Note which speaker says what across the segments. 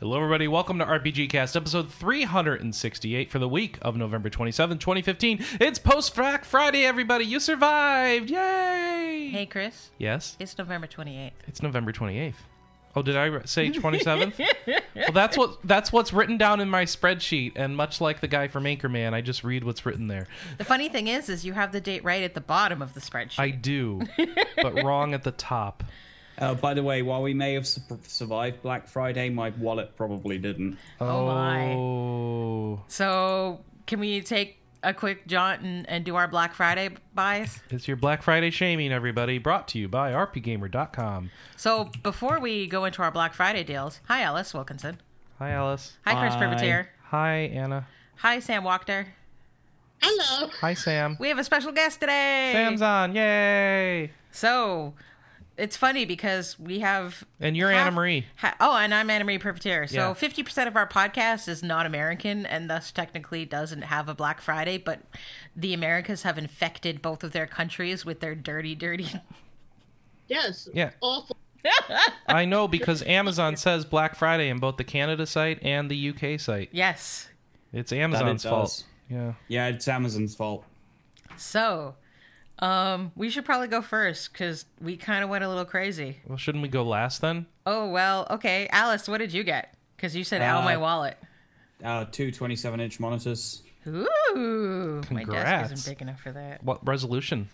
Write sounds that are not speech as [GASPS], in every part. Speaker 1: Hello, everybody. Welcome to RPG Cast, episode 368 for the week of November 27, 2015. It's Post Fact Friday, everybody. You survived. Yay.
Speaker 2: Hey, Chris.
Speaker 1: Yes,
Speaker 2: It's November 28th.
Speaker 1: it's November 28th. Oh, did I re-
Speaker 2: [LAUGHS]
Speaker 1: say 27th? well, that's what that's what's written down in my spreadsheet, and much like the guy from Anchorman, I just read what's written there.
Speaker 2: The funny thing is, is you have the date right at the bottom of the spreadsheet.
Speaker 1: I do,
Speaker 2: [LAUGHS]
Speaker 1: but wrong at the top.
Speaker 3: Uh, by the way, while we may have su- survived Black Friday, my wallet probably didn't.
Speaker 2: Oh, my.
Speaker 1: Oh,
Speaker 2: So, can we take a quick jaunt and, and do our Black Friday buys?
Speaker 1: it's your Black Friday shaming, everybody. Brought to you by RPGamer.com.
Speaker 2: So, before we go into our Black Friday deals, hi, Alice Wilkinson.
Speaker 1: Hi, Alice.
Speaker 2: Hi, Chris
Speaker 3: Hi.
Speaker 2: Privateer.
Speaker 1: Hi, Anna.
Speaker 2: Hi, Sam Walkner.
Speaker 4: Hello.
Speaker 1: Hi, Sam.
Speaker 2: We have a special guest today.
Speaker 1: Sam's on. Yay!
Speaker 2: So, it's funny because we have.
Speaker 1: And you're
Speaker 2: half-
Speaker 1: Anna Marie.
Speaker 2: ha- oh, and I'm Anna Marie Privateer. So,
Speaker 1: Yeah.
Speaker 2: 50% of our podcast is not American and thus technically doesn't have a Black Friday, but the Americas have infected both of their countries with their dirty, dirty. [LAUGHS]
Speaker 4: Yes.
Speaker 1: Yeah.
Speaker 4: Awful.
Speaker 1: I know because Amazon says Black Friday in both the Canada site and the UK site.
Speaker 2: yes.
Speaker 1: It's Amazon's fault.
Speaker 3: does.
Speaker 1: Yeah.
Speaker 3: Yeah, it's Amazon's fault.
Speaker 2: So, um, we should probably go first because we kind of went a little crazy.
Speaker 1: Well, shouldn't we go last then?
Speaker 2: Oh, well, okay. Alice, what did you get? Because you said, ow,
Speaker 3: Uh,
Speaker 2: my wallet.
Speaker 3: Uh, two 27 inch monitors.
Speaker 2: Ooh. My
Speaker 1: Congrats.
Speaker 2: desk isn't big enough for that.
Speaker 1: What resolution?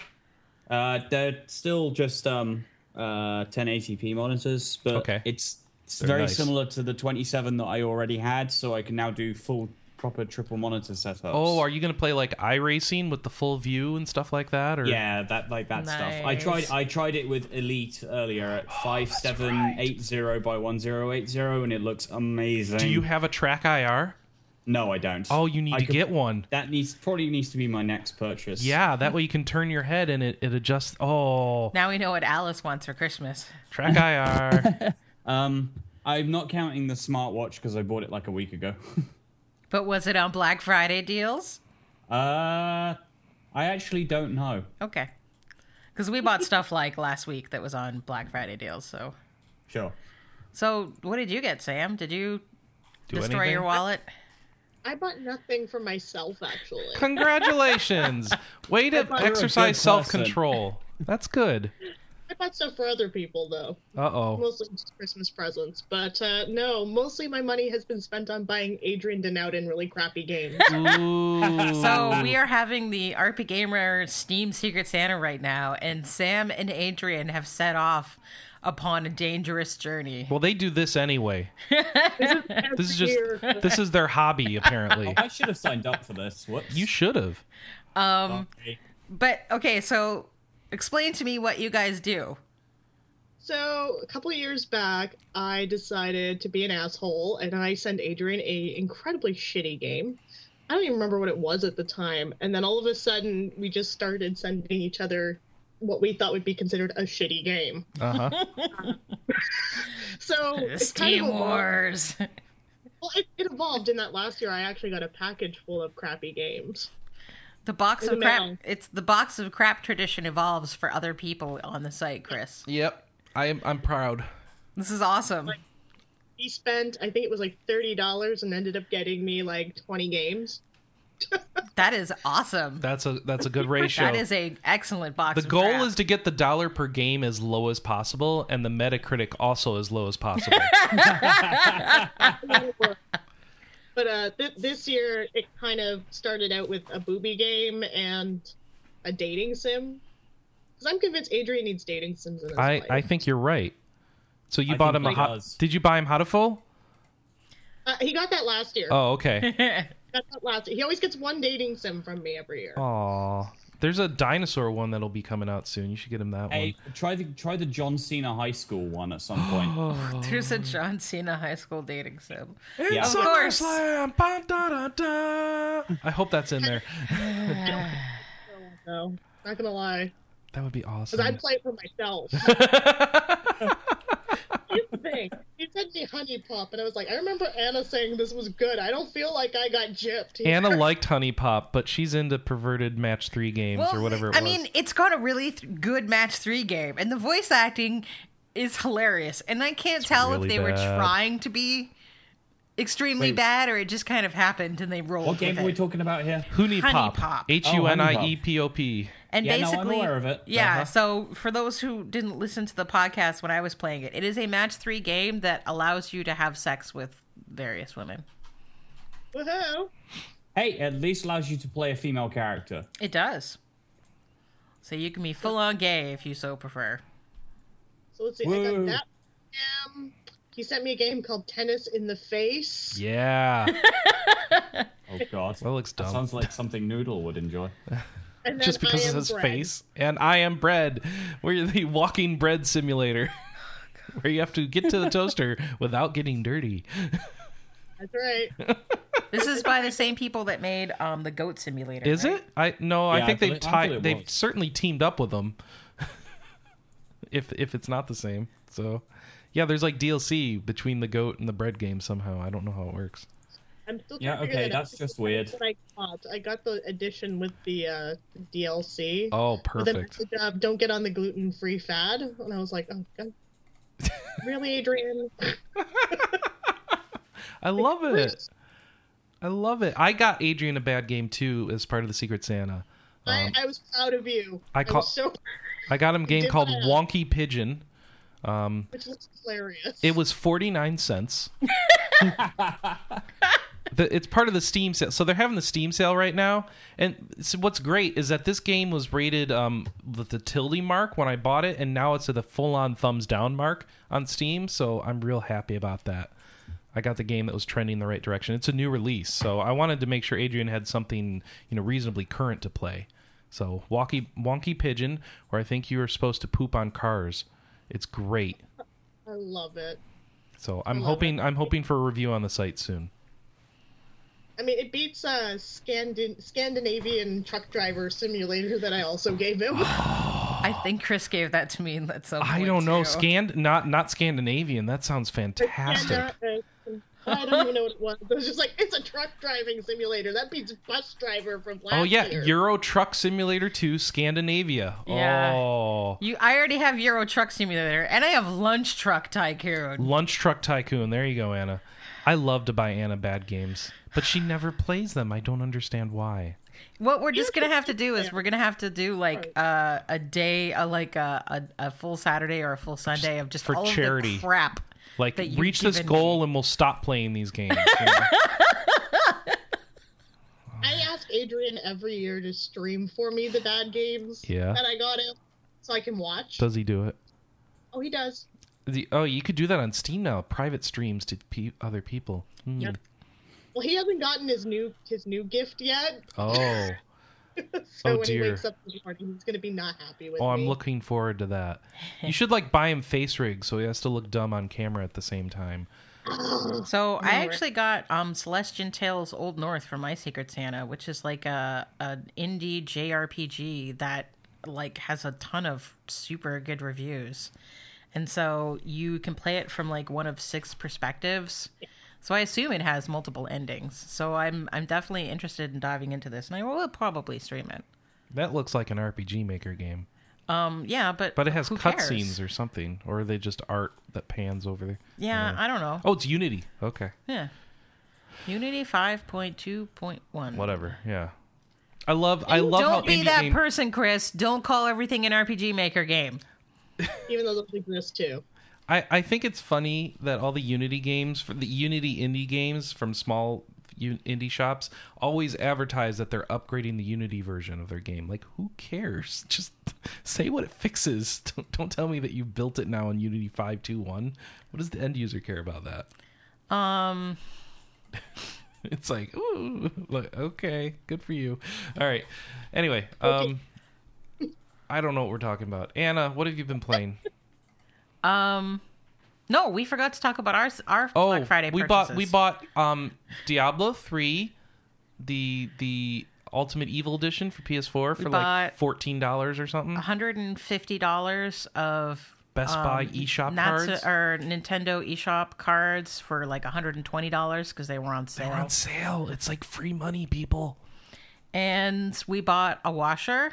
Speaker 3: Uh, they're still just um, uh, 1080p monitors, but
Speaker 1: Okay.
Speaker 3: it's, it's
Speaker 1: They're
Speaker 3: very
Speaker 1: nice.
Speaker 3: similar to the 27 that I already had, so I can now do full proper triple monitor setups.
Speaker 1: Oh, are you going to play like iRacing with the full view and stuff like that? Or
Speaker 3: yeah, that like that stuff. I tried
Speaker 2: Nice.
Speaker 3: I tried it with Elite earlier
Speaker 1: Oh,
Speaker 3: at 5780 by 1080, and it looks amazing.
Speaker 1: do you have a track IR?
Speaker 3: No, I don't.
Speaker 1: Oh, you need
Speaker 3: I
Speaker 1: to
Speaker 3: could-
Speaker 1: get one.
Speaker 3: That needs probably needs to be my next purchase.
Speaker 1: Yeah, that way you can turn your head and it, it adjusts. Oh,
Speaker 2: Now we know what Alice wants for Christmas.
Speaker 1: track IR.
Speaker 3: Um, I'm not counting the smartwatch because I bought it like a week ago. [LAUGHS]
Speaker 2: But was it on Black Friday deals?
Speaker 3: uh, I actually don't know.
Speaker 2: Okay. Because we bought [LAUGHS] stuff like last week that was on Black Friday deals. So,
Speaker 3: Sure.
Speaker 2: so what did you get, Sam? Did you
Speaker 1: Do
Speaker 2: destroy
Speaker 1: anything?
Speaker 2: your wallet?
Speaker 4: I bought nothing for myself, actually.
Speaker 1: Congratulations! Way to
Speaker 3: thought you were a good
Speaker 1: exercise
Speaker 3: person.
Speaker 1: self control. That's good.
Speaker 4: I bought stuff for other people, though.
Speaker 1: Uh oh.
Speaker 4: Mostly just Christmas presents. But uh, no, mostly my money has been spent on buying Adrian Denowden really crappy games.
Speaker 1: Ooh.
Speaker 2: [LAUGHS] So we are having the RP Gamer Steam Secret Santa right now, and Sam and Adrian have set off upon a dangerous journey.
Speaker 1: Well, they do this anyway. [LAUGHS] This is just
Speaker 4: Here.
Speaker 1: this is their hobby
Speaker 2: [LAUGHS]
Speaker 1: apparently.
Speaker 3: I should have signed up for this. Whoops.
Speaker 1: You should have.
Speaker 2: Um,
Speaker 3: Okay.
Speaker 2: but okay, so explain to me what you guys do.
Speaker 4: So a couple of years back, I decided to be an asshole, and I sent Adrian a incredibly shitty game. I don't even remember what it was at the time. And then all of a sudden, we just started sending each other what we thought would be considered a shitty game.
Speaker 1: Uh huh.
Speaker 4: [LAUGHS] So it's kind
Speaker 2: Steam
Speaker 4: of
Speaker 2: [LAUGHS]
Speaker 4: evolved-
Speaker 2: Wars.
Speaker 4: Well, it, it evolved in that last year. I actually got a package full of crappy games.
Speaker 2: The box
Speaker 4: Look
Speaker 2: of
Speaker 4: at
Speaker 2: crap.
Speaker 4: Mel.
Speaker 2: It's the box of crap tradition evolves for other people on the site, Chris.
Speaker 1: Yep. I'm I'm proud.
Speaker 2: This is awesome.
Speaker 4: He spent, I think it was like thirty dollars, and ended up getting me like twenty games.
Speaker 2: That is awesome.
Speaker 1: That's a that's a good ratio.
Speaker 2: [LAUGHS] That is a excellent box.
Speaker 1: the
Speaker 2: of
Speaker 1: goal
Speaker 2: crap.
Speaker 1: is to get the dollar per game as low as possible, and the Metacritic also as low as
Speaker 2: [LAUGHS]
Speaker 1: possible.
Speaker 4: But uh, th- this year, it kind of started out with a booby game and a dating sim. Because I'm convinced Adrian needs dating sims in his
Speaker 1: I
Speaker 4: life.
Speaker 1: I think you're right. So you
Speaker 3: I
Speaker 1: bought
Speaker 3: think
Speaker 1: him a
Speaker 3: he
Speaker 1: hot.
Speaker 3: does.
Speaker 1: Did you buy him Hotiful?
Speaker 4: uh, he got that last year.
Speaker 1: Oh,
Speaker 2: [LAUGHS]
Speaker 1: okay.
Speaker 4: Got that last. He always gets one dating sim from me every
Speaker 1: Oh.
Speaker 4: year.
Speaker 1: Aw. There's a dinosaur one that'll be coming out soon. You should get him that
Speaker 3: Hey, try the try the John Cena High School one at some
Speaker 1: [GASPS]
Speaker 3: point.
Speaker 1: Oh.
Speaker 2: There's a John Cena high school dating sim.
Speaker 1: one.
Speaker 3: Yeah.
Speaker 1: It's
Speaker 2: Of course.
Speaker 1: SummerSlam. Ba, da, da, da. I hope that's in there.
Speaker 4: So not gonna lie,
Speaker 1: [LAUGHS] That would be
Speaker 4: because
Speaker 1: awesome.
Speaker 4: I'd play it for
Speaker 1: [LAUGHS]
Speaker 4: myself. Here's the thing. He sent me Honey Pop, and I was like, I remember Anna saying this was good. I don't feel like I got gypped. here."
Speaker 1: Anna liked Honey Pop, but she's into perverted match three games or whatever it
Speaker 2: I
Speaker 1: was.
Speaker 2: mean, it's got a really th- good match three game, and the voice acting is hilarious. And I can't tell
Speaker 1: really
Speaker 2: if they were
Speaker 1: bad.
Speaker 2: trying to be extremely
Speaker 3: Wait.
Speaker 2: bad or it just kind of happened and they rolled.
Speaker 3: What game
Speaker 2: with
Speaker 3: are we
Speaker 2: it.
Speaker 3: talking about here?
Speaker 1: Honey
Speaker 2: Honey
Speaker 1: Pop.
Speaker 2: Pop.
Speaker 1: H U N I E P O
Speaker 3: Oh,
Speaker 1: P.
Speaker 2: And
Speaker 3: Yeah, no, I'm
Speaker 2: basically,
Speaker 3: aware of it.
Speaker 2: Yeah.
Speaker 3: Uh-huh.
Speaker 2: So for those who didn't listen to the podcast when I was playing it, it is a match three game that allows you to have sex with various women.
Speaker 4: Woohoo!
Speaker 3: Hey, at least allows you to play a female character.
Speaker 2: It does. So you can be full on gay if you so prefer.
Speaker 4: So let's see. I
Speaker 3: Woo.
Speaker 4: got that. Um, he sent me a game called Tennis in the
Speaker 2: [LAUGHS]
Speaker 4: Face.
Speaker 1: Yeah.
Speaker 3: Oh god,
Speaker 1: That looks dumb.
Speaker 3: sounds like something Noodle would enjoy.
Speaker 4: And then
Speaker 1: Just because
Speaker 4: I
Speaker 1: it
Speaker 4: Am
Speaker 1: says
Speaker 4: Bread.
Speaker 1: face. And I am bread. We're the walking bread simulator. [LAUGHS] Where you have to get to the toaster without getting dirty.
Speaker 4: That's right.
Speaker 1: [LAUGHS]
Speaker 2: This is by the same people that made um, the Goat Simulator.
Speaker 1: Is
Speaker 2: right?
Speaker 1: it? I no.
Speaker 3: Yeah,
Speaker 1: I
Speaker 3: I
Speaker 1: think
Speaker 3: thought
Speaker 1: they've
Speaker 3: it- I thought
Speaker 1: tied.
Speaker 3: it
Speaker 1: They've
Speaker 3: was.
Speaker 1: certainly teamed up with them. [LAUGHS] if if it's not the same, so yeah, there's like DLC between the goat and the bread game somehow. I don't know how it works.
Speaker 4: I'm still trying
Speaker 3: Yeah,
Speaker 4: to figure
Speaker 3: okay,
Speaker 4: that out.
Speaker 3: that's just weird.
Speaker 4: That's what I got. I got the edition with the uh, DLC.
Speaker 1: Oh,
Speaker 4: But then
Speaker 1: perfect.
Speaker 4: the job, don't get on the gluten-free fad, and I was like, oh
Speaker 1: [LAUGHS]
Speaker 4: god. really, Adrian?
Speaker 1: I love it. I love it. I got Adrian a bad game too as part of the Secret Santa.
Speaker 4: I, I was proud of you.
Speaker 1: Oh. I call-
Speaker 4: was so
Speaker 1: I got him a game
Speaker 4: did
Speaker 1: called
Speaker 4: that.
Speaker 1: Wonky Pigeon.
Speaker 4: which looks hilarious.
Speaker 1: It was 49 cents. the, it's part of the Steam sale. So they're having the Steam sale right now. And so what's great is that this game was rated um, with the tilde mark when I bought it, and now it's at the full on thumbs down mark on Steam. So I'm real happy about that. I got the game that was trending in the right direction. It's a new release, so I wanted to make sure Adrian had something you know reasonably current to play. So wonky, wonky pigeon, where I think you were supposed to poop on cars. It's great.
Speaker 4: I love it.
Speaker 1: So I'm
Speaker 4: love
Speaker 1: hoping I'm hoping for a review on the site soon.
Speaker 4: I mean, it beats uh, Scandin- Scandinavian truck driver simulator that I also gave him.
Speaker 2: I think Chris gave that to me at some
Speaker 1: I
Speaker 2: point,
Speaker 1: don't know,
Speaker 2: too.
Speaker 1: Scand not not Scandinavian. That sounds fantastic.
Speaker 4: [LAUGHS] And, uh, I don't even know what it was. It was just like it's a truck driving simulator. That beats bus driver from last
Speaker 1: Oh yeah,
Speaker 4: year.
Speaker 1: Euro Truck Simulator 2 Scandinavia.
Speaker 2: Yeah.
Speaker 1: Oh.
Speaker 2: You, I already have Euro Truck Simulator, and I have Lunch Truck Tycoon.
Speaker 1: Lunch Truck Tycoon. There you go, Anna. I love to buy Anna bad games, but she never plays them. I don't understand why.
Speaker 2: What we're just gonna have to do is we're gonna have to do like uh, a day, uh, like uh, a a full Saturday or a full Sunday of just
Speaker 1: for
Speaker 2: all
Speaker 1: charity.
Speaker 2: of the crap.
Speaker 1: Like
Speaker 2: That you've
Speaker 1: reach this
Speaker 2: given
Speaker 1: goal and we'll stop playing these games.
Speaker 2: [LAUGHS]
Speaker 1: you know?
Speaker 4: I ask Adrian every year to stream for me the bad games.
Speaker 1: Yeah.
Speaker 4: And I got him so I can watch.
Speaker 1: Does he do it?
Speaker 4: oh, he does.
Speaker 1: The, oh, you could do that on Steam now. Private streams to pe- other people. Hmm.
Speaker 4: Yep. Well, he hasn't gotten his new his new gift yet.
Speaker 2: [LAUGHS]
Speaker 1: Oh.
Speaker 4: So
Speaker 1: Oh,
Speaker 4: when
Speaker 1: dear.
Speaker 4: he wakes up this morning, he's gonna be not happy with
Speaker 1: Oh, I'm
Speaker 4: me.
Speaker 1: looking forward to that. You should like buy him face rig so he has to look dumb on camera at the same time.
Speaker 2: So I actually got um Celestian Tales Old North from my Secret Santa, which is like a an indie JRPG that like has a ton of super good reviews. And so you can play it from like one of six perspectives. So I assume it has multiple endings. So I'm I'm definitely interested in diving into this and I will probably stream it.
Speaker 1: That looks like an RPG maker game,
Speaker 2: Um yeah, but
Speaker 1: but it has
Speaker 2: who cares?
Speaker 1: cutscenes or something, or are they just art that pans over there?
Speaker 2: Yeah, I don't know.
Speaker 1: Oh, it's Unity. Okay,
Speaker 2: Yeah. Unity 5.2.1.
Speaker 1: whatever. Yeah, I love. I love how
Speaker 2: Don't be
Speaker 1: indie
Speaker 2: that
Speaker 1: game-
Speaker 2: person, Chris. Don't call everything an RPG Maker game.
Speaker 4: Even though those exist too.
Speaker 1: I, I think it's funny that all the Unity games, for the Unity indie games from small u- indie shops, always advertise that they're upgrading the Unity version of their game. Like, who cares? [LAUGHS] Just say what it fixes. [LAUGHS] Don't, don't tell me that you built it now in Unity 5.2.1. What does the end user care about that?
Speaker 2: Um,
Speaker 1: [LAUGHS] It's like, ooh, [LAUGHS] like, okay, good for you. All right. Anyway, um, I don't know what we're talking about. Anna, what have you been playing?
Speaker 2: um, no, we forgot to talk about our our
Speaker 1: Oh,
Speaker 2: Black Friday.
Speaker 1: we bought
Speaker 2: purchases.
Speaker 1: we bought um Diablo three, the the Ultimate Evil Edition for PS4 for like
Speaker 2: bought-
Speaker 1: fourteen dollars or something.
Speaker 2: one hundred and fifty dollars of
Speaker 1: Best
Speaker 2: um,
Speaker 1: Buy eShop
Speaker 2: Natsu-
Speaker 1: cards.
Speaker 2: or Nintendo eShop cards for like one hundred and twenty dollars because they were on sale.
Speaker 1: They're on sale. It's like free money, people.
Speaker 2: and we bought a washer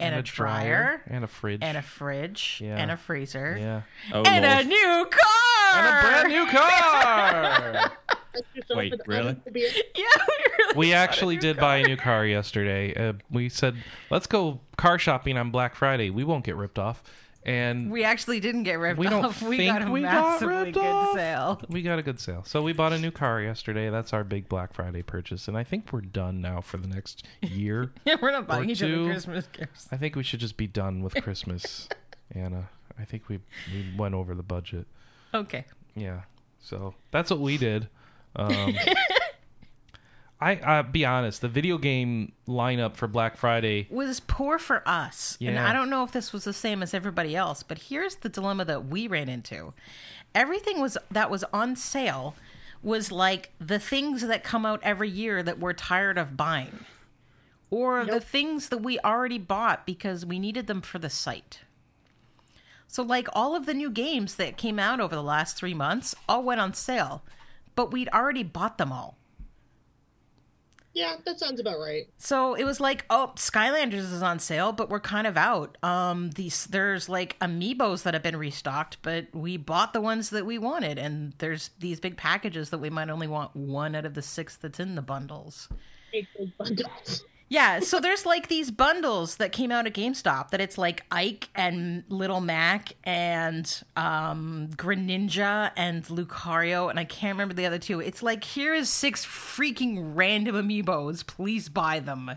Speaker 2: and, a, dryer,
Speaker 1: and a fridge
Speaker 2: and a fridge
Speaker 1: Yeah.
Speaker 2: and a freezer
Speaker 1: yeah
Speaker 3: Oh
Speaker 2: and
Speaker 3: lord.
Speaker 2: a new car
Speaker 1: and a brand new car.
Speaker 4: set yourself
Speaker 5: Wait,
Speaker 4: an
Speaker 5: really?
Speaker 4: oven to be a-
Speaker 2: [LAUGHS] Yeah, we really
Speaker 1: We
Speaker 2: bought a
Speaker 1: actually
Speaker 2: new
Speaker 1: did
Speaker 2: car.
Speaker 1: buy a new car yesterday. Uh, we said, let's go car shopping on Black Friday. We won't get ripped off. And
Speaker 2: We actually didn't get ripped
Speaker 1: We don't
Speaker 2: off. We
Speaker 1: think
Speaker 2: got a
Speaker 1: we got
Speaker 2: massively
Speaker 1: ripped
Speaker 2: good
Speaker 1: off.
Speaker 2: sale.
Speaker 1: we got a good sale. So we bought a new car yesterday. That's our big Black Friday purchase. And I think we're done now for the next year.
Speaker 2: [LAUGHS] Yeah, we're not buying each
Speaker 1: two.
Speaker 2: other Christmas gifts.
Speaker 1: I think we should just be done with Christmas, Anna. I think we, we went over the budget.
Speaker 2: Okay.
Speaker 1: Yeah. So that's what we did. Um, I I be honest, the video game lineup for Black Friday.
Speaker 2: was poor for us. And
Speaker 1: Yeah.
Speaker 2: I don't know if this was the same as everybody else, but here's the dilemma that we ran into. Everything was that was on sale was like the things that come out every year that we're tired of buying or the things that we already bought because we needed them for the site. So like all of the new games that came out over the last 3 months all went on sale, but we'd already bought them all.
Speaker 4: yeah, that sounds about right.
Speaker 2: So it was like, oh, Skylanders is on sale, but we're kind of out. Um, these there's like amiibos that have been restocked, but we bought the ones that we wanted, and there's these big packages that we might only want one out of the six that's in the bundles.
Speaker 4: [LAUGHS] Eight big bundles.
Speaker 2: Yeah, so there's like these bundles that came out at GameStop that it's like Ike and Little Mac and um, Greninja and Lucario, and I can't remember the other two. It's like, here is six freaking random amiibos. Please buy them.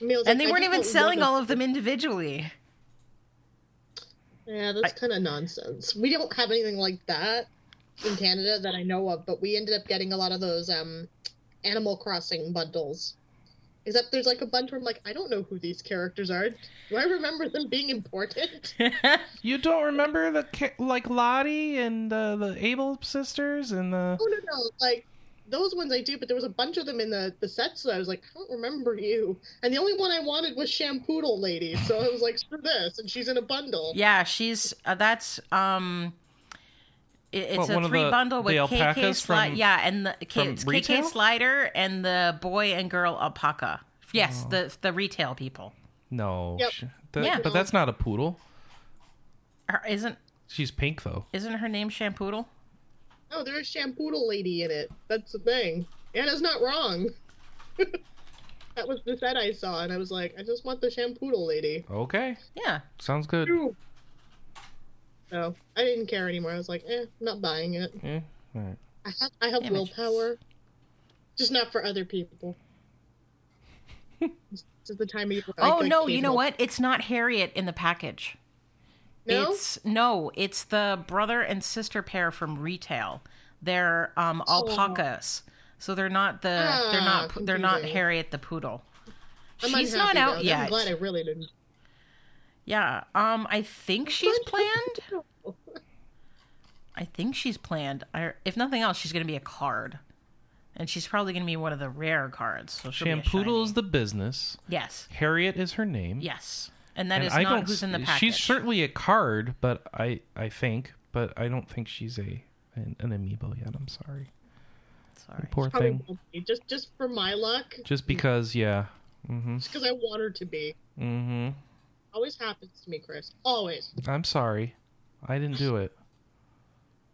Speaker 4: Meals
Speaker 2: and
Speaker 4: like,
Speaker 2: they
Speaker 4: I
Speaker 2: weren't
Speaker 4: just
Speaker 2: even
Speaker 4: want
Speaker 2: selling
Speaker 4: one
Speaker 2: all of them individually.
Speaker 4: Yeah, that's kind of nonsense. We don't have anything like that in Canada that I know of, but we ended up getting a lot of those um Animal Crossing bundles. Except there's like a bunch where I'm like, I don't know who these characters are. Do I remember them
Speaker 2: [LAUGHS]
Speaker 4: being important?
Speaker 1: You don't remember the ca- like Lottie and uh, the Abel sisters and the
Speaker 4: oh no, no, like those ones I do, but there was a bunch of them in the the sets that I was like, I don't remember you. And the only one I wanted was Shampoodle Lady, so I was like, screw this, and she's in a bundle.
Speaker 2: Yeah, she's uh, that's um, it, it's
Speaker 1: What, one
Speaker 2: a
Speaker 1: of
Speaker 2: three
Speaker 1: the-
Speaker 2: bundle with
Speaker 1: the
Speaker 2: KK
Speaker 1: alpacas
Speaker 2: slide.
Speaker 1: from-
Speaker 2: Yeah, and the K-
Speaker 1: from
Speaker 2: it's
Speaker 1: retail?
Speaker 2: KK slider and the boy and girl alpaca. Yes,
Speaker 1: Oh.
Speaker 2: the the retail people
Speaker 1: no.
Speaker 4: Yep.
Speaker 1: sh- that-
Speaker 2: Yeah.
Speaker 1: But that's not a poodle.
Speaker 2: Her, isn't
Speaker 1: She's pink though.
Speaker 2: isn't her name Shampoodle?
Speaker 4: No, there is Shampoodle Lady in it. That's the thing. Anna's not wrong. [LAUGHS] that was the set I saw, and I was like, I just want the Shampoodle Lady.
Speaker 1: Okay,
Speaker 2: Yeah,
Speaker 1: sounds good.
Speaker 4: So I didn't care anymore. I was like, eh, I'm not buying it.
Speaker 1: Yeah. All right.
Speaker 4: I have, I have
Speaker 2: Damn it.
Speaker 4: willpower, just not for other people. [LAUGHS] this is the time of year. where I,
Speaker 2: Oh
Speaker 4: like,
Speaker 2: no,
Speaker 4: hate
Speaker 2: you know
Speaker 4: myself.
Speaker 2: what? It's not Harriet in the package.
Speaker 4: No?
Speaker 2: It's no, it's the brother and sister pair from retail. They're um alpacas. So they're not the they're
Speaker 4: Oh. Ah,
Speaker 2: not they're not
Speaker 4: confusing.
Speaker 2: Harriet the poodle.
Speaker 4: I'm
Speaker 2: She's
Speaker 4: unhappy
Speaker 2: not out
Speaker 4: though.
Speaker 2: yet.
Speaker 4: I'm glad I really didn't.
Speaker 2: Yeah. Um I think she's
Speaker 4: [LAUGHS]
Speaker 2: planned. I think she's planned. I, if nothing else, she's going to be a card. And she's probably going to be one of the rare cards. So she'll be a
Speaker 1: Shampoodle is
Speaker 2: shiny.
Speaker 1: the business.
Speaker 2: Yes.
Speaker 1: Harriet is her name.
Speaker 2: Yes. And that
Speaker 1: And
Speaker 2: is
Speaker 1: I
Speaker 2: not
Speaker 1: don't
Speaker 2: who's in the
Speaker 1: s-
Speaker 2: package.
Speaker 1: She's certainly a card, but I I think, but I don't think she's a an, an amiibo yet. I'm sorry.
Speaker 2: Sorry.
Speaker 1: Poor
Speaker 4: Probably
Speaker 1: thing.
Speaker 4: won't be. Just just for my luck,
Speaker 2: Mm.
Speaker 1: Just because, yeah. Mm-hmm.
Speaker 4: just because I want her to be.
Speaker 1: Mm-hmm.
Speaker 4: Always happens to me, Chris. Always.
Speaker 1: I'm sorry. I didn't do it.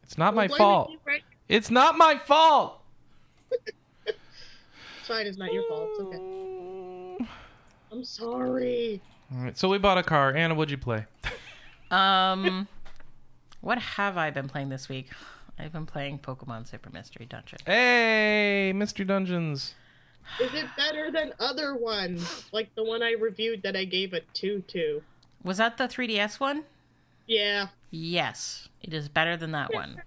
Speaker 1: It's not my
Speaker 4: Blaming
Speaker 1: fault.
Speaker 4: you, right?
Speaker 1: It's not my fault.
Speaker 4: It's fine. It's not your fault. It's okay. I'm sorry.
Speaker 1: All right. So we bought a car. Anna, what'd you play?
Speaker 2: Um, what have I been playing this week? I've been playing Pokemon Super Mystery Dungeon.
Speaker 1: Hey, Mystery Dungeons.
Speaker 4: Is it better than other ones? Like the one I reviewed that I gave a 2 to.
Speaker 2: Was that the 3DS one?
Speaker 4: Yeah,
Speaker 2: Yes, it is better than that one.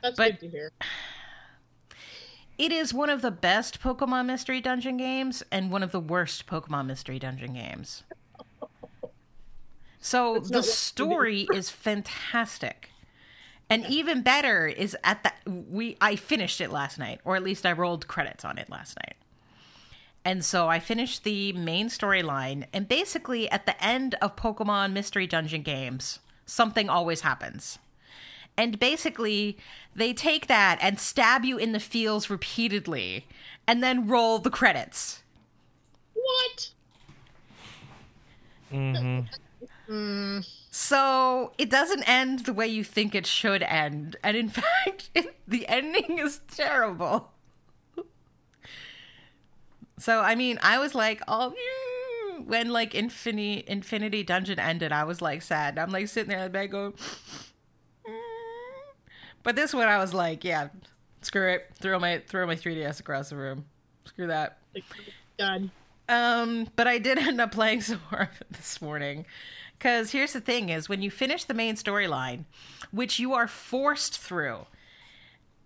Speaker 4: that's
Speaker 2: But-
Speaker 4: good to hear.
Speaker 2: It is one of the best Pokemon Mystery Dungeon games and one of the worst Pokemon Mystery Dungeon games. So the
Speaker 4: not what we do.
Speaker 2: story is fantastic. And even better is at the we I finished it last night, or at least I rolled credits on it last night. And so I finished the main storyline, and basically at the end of Pokemon Mystery Dungeon games, something always happens. And basically, they take that and stab you in the feels repeatedly, and then roll the credits.
Speaker 4: What?
Speaker 2: So it doesn't end the way you think it should end. And in [LAUGHS] fact, it, the ending is terrible. So I mean, I was like, oh, mm, when like Infinity Infinity Dungeon ended, I was like sad. I'm like sitting there in the bed going, mm. but this one I was like, yeah, screw it, throw my throw my 3ds across the room, screw that.
Speaker 4: Like, God.
Speaker 2: Um, but I did [LAUGHS] end up playing some more of it this morning. Because here's the thing: is when you finish the main storyline, which you are forced through,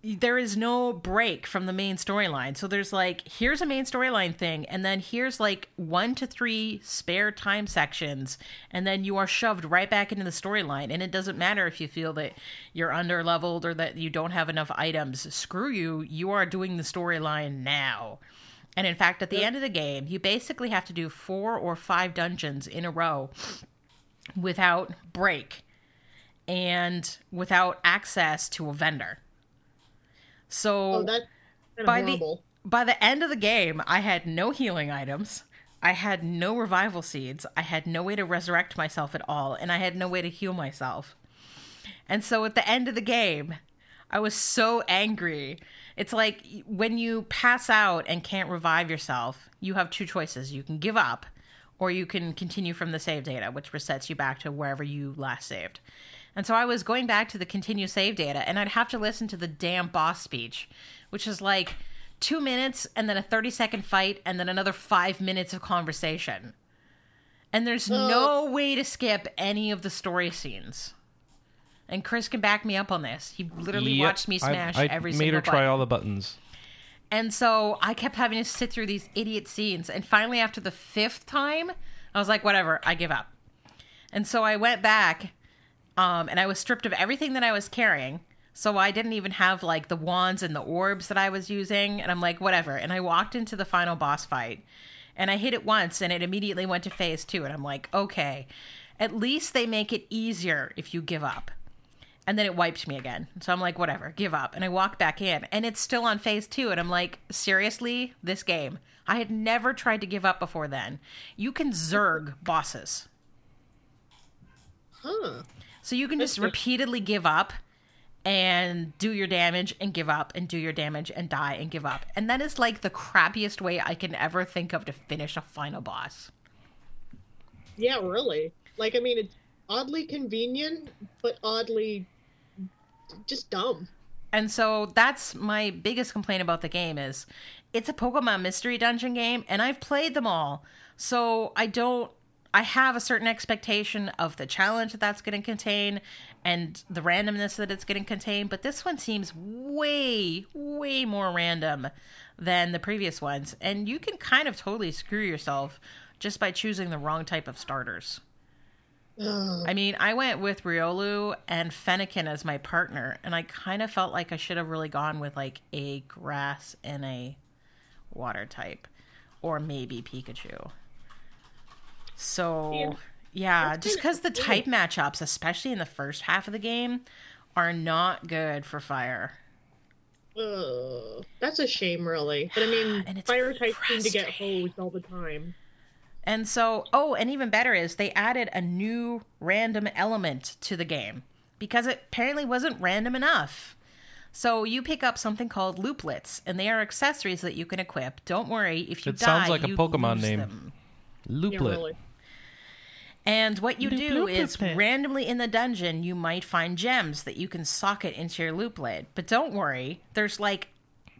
Speaker 2: there is no break from the main storyline. So there's like, here's a main storyline thing, and then here's like one to three spare time sections, and then you are shoved right back into the storyline. And it doesn't matter if you feel that you're under leveled or that you don't have enough items. Screw you, you are doing the storyline now. And in fact, at the end of the game, you basically have to do four or five dungeons in a row without break and without access to a vendor. So
Speaker 4: Oh, that's kind of
Speaker 2: by
Speaker 4: horrible.
Speaker 2: the by the end of the game, I had no healing items. I had no revival seeds. I had no way to resurrect myself at all, and I had no way to heal myself. And so at the end of the game, I was so angry. It's like when you pass out and can't revive yourself, you have two choices. You can give up or you can continue from the save data, which resets you back to wherever you last saved. And so I was going back to the continue save data, and I'd have to listen to the damn boss speech, which is like two minutes and then a 30 second fight and then another five minutes of conversation. And there's no way to skip any of the story scenes. And Chris can back me up on this. He literally
Speaker 1: Yep.
Speaker 2: watched me
Speaker 1: I-
Speaker 2: smash
Speaker 1: I
Speaker 2: every
Speaker 1: made
Speaker 2: single
Speaker 1: her try
Speaker 2: button.
Speaker 1: all the buttons.
Speaker 2: And so I kept having to sit through these idiot scenes. And finally, after the fifth time, I was like, whatever, I give up. And so I went back um, and I was stripped of everything that I was carrying. So I didn't even have like the wands and the orbs that I was using. And I'm like, whatever. And I walked into the final boss fight and I hit it once and it immediately went to phase two. And I'm like, okay, at least they make it easier if you give up and then it wiped me again. So I'm like, whatever, give up. And I walk back in, and it's still on phase two. And I'm like, seriously, this game. I had never tried to give up before then. You can zerg bosses.
Speaker 4: Huh.
Speaker 2: So you can just repeatedly give up and do your damage and give up and do your damage and die and give up. And that is like the crappiest way I can ever think of to finish a final boss.
Speaker 4: Yeah, really. Like, I mean, it's oddly convenient, but oddly just dumb.
Speaker 2: And so that's my biggest complaint about the game is it's a Pokemon mystery dungeon game and I've played them all. So I don't I have a certain expectation of the challenge that that's going to contain and the randomness that it's going to contain, but this one seems way way more random than the previous ones and you can kind of totally screw yourself just by choosing the wrong type of starters.
Speaker 4: Ugh.
Speaker 2: I mean, I went with Riolu and Fennekin as my partner, and I kind of felt like I should have really gone with like a grass and a water type, or maybe Pikachu. So, yeah, just because the type matchups, especially in the first half of the game, are not good for fire.
Speaker 4: Ugh. That's a shame, really. But I mean,
Speaker 2: And it's
Speaker 4: fire types seem to get
Speaker 2: frustrating.
Speaker 4: hosed all the time.
Speaker 2: And so, oh, and even better is they added a new random element to the game because it apparently wasn't random enough. So you pick up something called looplets, and they are accessories that you can equip. Don't worry if you
Speaker 1: It
Speaker 2: die.
Speaker 1: sounds like a
Speaker 2: you
Speaker 1: Pokemon
Speaker 2: lose
Speaker 1: name.
Speaker 2: them.
Speaker 1: Looplet.
Speaker 4: Yeah, really.
Speaker 2: And what you
Speaker 1: Loop-
Speaker 2: do
Speaker 1: looplet
Speaker 2: is
Speaker 1: pit.
Speaker 2: randomly in the dungeon, you might find gems that you can socket into your looplet. But don't worry, there's like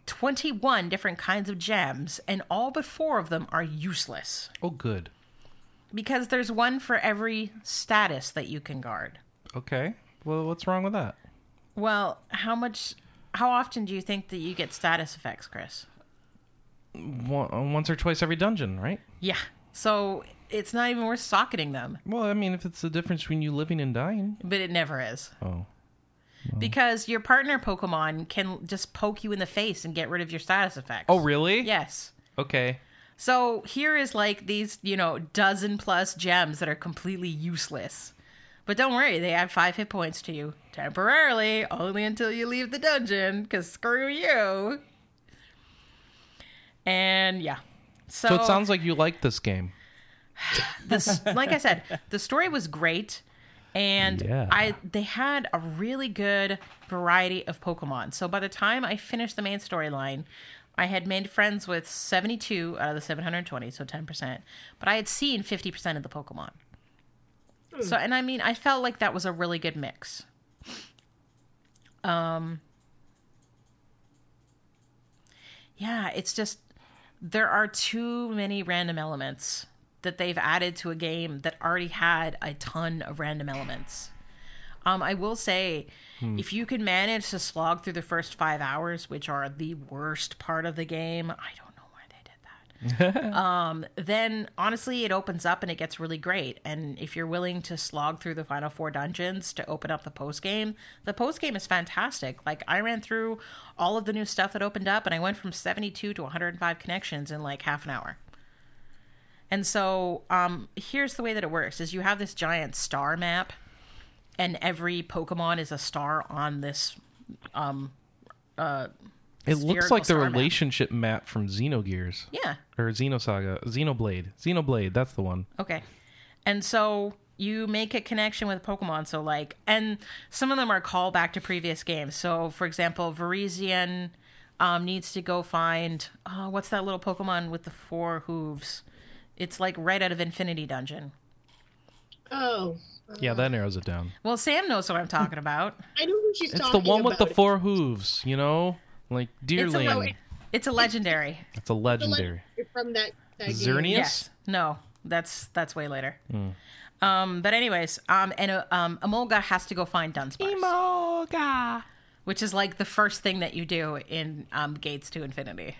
Speaker 2: 21 different kinds of gems, and all but four of them are useless.
Speaker 1: Oh, good.
Speaker 2: Because there's one for every status that you can guard.
Speaker 1: Okay. Well, what's wrong with that?
Speaker 2: Well, how much, how often do you think that you get status effects, Chris?
Speaker 1: One- uh, Once or twice every dungeon, right?
Speaker 2: Yeah. So it's not even worth socketing them,
Speaker 1: Well, I mean, if it's the difference between you living and dying.
Speaker 2: but it never is.
Speaker 1: Oh.
Speaker 2: Because your partner Pokemon can just poke you in the face and get rid of your status effects.
Speaker 1: Oh, really?
Speaker 2: Yes.
Speaker 1: Okay.
Speaker 2: So here is like these, you know, dozen plus gems that are completely useless. But don't worry, they add five hit points to you temporarily, only until you leave the dungeon, because screw you. And yeah. So,
Speaker 1: So it sounds like you like this game.
Speaker 2: this, like I said, the story was great. and
Speaker 1: Yeah.
Speaker 2: I they had a really good variety of Pokemon. So by the time I finished the main storyline, I had made friends with 72 out of the 720, so 10%. But I had seen 50% of the Pokemon. So and I mean, I felt like that was a really good mix. Um Yeah, it's just there are too many random elements that they've added to a game that already had a ton of random elements. Um, I will say, if you can manage to slog through the first five hours, which are the worst part of the game, I don't know why they did that then honestly it opens up and it gets really great and if you're willing to slog through the final four dungeons to open up the post game the post game is fantastic like i ran through all of the new stuff that opened up and i went from 72 to 105 connections in like half an hour and so um here's the way that it works is you have this giant star map and every pokemon is a star on this
Speaker 1: It looks like the
Speaker 2: spherical star map.
Speaker 1: relationship map, from Xenogears
Speaker 2: yeah
Speaker 1: or Xenosaga, Xenoblade, Xenoblade. That's the one.
Speaker 2: Okay. And so you make a connection with Pokemon. So, like, and some of them are callback to previous games. So, for example, Virizion um, needs to go find uh, what's that little Pokemon with the four hooves? It's like right out of Infinity Dungeon.
Speaker 4: Oh,
Speaker 1: Yeah, that narrows it down.
Speaker 2: Well, Sam knows what I'm talking about.
Speaker 4: I know who she's
Speaker 1: It's the
Speaker 4: talking
Speaker 1: one with the
Speaker 4: about.
Speaker 1: four hooves. You know, like
Speaker 2: It's a,
Speaker 1: Deerling.
Speaker 2: le- it's a legendary.
Speaker 1: It's a
Speaker 4: The leg-
Speaker 1: legendary.
Speaker 4: from that, that game.
Speaker 1: Xerneas.
Speaker 2: Yes. No, that's that's way later. Um, but anyways, um, and uh, um, Emolga has to go find Dunsparce. Emolga, which is like the first thing that you do in um, Gates to Infinity,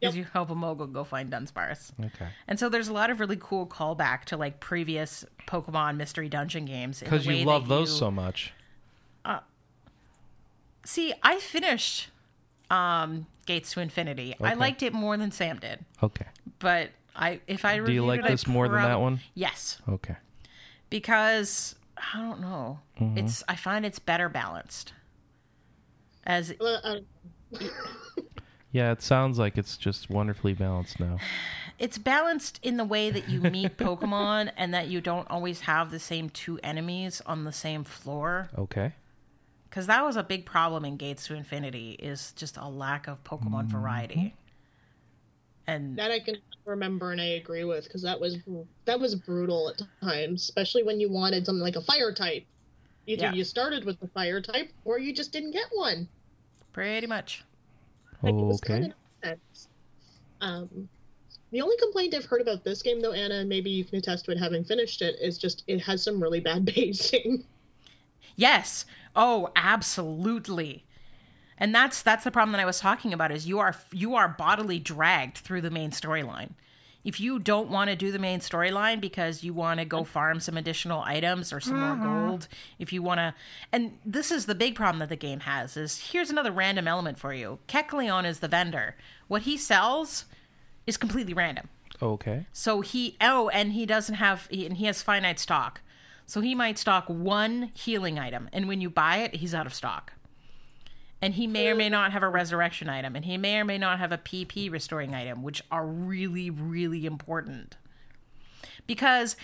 Speaker 4: Yep.
Speaker 2: is you help Emolga go find Dunsparce.
Speaker 1: Okay.
Speaker 2: And so there's a lot of really cool callback to like previous Pokemon Mystery Dungeon games. in the
Speaker 1: Because
Speaker 2: way
Speaker 1: you
Speaker 2: that
Speaker 1: love those
Speaker 2: you-
Speaker 1: so much.
Speaker 2: See, I finished um, Gates to Infinity. I
Speaker 1: Okay.
Speaker 2: liked it more than Sam did,
Speaker 1: Okay.
Speaker 2: but I if I
Speaker 1: Do you like this more than that one?
Speaker 2: Yes.
Speaker 1: Okay.
Speaker 2: because I don't know.
Speaker 1: Mm-hmm.
Speaker 2: It's I find it's better balanced. As
Speaker 4: Well, uh,
Speaker 1: Yeah, it sounds like it's just wonderfully balanced now.
Speaker 2: it's balanced in the way that you meet Pokemon and that you don't always have the same two enemies on the same floor.
Speaker 1: Okay.
Speaker 2: Because that was a big problem in Gates to Infinity is just a lack of Pokemon variety. And
Speaker 4: that I can remember and I agree with because that was that was brutal at times, especially when you wanted something like a fire type. Either
Speaker 2: Yeah.
Speaker 4: you started with the fire type or you just didn't get one.
Speaker 2: pretty much,
Speaker 4: Like, it was
Speaker 1: Oh, Okay.
Speaker 4: kinda nonsense. Um, the only complaint I've heard about this game, though, Anna, and maybe you can attest to it having finished it, is just it has some really bad [LAUGHS] pacing.
Speaker 2: yes. Oh, absolutely. And that's that's the problem that I was talking about is you are you are bodily dragged through the main storyline. If you don't want to do the main storyline because you want to go farm some additional items or some more gold, if you want to and this is the big problem that the game has is here's another random element for you. Kecleon is the vendor. What he sells is completely random.
Speaker 1: Okay.
Speaker 2: So he oh, and he doesn't have he- and he has finite stock. So he might stock one healing item, and when you buy it, he's out of stock. And he may or may not have a resurrection item, and he may or may not have a PP restoring item, which are really, really important. Because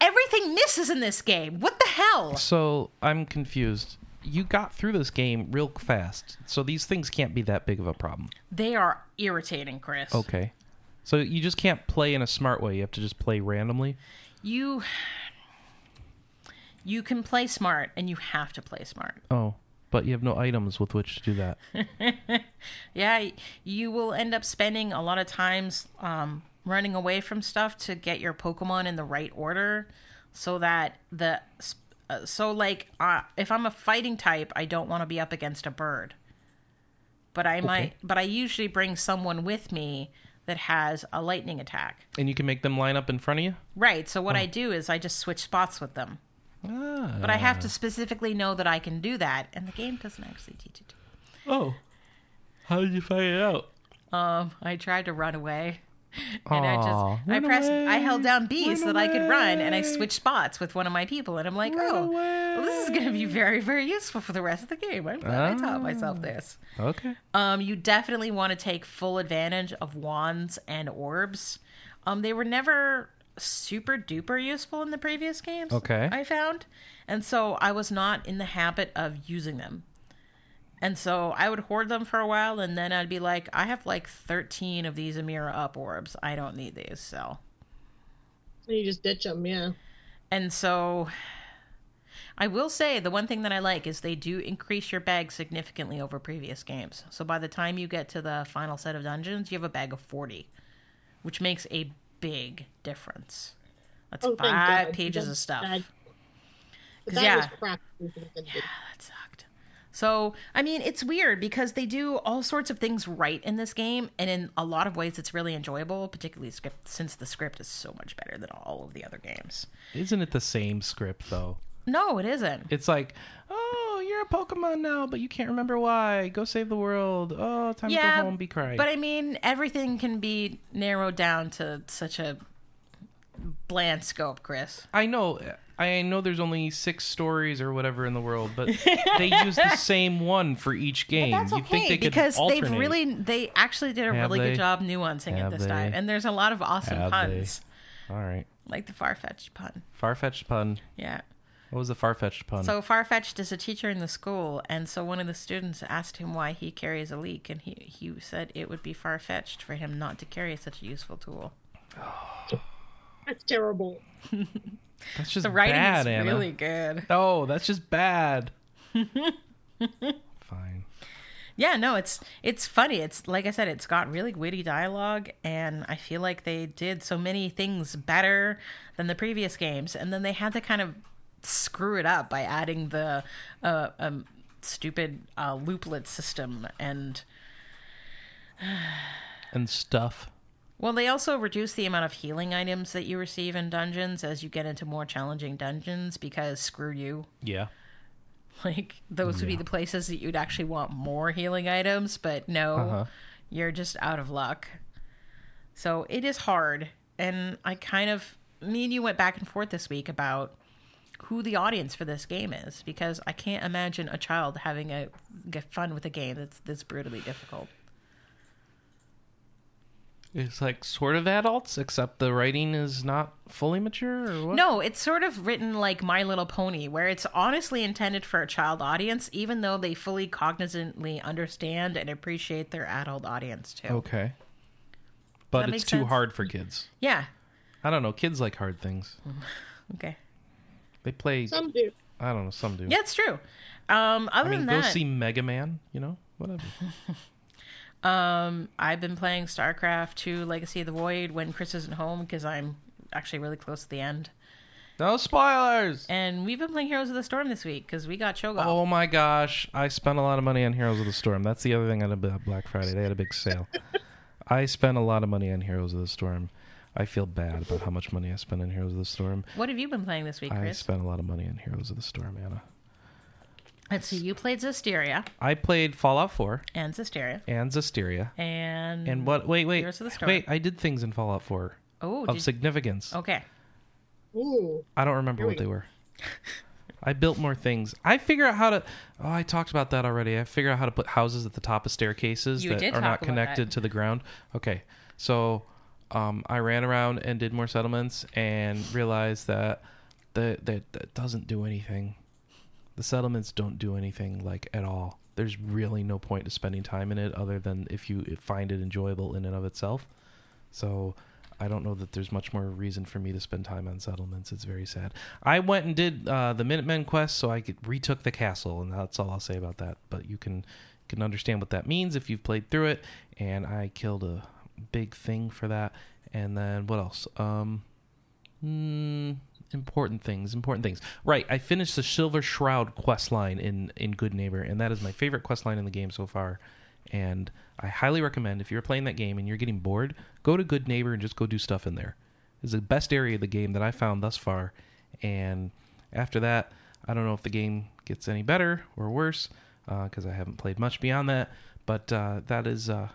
Speaker 2: everything misses in this game. What the hell?
Speaker 1: So I'm confused. You got through this game real fast, so these things can't be that big of a problem.
Speaker 2: They are irritating, Chris.
Speaker 1: Okay. So you just can't play in a smart way. You have to just play randomly.
Speaker 2: You you can play smart and you have to play smart.
Speaker 1: Oh, but you have no items with which to do [LAUGHS] that.
Speaker 2: Yeah, y- you will end up spending a lot of times um, running away from stuff to get your Pokemon in the right order, so that the s- uh, so like uh, if I'm a fighting type, I don't want to be up against a bird, but I might, but I usually bring someone with me that has a lightning attack.
Speaker 1: And you can make them line up in front of you.
Speaker 2: Right. So what I do is I just switch spots with them,
Speaker 1: Ah.
Speaker 2: but I have to specifically know that I can do that, and the game doesn't actually teach it. to me.
Speaker 1: Oh. How did you find it out?
Speaker 2: Um, I tried to run away. [LAUGHS] and I
Speaker 1: Aw,
Speaker 2: just I
Speaker 1: run
Speaker 2: pressed I held
Speaker 1: away,
Speaker 2: down B so
Speaker 1: run
Speaker 2: that I could run and I
Speaker 1: away.
Speaker 2: switched spots with one of my people and I'm like,
Speaker 1: Run
Speaker 2: oh well, this is
Speaker 1: away."
Speaker 2: gonna be very, very useful for the rest of the game. I'm glad I taught myself
Speaker 1: Ah.
Speaker 2: this.
Speaker 1: Okay.
Speaker 2: Um you definitely want to take full advantage of wands and orbs. Um they were never super duper useful in the previous games.
Speaker 1: Okay.
Speaker 2: I found. And so I was not in the habit of using them. And so I would hoard them for a while and then I'd be like, I have like 13 of these Amira up orbs. I don't need these. So.
Speaker 4: You just ditch them, yeah.
Speaker 2: And so I will say the one thing that I like is they do increase your bag significantly over previous games. So by the time you get to the final set of dungeons, you have a bag of 40, which makes a big difference. That's
Speaker 4: Oh,
Speaker 2: five
Speaker 4: thank God.
Speaker 2: pages of
Speaker 4: That's
Speaker 2: stuff.
Speaker 4: bad. But
Speaker 2: 'Cause,
Speaker 4: that
Speaker 2: yeah.
Speaker 4: was crap.
Speaker 2: that Ah, sucked. So, I mean, it's weird because they do all sorts of things right in this game, and in a lot of ways, it's really enjoyable, particularly script since the script is so much better than all of the other games.
Speaker 1: Isn't it the same script though?
Speaker 2: No, it isn't.
Speaker 1: It's like, oh, you're a Pokemon now, but you can't remember why. Go save the world. Oh, time to
Speaker 2: yeah,
Speaker 1: go home, be crying.
Speaker 2: but I mean, everything can be narrowed down to such a bland scope, Chris.
Speaker 1: I know, I know. There's only six stories or whatever in the world,
Speaker 2: [LAUGHS]
Speaker 1: but they use the same one for each game.
Speaker 2: That's
Speaker 1: You'd think
Speaker 2: okay
Speaker 1: they could
Speaker 2: because they've
Speaker 1: alternate.
Speaker 2: really they actually did a
Speaker 1: Have
Speaker 2: really
Speaker 1: they?
Speaker 2: good job nuancing
Speaker 1: Have
Speaker 2: it this
Speaker 1: they?
Speaker 2: time, and there's a lot of awesome
Speaker 1: Have they?
Speaker 2: puns,
Speaker 1: All right,
Speaker 2: like the far fetched pun.
Speaker 1: far-fetched pun.
Speaker 2: Yeah.
Speaker 1: What was the far-fetched pun?
Speaker 2: So Farfetch'd is a teacher in the school, and so one of the students asked him why he carries a leak, and he, he said it would be far fetched for him not to carry such a useful tool.
Speaker 4: That's terrible.
Speaker 1: that's just
Speaker 2: The writing
Speaker 1: bad,
Speaker 2: is
Speaker 1: Anna.
Speaker 2: really good.
Speaker 1: No, that's just
Speaker 2: [LAUGHS]
Speaker 1: bad. Fine.
Speaker 2: Yeah, no, it's it's funny. It's like I said, it's got really witty dialogue, and I feel like they did so many things better than the previous games, and then they had to kind of screw it up by adding the uh, um, stupid uh, looplet system and.
Speaker 1: And stuff.
Speaker 2: Well, they also reduce the amount of healing items that you receive in dungeons as you get into more challenging dungeons because screw you.
Speaker 1: Yeah.
Speaker 2: [LAUGHS] Like, those would be the places that you'd actually want more healing items, but no,
Speaker 1: Uh-huh.
Speaker 2: you're just out of luck. So it is hard. And I kind of, me and you went back and forth this week about who the audience for this game is because I can't imagine a child having a get fun with a game that's this brutally difficult.
Speaker 1: It's like sort of adults, except the writing is not fully mature or what?
Speaker 2: No, it's sort of written like My Little Pony, where it's honestly intended for a child audience, even though they fully cognizantly understand and appreciate their adult audience too.
Speaker 1: Okay. But
Speaker 2: that
Speaker 1: it's
Speaker 2: make
Speaker 1: too
Speaker 2: sense?
Speaker 1: hard for kids.
Speaker 2: Yeah.
Speaker 1: I don't know. Kids like hard things.
Speaker 2: Hmm. Okay.
Speaker 1: They play.
Speaker 4: Some do.
Speaker 1: I don't know. Some do.
Speaker 2: Yeah, it's true. Um, other
Speaker 1: I mean,
Speaker 2: than
Speaker 1: go
Speaker 2: that, Hmm.
Speaker 1: see Mega Man. You know, whatever.
Speaker 2: I've been playing StarCraft 2 Legacy of the Void when Chris isn't home because I'm actually really close to the end.
Speaker 1: No spoilers.
Speaker 2: And we've been playing Heroes of the Storm this week because we got Shogun.
Speaker 1: Oh my gosh! I spent a lot of money on Heroes of the Storm. That's the other thing on a- Black Friday. They had a big
Speaker 2: [LAUGHS]
Speaker 1: sale. I spent a lot of money on Heroes of the Storm. I feel bad about how much money I spent on Heroes of the Storm.
Speaker 2: What have you been playing this week,
Speaker 1: I
Speaker 2: Chris?
Speaker 1: spent a lot of money on Heroes of the Storm, Anna.
Speaker 2: Let's see. You played Zisteria
Speaker 1: I played Fallout 4
Speaker 2: and Zisteria.
Speaker 1: and Zisteria.
Speaker 2: And,
Speaker 1: And what? Wait, wait,
Speaker 2: Mm-hmm. Heroes of the Storm.
Speaker 1: wait! I did things in Fallout 4
Speaker 2: Oh,
Speaker 1: of
Speaker 2: did-
Speaker 1: significance.
Speaker 2: okay.
Speaker 4: Ooh.
Speaker 1: I don't remember what they
Speaker 2: [LAUGHS]
Speaker 1: were. I built more things. I figure out how to. Oh, I talked about that already. I figure out how to put houses at the top of staircases
Speaker 2: You
Speaker 1: that
Speaker 2: did
Speaker 1: are not
Speaker 2: talk about
Speaker 1: connected
Speaker 2: that.
Speaker 1: to the ground. Okay, so um, I ran around and did more settlements and realized that that that, that doesn't do anything. The settlements don't do anything like at all. There's really no point to spending time in it other than if you find it enjoyable in and of itself. So I don't know that there's much more reason for me to spend time on settlements. It's very sad. I went and did uh, the Minutemen quest, so I get, retook the castle, and that's all I'll say about that. But you can can understand what that means if you've played through it. And I killed a big thing for that. And then what else? Um, mm, important things. Important things. Right. I finished the Silver Shroud quest line in in Good Neighbor, and that is my favorite quest line in the game so far and I highly recommend if you're playing that game and you're getting bored, go to Good Neighbor and just go do stuff in there. It's the best area of the game that I found thus far, and after that, I don't know if the game gets any better or worse because I haven't played much beyond that. But uh, that is uh,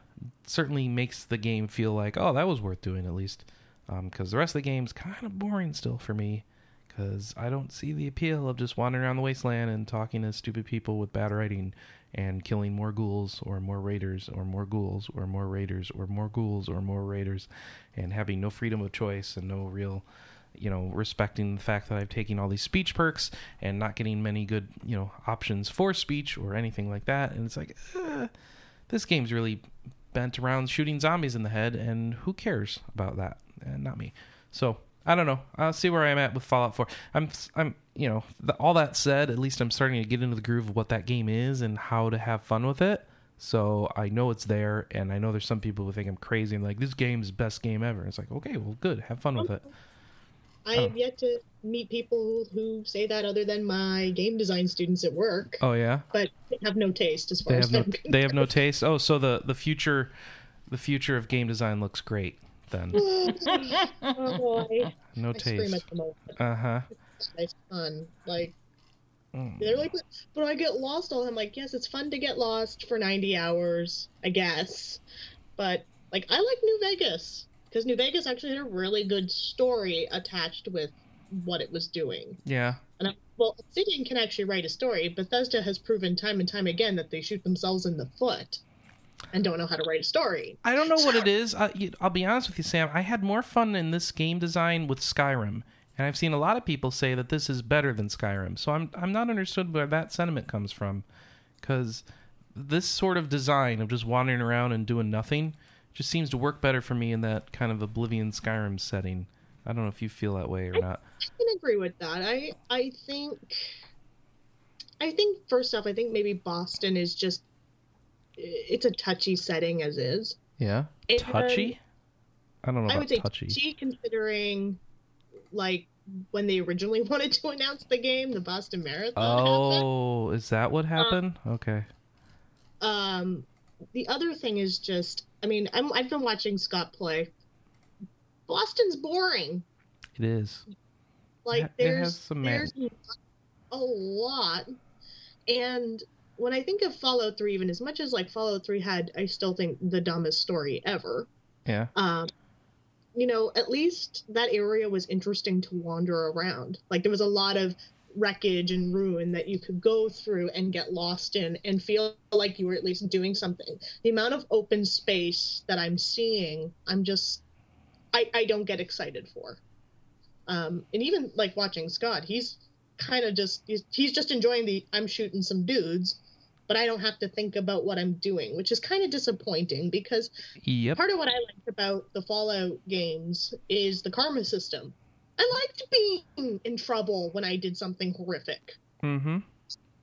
Speaker 1: certainly makes the game Um, feel like oh that was worth doing at least because the rest of the game's kind of boring still for me because I don't see the appeal of just wandering around the wasteland and talking to stupid people with bad writing and killing more ghouls or more raiders or more ghouls or more raiders or more ghouls or more raiders and having no freedom of choice and no real you know respecting the fact that I've taken all these speech perks and not getting many good you know options for speech or anything like that and it's like eh, this game's really bent around shooting zombies in the head and who cares about that and not me so I don't know. I'll see where I'm at with Fallout 4. I'm, I'm, you know, the, all that said, at least I'm starting to get into the groove of what that game is and how to have fun with it. So I know it's there, and I know there's some people who think I'm crazy and like this game's best game ever. It's like, okay, well, good, have fun with it.
Speaker 4: I have
Speaker 1: Oh.
Speaker 4: yet to meet people who say that other than my game design students at work,
Speaker 1: Oh yeah,
Speaker 4: but they have no taste as far
Speaker 1: they
Speaker 4: as
Speaker 1: have no,
Speaker 4: I'm concerned. [LAUGHS]
Speaker 1: they have no taste. Oh, so the the future, the future of game design looks great then.
Speaker 4: Mm. oh, boy.
Speaker 1: [LAUGHS] No
Speaker 4: I scream
Speaker 1: taste.
Speaker 4: at the moment.
Speaker 1: Uh huh.
Speaker 4: It's fun. Like
Speaker 1: Mm.
Speaker 4: they're like, but I get lost all. the time." I'm like, yes, it's fun to get lost for 90 hours, I guess. But like, I like New Vegas because New Vegas actually had a really good story attached with what it was doing.
Speaker 1: Yeah.
Speaker 4: And I, well, Obsidian can actually write a story. Bethesda has proven time and time again that they shoot themselves in the foot and don't know how to write a story.
Speaker 1: I don't know what it is. I, you- I'll be honest with you, Sam. I had more fun in this game design with Skyrim, and I've seen a lot of people say that this is better than Skyrim. So I'm I'm not understood where that sentiment comes from, because this sort of design of just wandering around and doing nothing just seems to work better for me in that kind of Oblivion Skyrim setting. I don't know if you feel that way or not.
Speaker 4: I can agree with that. I I think I think first off, I think maybe Boston is just it's a touchy setting as is.
Speaker 1: Yeah.
Speaker 4: And
Speaker 1: Touchy. I don't know
Speaker 4: I
Speaker 1: about
Speaker 4: would say
Speaker 1: touchy.
Speaker 4: touchy. considering like when they originally [LAUGHS] wanted to announce the game, the Boston Marathon happened.
Speaker 1: Oh, is that what happened? okay.
Speaker 4: Um, the other thing is just, I mean, I'm, I've been watching Scott play. Boston's boring.
Speaker 1: It is.
Speaker 4: Like
Speaker 1: Yeah, it
Speaker 4: there's
Speaker 1: has some merit.
Speaker 4: there's a lot, and when I think of Fallout Three, even as much as like Fallout Three had, I still think the dumbest story ever.
Speaker 1: Yeah.
Speaker 4: Um, you know, at least that area was interesting to wander around. Like there was a lot of wreckage and ruin that you could go through and get lost in and feel like you were at least doing something. The amount of open space that I'm seeing, I'm just I, I don't get excited for. Um, and even like watching Scott, he's kind of just he's, he's just enjoying the I'm shooting some dudes, but I don't have to think about what I'm doing, which is kind of disappointing because
Speaker 1: Yep.
Speaker 4: part of what I liked about the Fallout games is the karma system. I liked being in trouble when I did something horrific.
Speaker 1: Mm-hmm.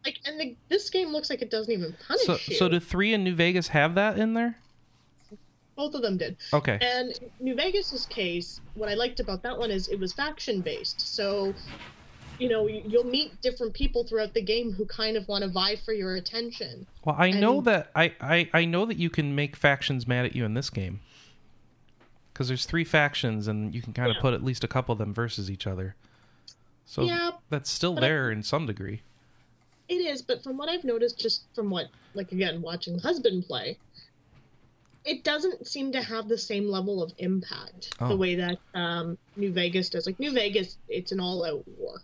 Speaker 4: Like, and the, this game looks like it doesn't even punish
Speaker 1: So,
Speaker 4: you.
Speaker 1: so do three and New Vegas have that in there?
Speaker 4: Both of them did.
Speaker 1: Okay.
Speaker 4: And New Vegas's case, what I liked about that one is it was faction based. So, you know, you- you'll meet different people throughout the game who kind of want to vie for your attention.
Speaker 1: Well, I know
Speaker 4: and-
Speaker 1: that I, I I know that you can make factions mad at you in this game. Because there's three factions, and you can kind of
Speaker 4: Yeah.
Speaker 1: put at least a couple of them versus each other. So
Speaker 4: Yeah.
Speaker 1: that's still
Speaker 4: But I-
Speaker 1: there in some degree.
Speaker 4: It is, but from what I've noticed, just from what, like, again, watching the husband play, it doesn't seem to have the same level of impact
Speaker 1: Oh.
Speaker 4: the way that um, New Vegas does. Like, New Vegas, it's an all out war,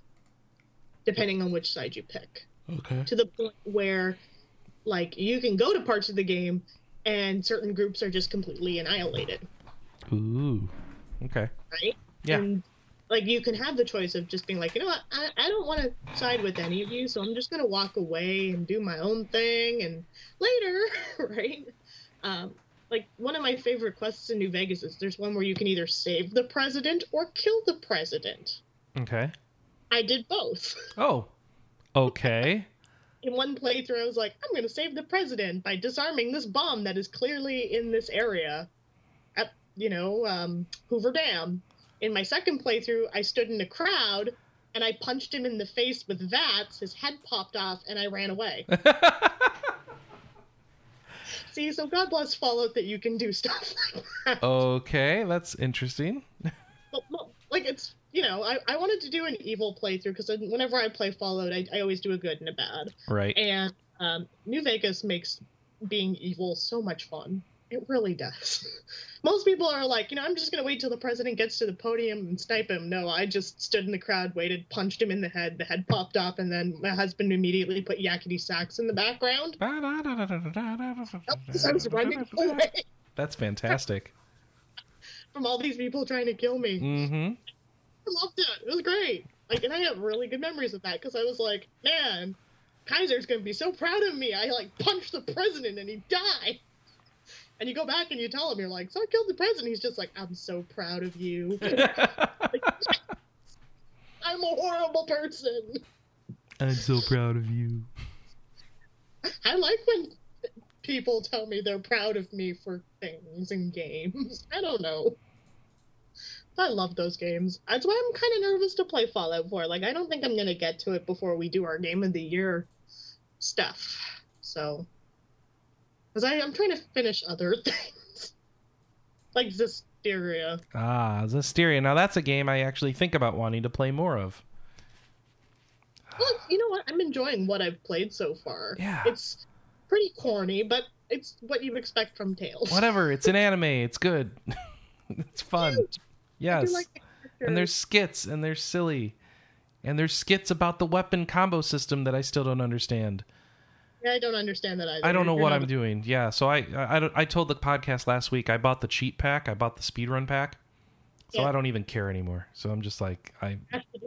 Speaker 4: depending on which side you pick,
Speaker 1: Okay.
Speaker 4: to the point where, like, you can go to parts of the game and certain groups are just completely annihilated,
Speaker 1: Ooh. Okay.
Speaker 4: right?
Speaker 1: Yeah.
Speaker 4: And, like, you can have the choice of just being like, you know what, I, I don't want to side with any of you, so I'm just going to walk away and do my own thing and later, [LAUGHS] right? Um, like, one of my favorite quests in New Vegas is there's one where you can either save the president or kill the president.
Speaker 1: Okay.
Speaker 4: I did both. [LAUGHS]
Speaker 1: Oh. Okay.
Speaker 4: In one playthrough, I was like, I'm going to save the president by disarming this bomb that is clearly in this area at, you know, um, Hoover Dam. In my second playthrough, I stood in a crowd and I punched him in the face with vats. His head popped off and I ran away. See, so God bless Fallout that you can do [LAUGHS] stuff like that.
Speaker 1: okay. That's interesting.
Speaker 4: But, well, like it's you know I, I wanted to do an evil playthrough because whenever i play fallout I, I always do a good and a bad
Speaker 1: Right.
Speaker 4: and um, new vegas makes being evil so much fun it really does [LAUGHS] most people are like, you know, I'm just going to wait till the president gets to the podium and snipe him. No, I just stood in the crowd, waited, punched him in the head. The head popped off, and then my husband immediately put yakety sax in the background. So I was running away [LAUGHS]
Speaker 1: That's fantastic.
Speaker 4: from all these people trying to kill me.
Speaker 1: Mm-hmm.
Speaker 4: I loved it. It was great. Like, and I have really good memories of that because I was like, man, Kaiser's gonna be so proud of me. I like punched the president and he died. And you go back and you tell him, you're like, so I killed the president. He's just like, I'm so proud of you. I'm a horrible person.
Speaker 1: I'm so proud of you.
Speaker 4: I like when people tell me they're proud of me for things and games. I don't know. I love those games. That's why I'm kind of nervous to play Fallout 4. Like, I don't think I'm going to get to it before we do our Game of the Year stuff. So, because I'm trying to finish other [LAUGHS] things. Like Zisteria.
Speaker 1: Ah, Zestiria. Now that's a game I actually think about wanting to play more of.
Speaker 4: Well, you know what? I'm enjoying what I've played so far.
Speaker 1: Yeah.
Speaker 4: It's pretty corny, but it's what you expect from Tales. [LAUGHS]
Speaker 1: Whatever. It's an anime. It's good. [LAUGHS] it's fun.
Speaker 4: I do
Speaker 1: Yes.
Speaker 4: like the
Speaker 1: and
Speaker 4: characters.
Speaker 1: there's skits and they're silly and there's skits about the weapon combo system that i still don't understand
Speaker 4: Yeah, I don't understand that either.
Speaker 1: i don't know
Speaker 4: You're
Speaker 1: what
Speaker 4: not-
Speaker 1: i'm doing yeah so I, I I don't- i told the podcast last week i bought the cheat pack i bought the speedrun pack so
Speaker 4: Yeah.
Speaker 1: i don't even care anymore so i'm just like i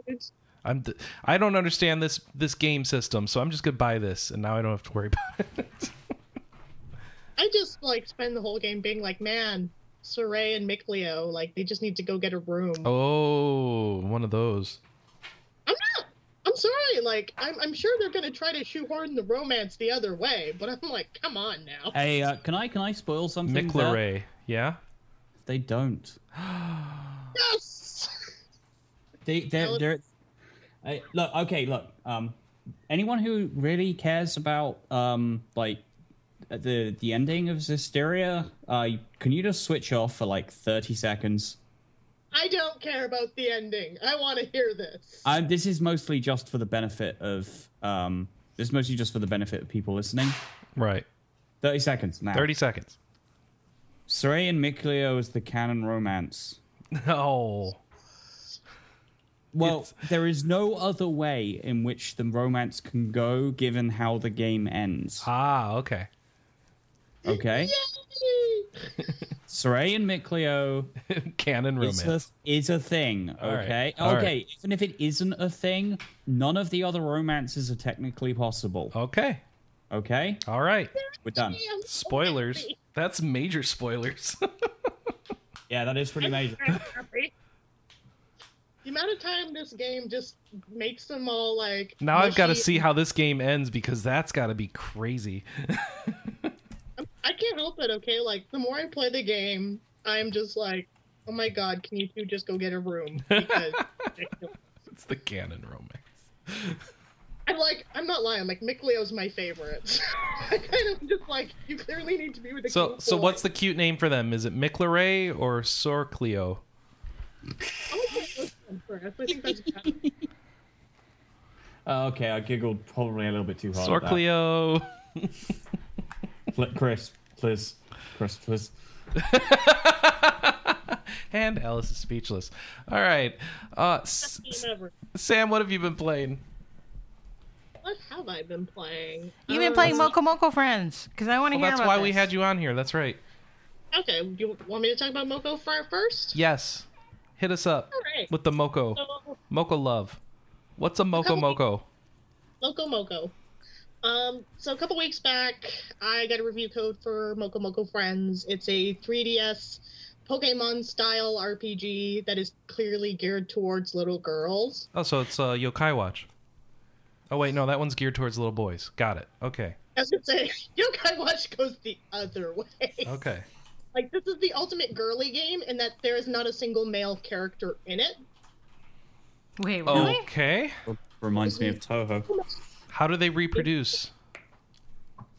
Speaker 4: Dudes.
Speaker 1: i'm th- i don't understand this this game system so i'm just gonna buy this and now i don't have to worry [LAUGHS] about it
Speaker 4: I just like spend the whole game being like, man, Saray and Mikleo, like they just need to go get a room.
Speaker 1: oh one of those
Speaker 4: I'm not. I'm sorry. Like I'm, I'm sure they're gonna try to shoehorn the romance the other way, but I'm like, come on now.
Speaker 3: Hey, uh, can I can I spoil something? there?
Speaker 1: mcleray yeah
Speaker 3: They don't.
Speaker 4: Yes.
Speaker 3: They they're,
Speaker 4: Valid-
Speaker 3: they're I, look okay look um anyone who really cares about um like the the ending of Zisteria uh can you just switch off for like 30 seconds
Speaker 4: I don't care about the ending. I want to hear this.
Speaker 3: I, this is mostly just for the benefit of um this is mostly just for the benefit of people listening
Speaker 1: right
Speaker 3: 30 seconds now
Speaker 1: 30 seconds
Speaker 3: Saray and Mikleo is the canon romance
Speaker 1: [LAUGHS] oh
Speaker 3: Well,
Speaker 1: It's-
Speaker 3: there is no other way in which the romance can go given how the game ends.
Speaker 1: ah okay [LAUGHS]
Speaker 3: Okay?
Speaker 4: Yay!
Speaker 3: Saray and Mikleo
Speaker 1: canon
Speaker 3: is
Speaker 1: romance
Speaker 3: a, is a thing,
Speaker 1: right,
Speaker 3: okay?
Speaker 1: all
Speaker 3: Okay,
Speaker 1: right.
Speaker 3: even if it isn't a thing, none of the other romances are technically possible.
Speaker 1: okay
Speaker 3: Okay?
Speaker 1: all right
Speaker 3: We're done.
Speaker 4: I'm so
Speaker 1: Spoilers.
Speaker 4: happy.
Speaker 1: That's major spoilers. [LAUGHS]
Speaker 3: Yeah, that is pretty major.
Speaker 4: I'm happy. The amount of time this game just makes them all like.
Speaker 1: now I've got to
Speaker 4: mushy.
Speaker 1: see how this game ends because that's got to be crazy. [LAUGHS]
Speaker 4: I can't help it, okay? Like, the more I play the game, I'm just like, oh my god, can you two just go get
Speaker 1: [LAUGHS]
Speaker 4: a room? Because
Speaker 1: it's the canon romance.
Speaker 4: I'm like, I'm not lying, like, Mikleo's my favorite. [LAUGHS] I kind of just like, you clearly need to be with the
Speaker 1: So,
Speaker 4: cool
Speaker 1: so
Speaker 4: boy.
Speaker 1: what's the cute name for them? Is it Micleray or Sorcleo?
Speaker 4: I'm gonna put this one first. I think that's better.
Speaker 3: Uh, okay, I giggled probably a little bit too hard. at that.
Speaker 1: Sorcleo.
Speaker 3: Pl- Chris, please. Chris, please.
Speaker 1: [LAUGHS] and Alice is speechless. All right, uh, [LAUGHS] S- S-
Speaker 4: Whatever.
Speaker 1: Sam, what have you been playing?
Speaker 4: What have I been playing?
Speaker 2: You've been
Speaker 4: Uh,
Speaker 2: playing Moco Moco Friends because I want to
Speaker 1: Well,
Speaker 2: hear
Speaker 1: that's
Speaker 2: about
Speaker 1: why
Speaker 2: this.
Speaker 1: we had you on here. That's right.
Speaker 4: Okay, do you want me to talk about Moko fir- first?
Speaker 1: Yes, hit us up
Speaker 4: All right.
Speaker 1: with the moco,
Speaker 4: So,
Speaker 1: moco love. What's a moco
Speaker 4: couple-
Speaker 1: moco?
Speaker 4: Loco Moco. Um, so a couple weeks back, I got a review code for Moco Moco Friends. It's a 3DS Pokemon style RPG that is clearly geared towards little girls.
Speaker 1: Oh, so it's uh, Yokai Watch. Oh wait, no, that one's geared towards little boys. Got it. Okay.
Speaker 4: I was gonna say, [LAUGHS] Yokai Watch goes the other way.
Speaker 1: Okay.
Speaker 4: [LAUGHS] Like this is the ultimate girly game in that there is not a single male character in it.
Speaker 2: Wait,
Speaker 1: Oh.
Speaker 2: really?
Speaker 1: Okay.
Speaker 3: Reminds me of Toho.
Speaker 1: How do they reproduce?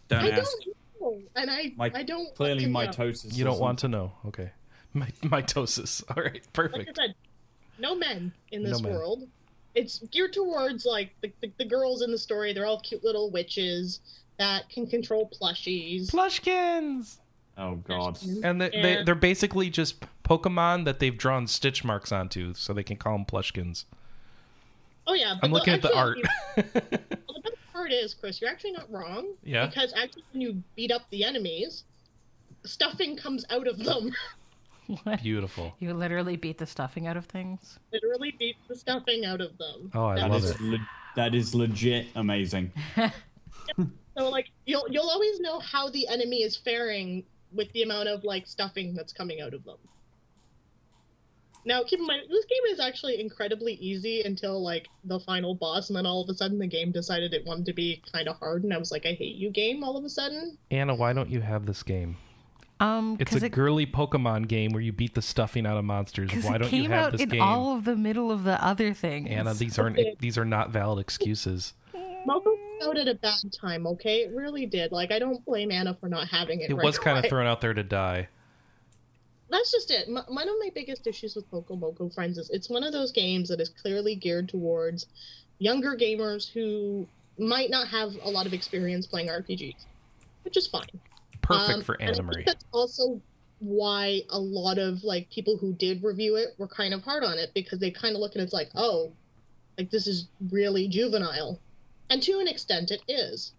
Speaker 3: Don't
Speaker 4: I
Speaker 3: ask.
Speaker 4: don't know, and I
Speaker 3: My-
Speaker 4: I don't want
Speaker 3: Clearly,
Speaker 4: to
Speaker 3: my
Speaker 4: know.
Speaker 3: toes.
Speaker 1: You don't want to know. Okay. [LAUGHS] My, mitosis. [LAUGHS] All right.
Speaker 4: like I
Speaker 1: Perfect.
Speaker 4: said, no men in
Speaker 1: No
Speaker 4: this
Speaker 1: men.
Speaker 4: world. It's geared towards like the, the, the girls in the story. They're all cute little witches that can control plushies.
Speaker 1: Plushkins.
Speaker 3: Oh god.
Speaker 1: and they,
Speaker 4: Yeah.
Speaker 1: they they're basically just Pokemon that they've drawn stitch marks onto, so they can call them Plushkins.
Speaker 4: Oh yeah, but
Speaker 1: I'm looking at the
Speaker 4: actually-
Speaker 1: art.
Speaker 4: [LAUGHS] Well, the best part is, Chris, you're actually not wrong.
Speaker 1: Yeah.
Speaker 4: Because actually, when you beat up the enemies, stuffing comes out of them. [LAUGHS]
Speaker 1: Beautiful.
Speaker 2: You literally beat the stuffing out of things.
Speaker 4: Literally beats the stuffing out of them.
Speaker 1: Oh, I
Speaker 4: That
Speaker 3: That
Speaker 1: love
Speaker 4: is-
Speaker 1: it.
Speaker 3: is le- that is legit amazing.
Speaker 4: So like, you'll you'll always know how the enemy is faring with the amount of like stuffing that's coming out of them. Now, keep in mind, this game is actually incredibly easy until like the final boss, and then all of a sudden the game decided it wanted to be kind of hard, and I was like, I hate you, game. All of a sudden,
Speaker 1: Anna, why don't you have this game?
Speaker 2: Um,
Speaker 1: It's
Speaker 2: because
Speaker 1: a
Speaker 2: it,
Speaker 1: girly Pokemon game where you beat the stuffing out of monsters.
Speaker 2: [LAUGHS] 'cause
Speaker 1: Why
Speaker 2: it
Speaker 1: don't
Speaker 2: came
Speaker 1: you have
Speaker 2: out
Speaker 1: this
Speaker 2: in
Speaker 1: game?
Speaker 2: all of the middle of the other thing.
Speaker 1: Anna, these aren't these are not valid excuses.
Speaker 4: Malcolm out at a bad time, okay? It really did. Like, I don't blame Anna for not having it.
Speaker 1: It
Speaker 4: right
Speaker 1: was kind of
Speaker 4: away.
Speaker 1: thrown out there to die.
Speaker 4: That's just it. M- one of my biggest issues with Poco Moco Friends is it's one of those games that is clearly geared towards younger gamers who might not have a lot of experience playing RPGs, which is fine.
Speaker 1: Perfect
Speaker 4: Um,
Speaker 1: for
Speaker 4: and I
Speaker 1: Anna
Speaker 4: think
Speaker 1: Marie.
Speaker 4: That's also why a lot of like people who did review it were kind of hard on it because they kind of look at it as like, oh, like this is really juvenile, and to an extent it is,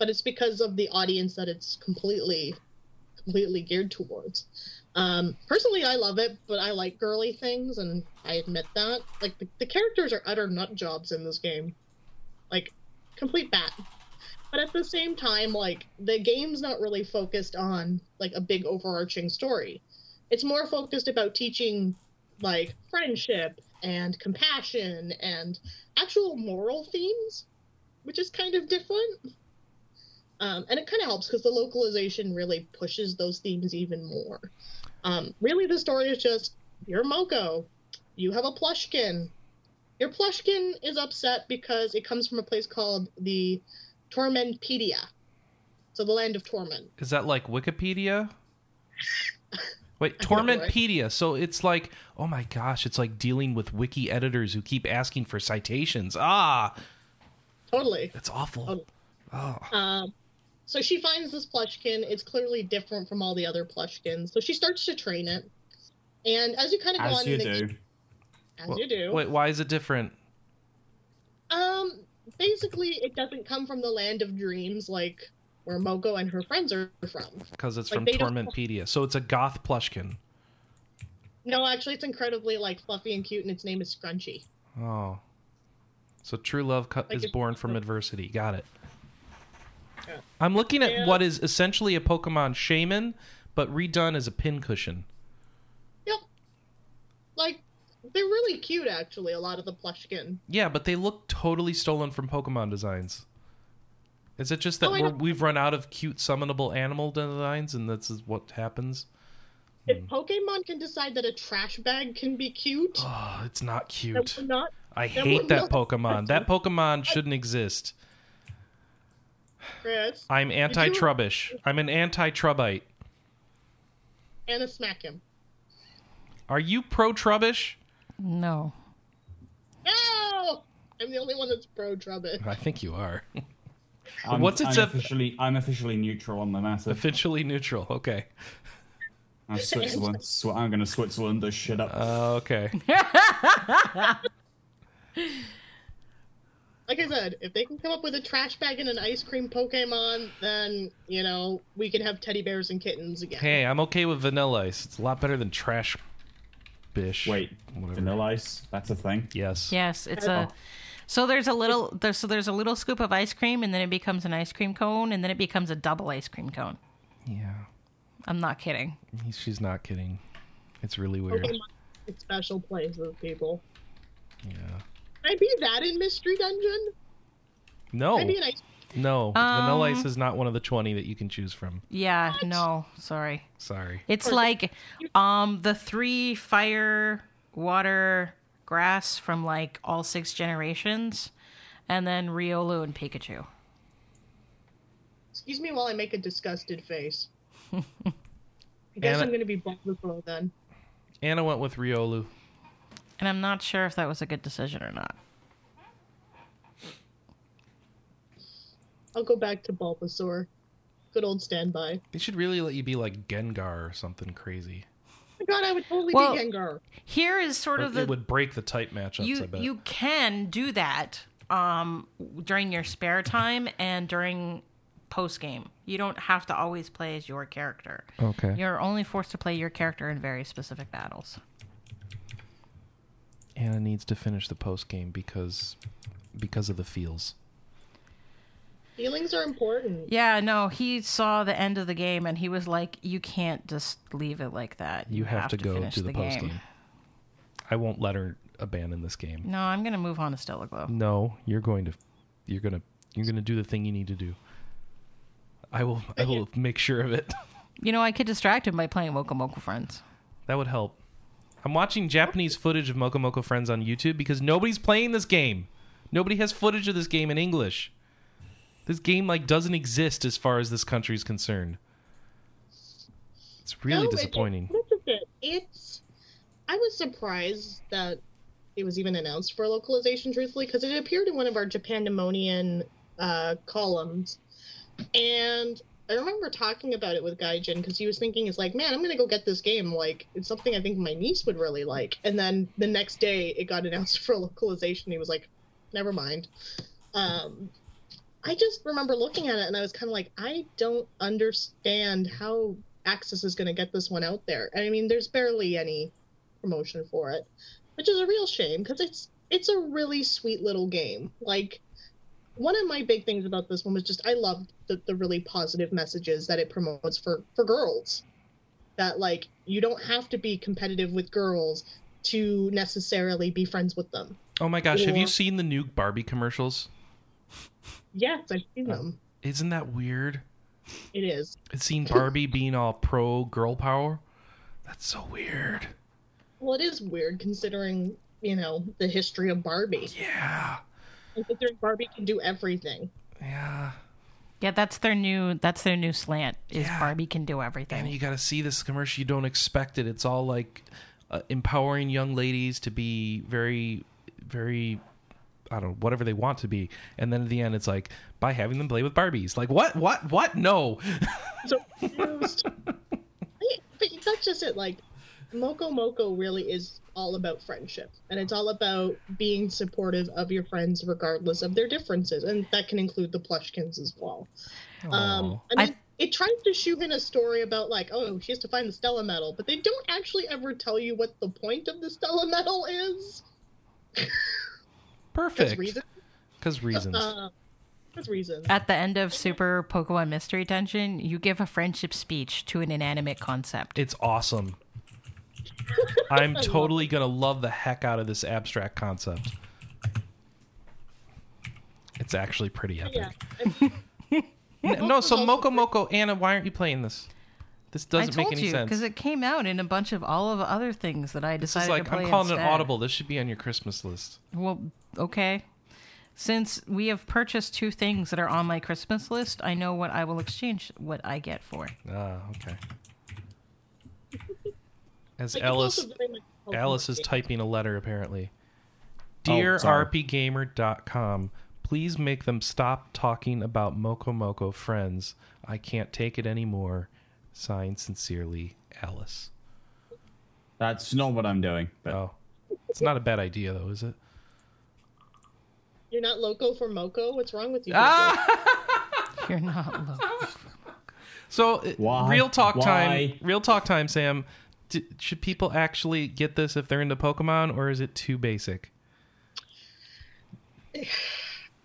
Speaker 4: but it's because of the audience that it's completely, completely geared towards. Um, personally, I love it, but I like girly things, and I admit that. Like the, the characters are utter nut jobs in this game, like complete bat but at the same time like the game's not really focused on like a big overarching story it's more focused about teaching like friendship and compassion and actual moral themes which is kind of different um, and it kind of helps because the localization really pushes those themes even more um, really the story is just you're moko you have a plushkin your plushkin is upset because it comes from a place called the Tormentpedia. So the land of torment.
Speaker 1: Is that like
Speaker 4: [LAUGHS]
Speaker 1: Wikipedia? Wait,
Speaker 4: think that's right.
Speaker 1: Tormentpedia. So it's like, oh my gosh, it's like dealing with wiki editors who keep asking for citations. Ah,
Speaker 4: Totally.
Speaker 1: that's awful.
Speaker 4: Oh.
Speaker 1: Oh,
Speaker 4: Um, so she finds this plushkin. It's clearly different from all the other plushkins. So she starts to train it. And as you kind of go
Speaker 3: As
Speaker 4: on,
Speaker 3: you
Speaker 4: in the
Speaker 3: do.
Speaker 4: game- as you do,
Speaker 1: Wait, why is it different?
Speaker 4: um, basically it doesn't come from the land of dreams like where Moko and her friends are from.
Speaker 1: Because it's
Speaker 4: Like,
Speaker 1: from
Speaker 4: they don't-
Speaker 1: Tormentpedia. So it's a goth plushkin.
Speaker 4: No, actually, it's incredibly like fluffy and cute, and its name is Scrunchy.
Speaker 1: Oh. So true love co- is
Speaker 4: it's-
Speaker 1: born from adversity. Got it.
Speaker 4: Yeah.
Speaker 1: I'm looking at
Speaker 4: Yeah.
Speaker 1: what is essentially a Pokemon shaman, but redone as a pincushion.
Speaker 4: Yep. Like they're really cute, actually. A lot of the plushkin.
Speaker 1: Yeah, but they look totally stolen from Pokemon designs. Is it just that
Speaker 4: Oh, I
Speaker 1: we're,
Speaker 4: know.
Speaker 1: we've run out of cute summonable animal designs and this is what happens?
Speaker 3: Hmm.
Speaker 4: If Pokemon can decide that a trash bag can be cute,
Speaker 1: Oh, it's not
Speaker 4: then
Speaker 1: cute.
Speaker 4: we're not.
Speaker 1: I
Speaker 4: then we're
Speaker 1: hate that
Speaker 4: not-
Speaker 1: Pokemon. That Pokemon shouldn't exist.
Speaker 4: Chris,
Speaker 1: I'm anti Trubbish. I'm an anti Trubbite.
Speaker 4: Anna smack him.
Speaker 1: Are you pro Trubbish?
Speaker 2: No.
Speaker 4: No, I'm the only one that's pro Trubbit.
Speaker 1: I think you are.
Speaker 3: I'm,
Speaker 1: What's its
Speaker 3: I'm
Speaker 1: eff-
Speaker 3: officially I'm officially neutral on the matter.
Speaker 1: Officially neutral. Okay.
Speaker 3: I'm Switzerland. Sw- I'm gonna Switzerland this shit up.
Speaker 1: [LAUGHS] Uh,
Speaker 2: [LAUGHS]
Speaker 1: okay.
Speaker 4: Like I said, if they can come up with a trash bag and an ice cream Pokemon, then you know we can have teddy bears and kittens again.
Speaker 1: Hey, I'm okay with vanilla ice. It's a lot better than trash bish.
Speaker 3: Wait,
Speaker 1: Whatever.
Speaker 3: vanilla ice. That's a thing.
Speaker 1: Yes.
Speaker 2: Yes, it's a. So there's a little there's so there's a little scoop of ice cream and then it becomes an ice cream cone and then it becomes a double ice cream cone.
Speaker 1: Yeah.
Speaker 2: I'm not kidding.
Speaker 1: He- she's not kidding. It's really weird.
Speaker 4: Pokemon is special places, people.
Speaker 1: Yeah.
Speaker 4: Can I be that in Mystery Dungeon?
Speaker 1: No.
Speaker 4: Can I be an ice.
Speaker 1: No. vanilla
Speaker 2: Um,
Speaker 1: ice is not one of the 20 that you can choose from.
Speaker 2: Yeah, no, sorry.
Speaker 1: Sorry.
Speaker 2: It's like um the three fire, water, grass from like all six generations and then Riolu and Pikachu.
Speaker 4: Excuse me while I make a disgusted
Speaker 1: [LAUGHS]
Speaker 4: face. I guess
Speaker 1: Anna-
Speaker 4: I'm going to be Bulbasaur then.
Speaker 1: Anna went with Riolu.
Speaker 2: And I'm not sure if that was a good decision or not.
Speaker 4: I'll go back to Bulbasaur. Good old standby.
Speaker 1: They should really let you be like Gengar or something crazy.
Speaker 4: Oh my God, I would totally
Speaker 2: Well,
Speaker 4: be Gengar.
Speaker 2: Here is sort of
Speaker 1: It,
Speaker 2: the
Speaker 1: it would break the type matchups. I
Speaker 2: you
Speaker 1: bet.
Speaker 2: you can do that um during your spare time and during post game. You don't have to always play as your character.
Speaker 1: okay.
Speaker 2: You're only forced to play your character in very specific battles.
Speaker 1: Anna needs to finish the post game because because of the feels.
Speaker 4: Feelings are important.
Speaker 2: Yeah, no, he saw the end of the game and he was like, "You can't just leave it like that.
Speaker 1: You have, to, go
Speaker 2: finish
Speaker 1: to the, post
Speaker 2: game."
Speaker 1: game. I won't let her abandon this game.
Speaker 2: No, I'm gonna move on to Stella Glow.
Speaker 1: No, you're going to you're going to you're going to do the thing you need to do. I will I will make sure of it. [LAUGHS]
Speaker 2: You know, I could distract him by playing Woko Moco Friends.
Speaker 1: That would help. I'm watching Japanese footage of Moco Moco Friends on YouTube because nobody's playing this game. Nobody has footage of this game in English. This game like doesn't exist as far as this country is concerned. It's really
Speaker 4: No, it-
Speaker 1: disappointing.
Speaker 4: look at it. It's. I was surprised that it was even announced for localization, truthfully, because it appeared in one of our Japandemonian uh, columns, and I remember talking about it with Gaijin because he was thinking, "It's like, man, I'm gonna go get this game. Like, it's something I think my niece would really like." And then the next day, it got announced [LAUGHS] for localization. He was like, "Never mind." Um, I just remember looking at it and I was kind of like, I don't understand how Axis is going to get this one out there. I mean, there's barely any promotion for it, which is a real shame because it's it's a really sweet little game. Like one of my big things about this one was just I loved the, the really positive messages that it promotes for for girls. That like you don't have to be competitive with girls to necessarily be friends with them.
Speaker 1: Oh my gosh, have you
Speaker 4: Or-
Speaker 1: seen the new Barbie commercials?
Speaker 4: Yes, I've seen them.
Speaker 1: Isn't that weird?
Speaker 4: It is.
Speaker 1: It's seen Barbie being all pro girl power. That's so weird.
Speaker 4: Well, it is weird considering, you know, the history of Barbie.
Speaker 1: Yeah.
Speaker 4: Considering Barbie can do everything.
Speaker 1: Yeah.
Speaker 2: Yeah, that's their new that's their new slant is
Speaker 1: Yeah.
Speaker 2: Barbie can do everything.
Speaker 1: and you got to see this commercial you don't expect it it's all like uh, empowering young ladies to be very very i don't know whatever they want to be and then at the end it's like by having them play with barbies like what what what no
Speaker 4: So confused. but that's just it. Like, Moco Moco really is all about friendship, and it's all about being supportive of your friends regardless of their differences, and that can include the Plushkins as well.
Speaker 1: Oh.
Speaker 4: Um, I
Speaker 2: I-
Speaker 4: mean, it tries to shoe in a story about like, oh, she has to find the Stella Medal, but they don't actually ever tell you what the point of the Stella Medal is. There's
Speaker 1: perfect
Speaker 4: reasons.
Speaker 1: because reasons
Speaker 4: Uh, there's reasons.
Speaker 2: At the end of Super Pokemon Mystery Dungeon, you give a friendship speech to an inanimate concept.
Speaker 1: it's
Speaker 2: [LAUGHS]
Speaker 1: awesome i'm totally gonna love the heck out of this abstract concept it's actually pretty epic
Speaker 4: Yeah.
Speaker 1: N- no so
Speaker 4: Moco
Speaker 1: moco moco anna why aren't you playing this this doesn't
Speaker 2: I told
Speaker 1: make any
Speaker 2: you
Speaker 1: sense
Speaker 2: because it came out in a bunch of all of other things that I
Speaker 1: This
Speaker 2: decided
Speaker 1: is like
Speaker 2: to play.
Speaker 1: I'm calling it
Speaker 2: instead.
Speaker 1: audible. This should be on your Christmas list.
Speaker 2: Well, okay. Since we have purchased two things that are on my Christmas list, I know what I will exchange what I get for.
Speaker 1: Ah,
Speaker 2: [LAUGHS]
Speaker 1: okay. As
Speaker 4: Like, it's
Speaker 1: Alice
Speaker 4: also very much a Pokemon
Speaker 1: Alice is
Speaker 4: game.
Speaker 1: typing a letter apparently.
Speaker 3: Oh,
Speaker 1: Dear
Speaker 3: sorry.
Speaker 1: rpgamer.com, please make them stop talking about Moco Moco friends. I can't take it anymore. Signed sincerely, Alice.
Speaker 3: That's not what I'm doing. But
Speaker 1: Oh. It's not a bad idea though, is it?
Speaker 4: You're not loco for moco. What's wrong with you?
Speaker 1: Ah!
Speaker 2: You're not low.
Speaker 1: So it-
Speaker 3: Why?
Speaker 1: real talk time.
Speaker 3: Why?
Speaker 1: Real talk time, Sam. D- should people actually get this if they're into Pokemon, or is it too basic?
Speaker 4: people?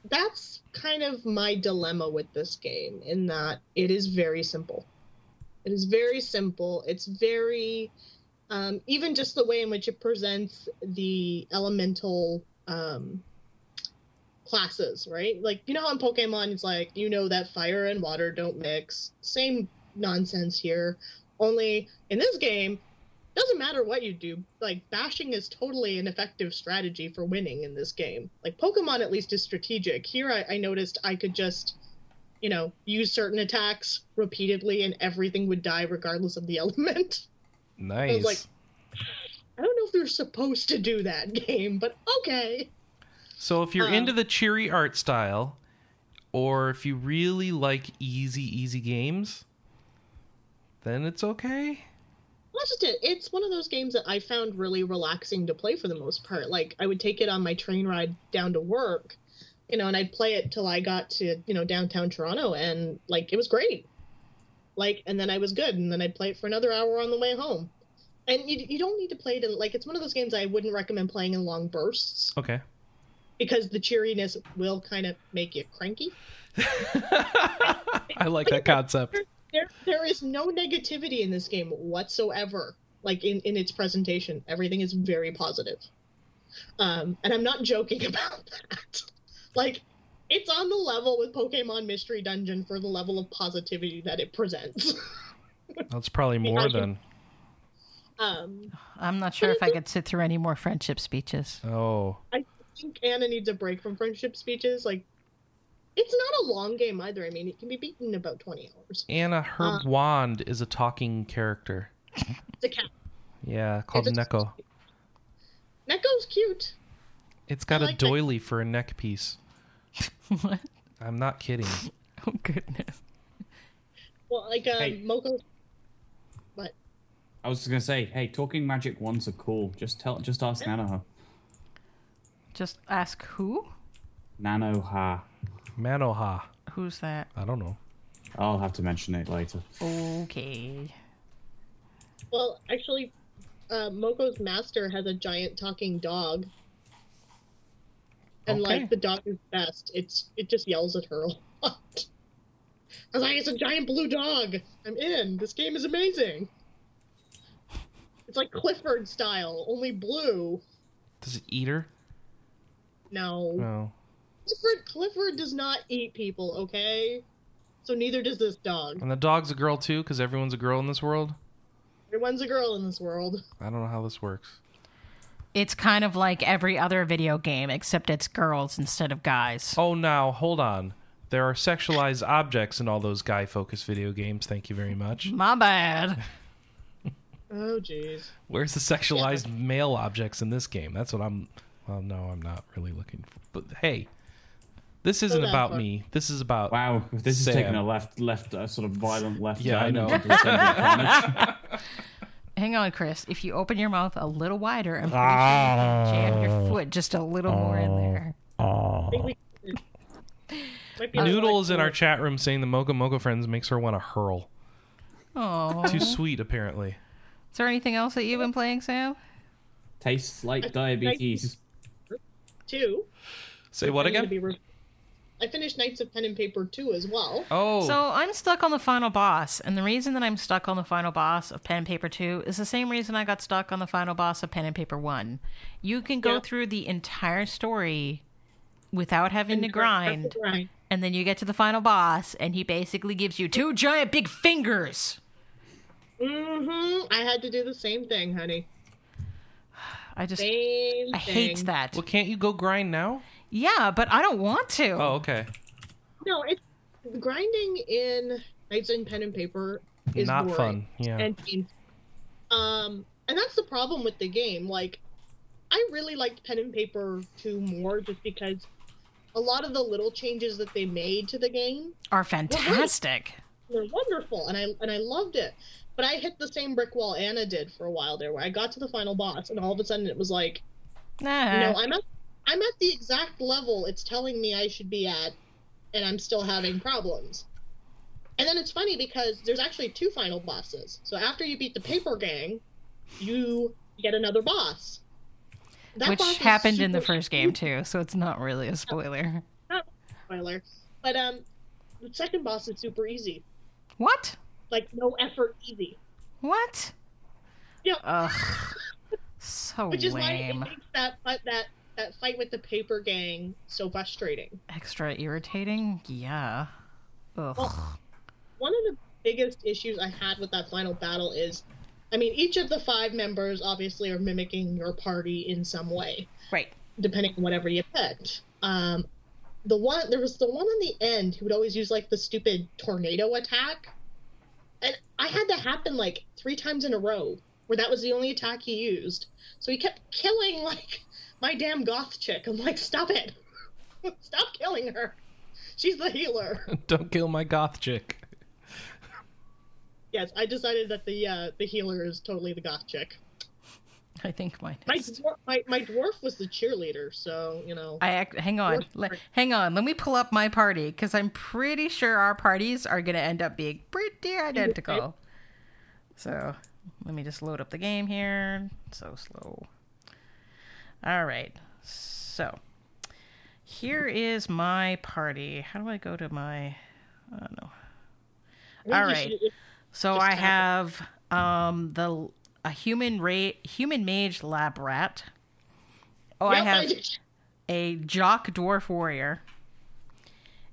Speaker 4: That's kind of my dilemma with this game in that it is very simple. It is very simple. It's very um, even just the way in which it presents the elemental um, classes, right? Like you know how in Pokemon it's like you know that fire and water don't mix. Same nonsense here. Only in this game, doesn't matter what you do. Like bashing is totally an effective strategy for winning in this game. Like Pokemon at least is strategic. Here I, I noticed I could just, you know, use certain attacks repeatedly and everything would die regardless of the [LAUGHS] element.
Speaker 1: Nice.
Speaker 4: like- I don't know if they're supposed to do [LAUGHS] that game, but okay.
Speaker 1: so if you're
Speaker 4: um,
Speaker 1: into the cheery art style, or if you really like easy, easy games, then it's okay.
Speaker 4: That's just it. It's one of those games that I found really relaxing to play for the most part. Like I would take it on my train ride down to work, you know, and I'd play it till I got to, you know, downtown Toronto and like it was great. Like and then I was good and then I'd play it for another hour on the way home. And you, you don't need to play it in like it's one of those games I wouldn't recommend playing in long bursts
Speaker 1: [LAUGHS] Okay.
Speaker 4: because the cheeriness will kind of make you cranky.
Speaker 1: I like that concept.
Speaker 4: There there is no negativity in this game whatsoever. Like in in its presentation, everything is very positive. Um and I'm not joking [LAUGHS] about that. Like it's on the level with Pokemon Mystery Dungeon for the level of positivity that it presents. [LAUGHS]
Speaker 1: That's probably more than.
Speaker 4: Um,
Speaker 2: I'm not sure if I could sit through any more friendship speeches. [LAUGHS]
Speaker 1: Oh.
Speaker 4: I think Anna needs a break from friendship speeches. Like, it's not a long game either. I mean, it can be beaten in about 20 hours.
Speaker 1: Anna, her
Speaker 4: Uh.
Speaker 1: wand is a talking character.
Speaker 4: It's a cat.
Speaker 1: Yeah, called
Speaker 4: It's a-
Speaker 1: Neko.
Speaker 4: Neko's cute.
Speaker 1: It's got
Speaker 4: I
Speaker 1: a
Speaker 4: like that-
Speaker 1: doily for a neck piece.
Speaker 2: What?
Speaker 1: I'm not kidding.
Speaker 4: [LAUGHS]
Speaker 2: Oh goodness.
Speaker 4: Well, like, um,
Speaker 3: Hey.
Speaker 4: Moko. But
Speaker 3: I was just gonna say, hey, talking magic wands are cool. Just tell, just ask Nanoha.
Speaker 2: Just ask who?
Speaker 3: Nanoha.
Speaker 1: Manoha.
Speaker 2: Who's that?
Speaker 1: I don't know.
Speaker 3: I'll have to mention it later.
Speaker 2: Okay.
Speaker 4: Well, actually, uh, Moko's master has a giant talking dog, and
Speaker 1: Okay.
Speaker 4: like the dog is best. It's it just yells at her a [LAUGHS] lot. I was like, it's a giant blue dog. I'm in. This game is amazing. It's like Clifford style, only blue.
Speaker 1: Does it eat her?
Speaker 4: No,
Speaker 1: No.
Speaker 4: Clifford Clifford does not eat people. Okay, so neither does this dog.
Speaker 1: And the dog's a girl too, because everyone's a girl in this world.
Speaker 4: Everyone's a girl in this world.
Speaker 1: I don't know how this works.
Speaker 2: It's kind of like every other video game, except it's girls instead of guys.
Speaker 1: Oh, now hold on. There are sexualized objects in all those guy-focused video games. Thank you very much.
Speaker 4: [LAUGHS]
Speaker 2: My bad.
Speaker 4: Oh, jeez.
Speaker 1: Where's the sexualized male objects in this game? That's what I'm. Well, no, I'm not really looking. For, but hey, this isn't
Speaker 4: Hold on,
Speaker 1: about
Speaker 4: Mark.
Speaker 1: me. This is about.
Speaker 3: Wow, this is
Speaker 1: Sam.
Speaker 3: taking a left, left, uh, sort of violent left.
Speaker 1: Yeah, I
Speaker 3: turn
Speaker 1: know.
Speaker 3: into something.
Speaker 2: Hang on, Chris. If you open your mouth a little wider, I'm pretty
Speaker 1: Ah.
Speaker 2: sure you can jam your foot just a little more
Speaker 1: Oh.
Speaker 2: in there.
Speaker 4: I think we- Might be
Speaker 1: Noodles in our chat room saying the Mocha Mocha friends makes her want to hurl.
Speaker 2: Oh.
Speaker 4: Uh-huh.
Speaker 1: Too sweet, apparently.
Speaker 2: Is there anything else that you've been playing, Sam?
Speaker 3: Tastes like diabetes.
Speaker 4: two.
Speaker 1: Say what
Speaker 4: I need to
Speaker 1: again?
Speaker 4: be re- I finished Knights of Pen and Paper 2 as well.
Speaker 1: Oh,
Speaker 2: So I'm stuck on the final boss, and the reason that I'm stuck on the final boss of Pen and Paper 2 is the same reason I got stuck on the final boss of Pen and Paper 1. You can go
Speaker 4: Yeah.
Speaker 2: through the entire story without having to
Speaker 4: And
Speaker 2: grind,
Speaker 4: that's the grind.
Speaker 2: and then you get to the final boss, and he basically gives you two giant big fingers.
Speaker 4: Mhm, I had to do the same thing, honey.
Speaker 2: I just,
Speaker 4: Same
Speaker 2: I
Speaker 4: thing.
Speaker 2: hate that.
Speaker 1: well, can't you go grind now?
Speaker 2: Yeah, but I don't want to.
Speaker 1: Oh, okay.
Speaker 4: No, it's grinding in Knights and Pen and Paper is
Speaker 1: Not
Speaker 4: boring
Speaker 1: fun. Yeah.
Speaker 4: And painful. um, and that's the problem with the game. Like, I really liked Pen and Paper 2 more just because a lot of the little changes that they made to the game
Speaker 2: Are fantastic.
Speaker 4: were wonderful and I and I loved it. But I hit the same brick wall Anna did for a while there where I got to the final boss and all of a sudden it was like,
Speaker 2: Nah.
Speaker 4: no, I'm at I'm at the exact level it's telling me I should be at and I'm still having problems. And then it's funny because there's actually two final bosses. So after you beat the paper gang, you get another boss. That
Speaker 2: Which
Speaker 4: boss is
Speaker 2: happened in the
Speaker 4: super
Speaker 2: first game too, so it's not really a spoiler.
Speaker 4: spoiler. But um the second boss is super easy.
Speaker 2: What?
Speaker 4: Like no effort easy.
Speaker 2: What?
Speaker 4: Yeah.
Speaker 2: Ugh. So
Speaker 4: Which is
Speaker 2: lame.
Speaker 4: why it makes that but that that fight with the paper gang so frustrating.
Speaker 2: Extra irritating. Yeah. Ugh.
Speaker 4: Well- One of the biggest issues I had with that final battle is, I mean, each of the five members obviously are mimicking your party in some way,
Speaker 2: right.
Speaker 4: depending on whatever you picked. Um, the one there was the one on the end who would always use like the stupid tornado attack, and I had that happen like three times in a row where that was the only attack he used. So he kept killing like my damn goth chick. I'm like, [LAUGHS] stop it, stop killing her. She's the healer.
Speaker 1: [LAUGHS] Don't kill my goth chick.
Speaker 4: Yes, I decided that the uh, the healer is totally the goth chick.
Speaker 2: I think mine.
Speaker 4: My
Speaker 2: Is.
Speaker 4: dwarf, my, my dwarf was the cheerleader, so you know.
Speaker 2: I act, hang on, Le- hang on. Let me pull up my party because I'm pretty sure our parties are going to end up being pretty identical. So let me just load up the game here. So slow. All right. So here is my party. How do I go to my? I don't know.
Speaker 4: Maybe
Speaker 2: all
Speaker 4: you
Speaker 2: right.
Speaker 4: should-
Speaker 2: So
Speaker 4: Just
Speaker 2: I
Speaker 4: tap it.
Speaker 2: have um the a human ra- human mage lab rat. Oh, I
Speaker 4: Yep,
Speaker 2: have
Speaker 4: did.
Speaker 2: a jock dwarf warrior,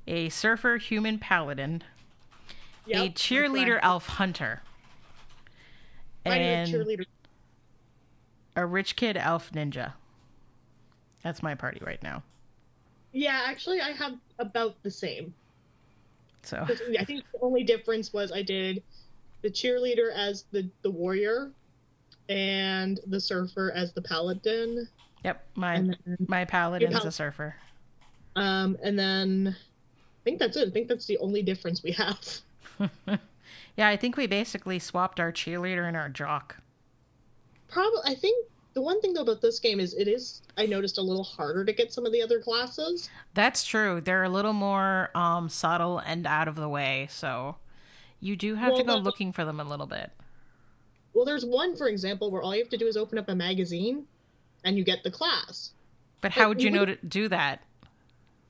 Speaker 2: a surfer human paladin,
Speaker 4: [LAUGHS] Yep,
Speaker 2: a
Speaker 4: that's
Speaker 2: cheerleader
Speaker 4: right.
Speaker 2: elf hunter,
Speaker 4: Mine was
Speaker 2: and
Speaker 4: cheerleader.
Speaker 2: a rich kid elf ninja. That's my party right now.
Speaker 4: Yeah, actually, I have about the same. [LAUGHS]
Speaker 2: So
Speaker 4: 'Cause I think the only difference was I did the cheerleader as the the warrior, and the surfer as the paladin.
Speaker 2: yep, my
Speaker 4: And then,
Speaker 2: my paladin's a
Speaker 4: pal-
Speaker 2: surfer.
Speaker 4: um, and then I think that's it. I think that's the only difference we have. [LAUGHS]
Speaker 2: Yeah, I think we basically swapped our cheerleader and our jock.
Speaker 4: Probably, I think the one thing though about this game is it is I noticed a little harder to get some of the other classes.
Speaker 2: That's true. They're a little more um, subtle and out of the way, so you do have to
Speaker 4: Well,
Speaker 2: go
Speaker 4: that's-
Speaker 2: looking for them a little bit.
Speaker 4: Well, there's one, for example, where all you have to do is open up a magazine, and you get the class.
Speaker 2: But how would you
Speaker 4: we-
Speaker 2: know to do that?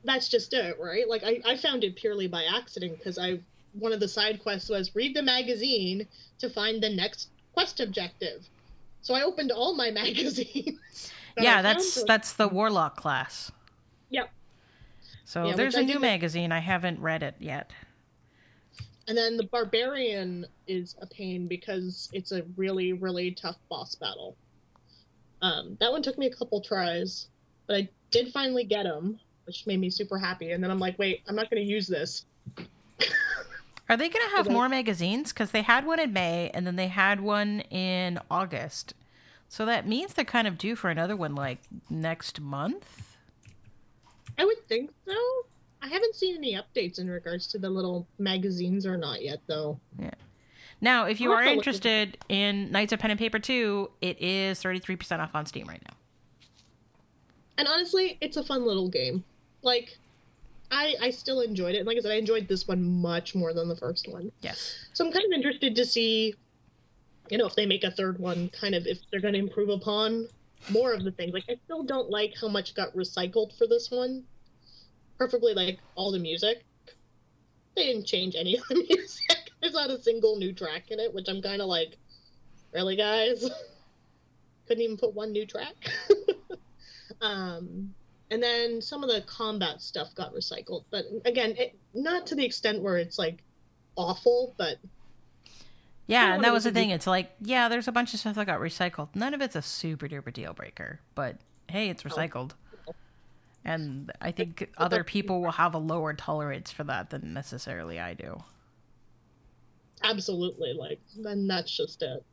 Speaker 4: that's just it, right? Like I, I found it purely by accident because I one of the side quests was read the magazine to find the next quest objective. So I opened all my [LAUGHS] magazines. that I
Speaker 2: yeah,
Speaker 4: found
Speaker 2: that's
Speaker 4: for-
Speaker 2: that's the warlock class.
Speaker 4: Yep.
Speaker 2: So
Speaker 4: Yeah,
Speaker 2: there's
Speaker 4: which
Speaker 2: a
Speaker 4: I
Speaker 2: new
Speaker 4: think-
Speaker 2: magazine. I haven't read it yet.
Speaker 4: And then the barbarian is a pain because it's a really really tough boss battle. Um, that one took me a couple tries, but I did finally get him, which made me super happy. And then I'm like, wait, I'm not going to use this.
Speaker 2: Are they going to have
Speaker 4: Okay.
Speaker 2: more magazines? Because they had one in May and then they had one in August. So that means they're kind of due for another one like next month.
Speaker 4: I would think so. I haven't seen any updates in regards to the little magazines or not yet, though.
Speaker 2: Now, if you
Speaker 4: I'll
Speaker 2: are
Speaker 4: have to look
Speaker 2: interested in Knights of Pen and Paper 2, it is 33% off on Steam right now.
Speaker 4: And honestly, it's a fun little game. Like, I I still enjoyed it. And like I said, I enjoyed this one much more than the first one.
Speaker 2: Yes.
Speaker 4: So I'm kind of interested to see, you know, if they make a third one, kind of if they're going to improve upon more of the things. Like, I still don't like how much got recycled for this one. Perfectly, like all the music. They didn't change any [LAUGHS] of the music. There's not a single new track in it, which I'm kind of like, really, guys? [LAUGHS] Couldn't even put one new track. [LAUGHS] um, and then some of the combat stuff got recycled, but again, it, not to the extent where it's like awful, but
Speaker 2: Yeah,
Speaker 4: Yeah,
Speaker 2: and that
Speaker 4: it
Speaker 2: was the
Speaker 4: was a
Speaker 2: thing. It's like, yeah, there's a bunch of stuff that got recycled. None of it's a super duper deal breaker, but hey,
Speaker 4: Oh.
Speaker 2: it's recycled. And I think other people will have a lower tolerance for that than necessarily I do.
Speaker 4: absolutely like then that's just it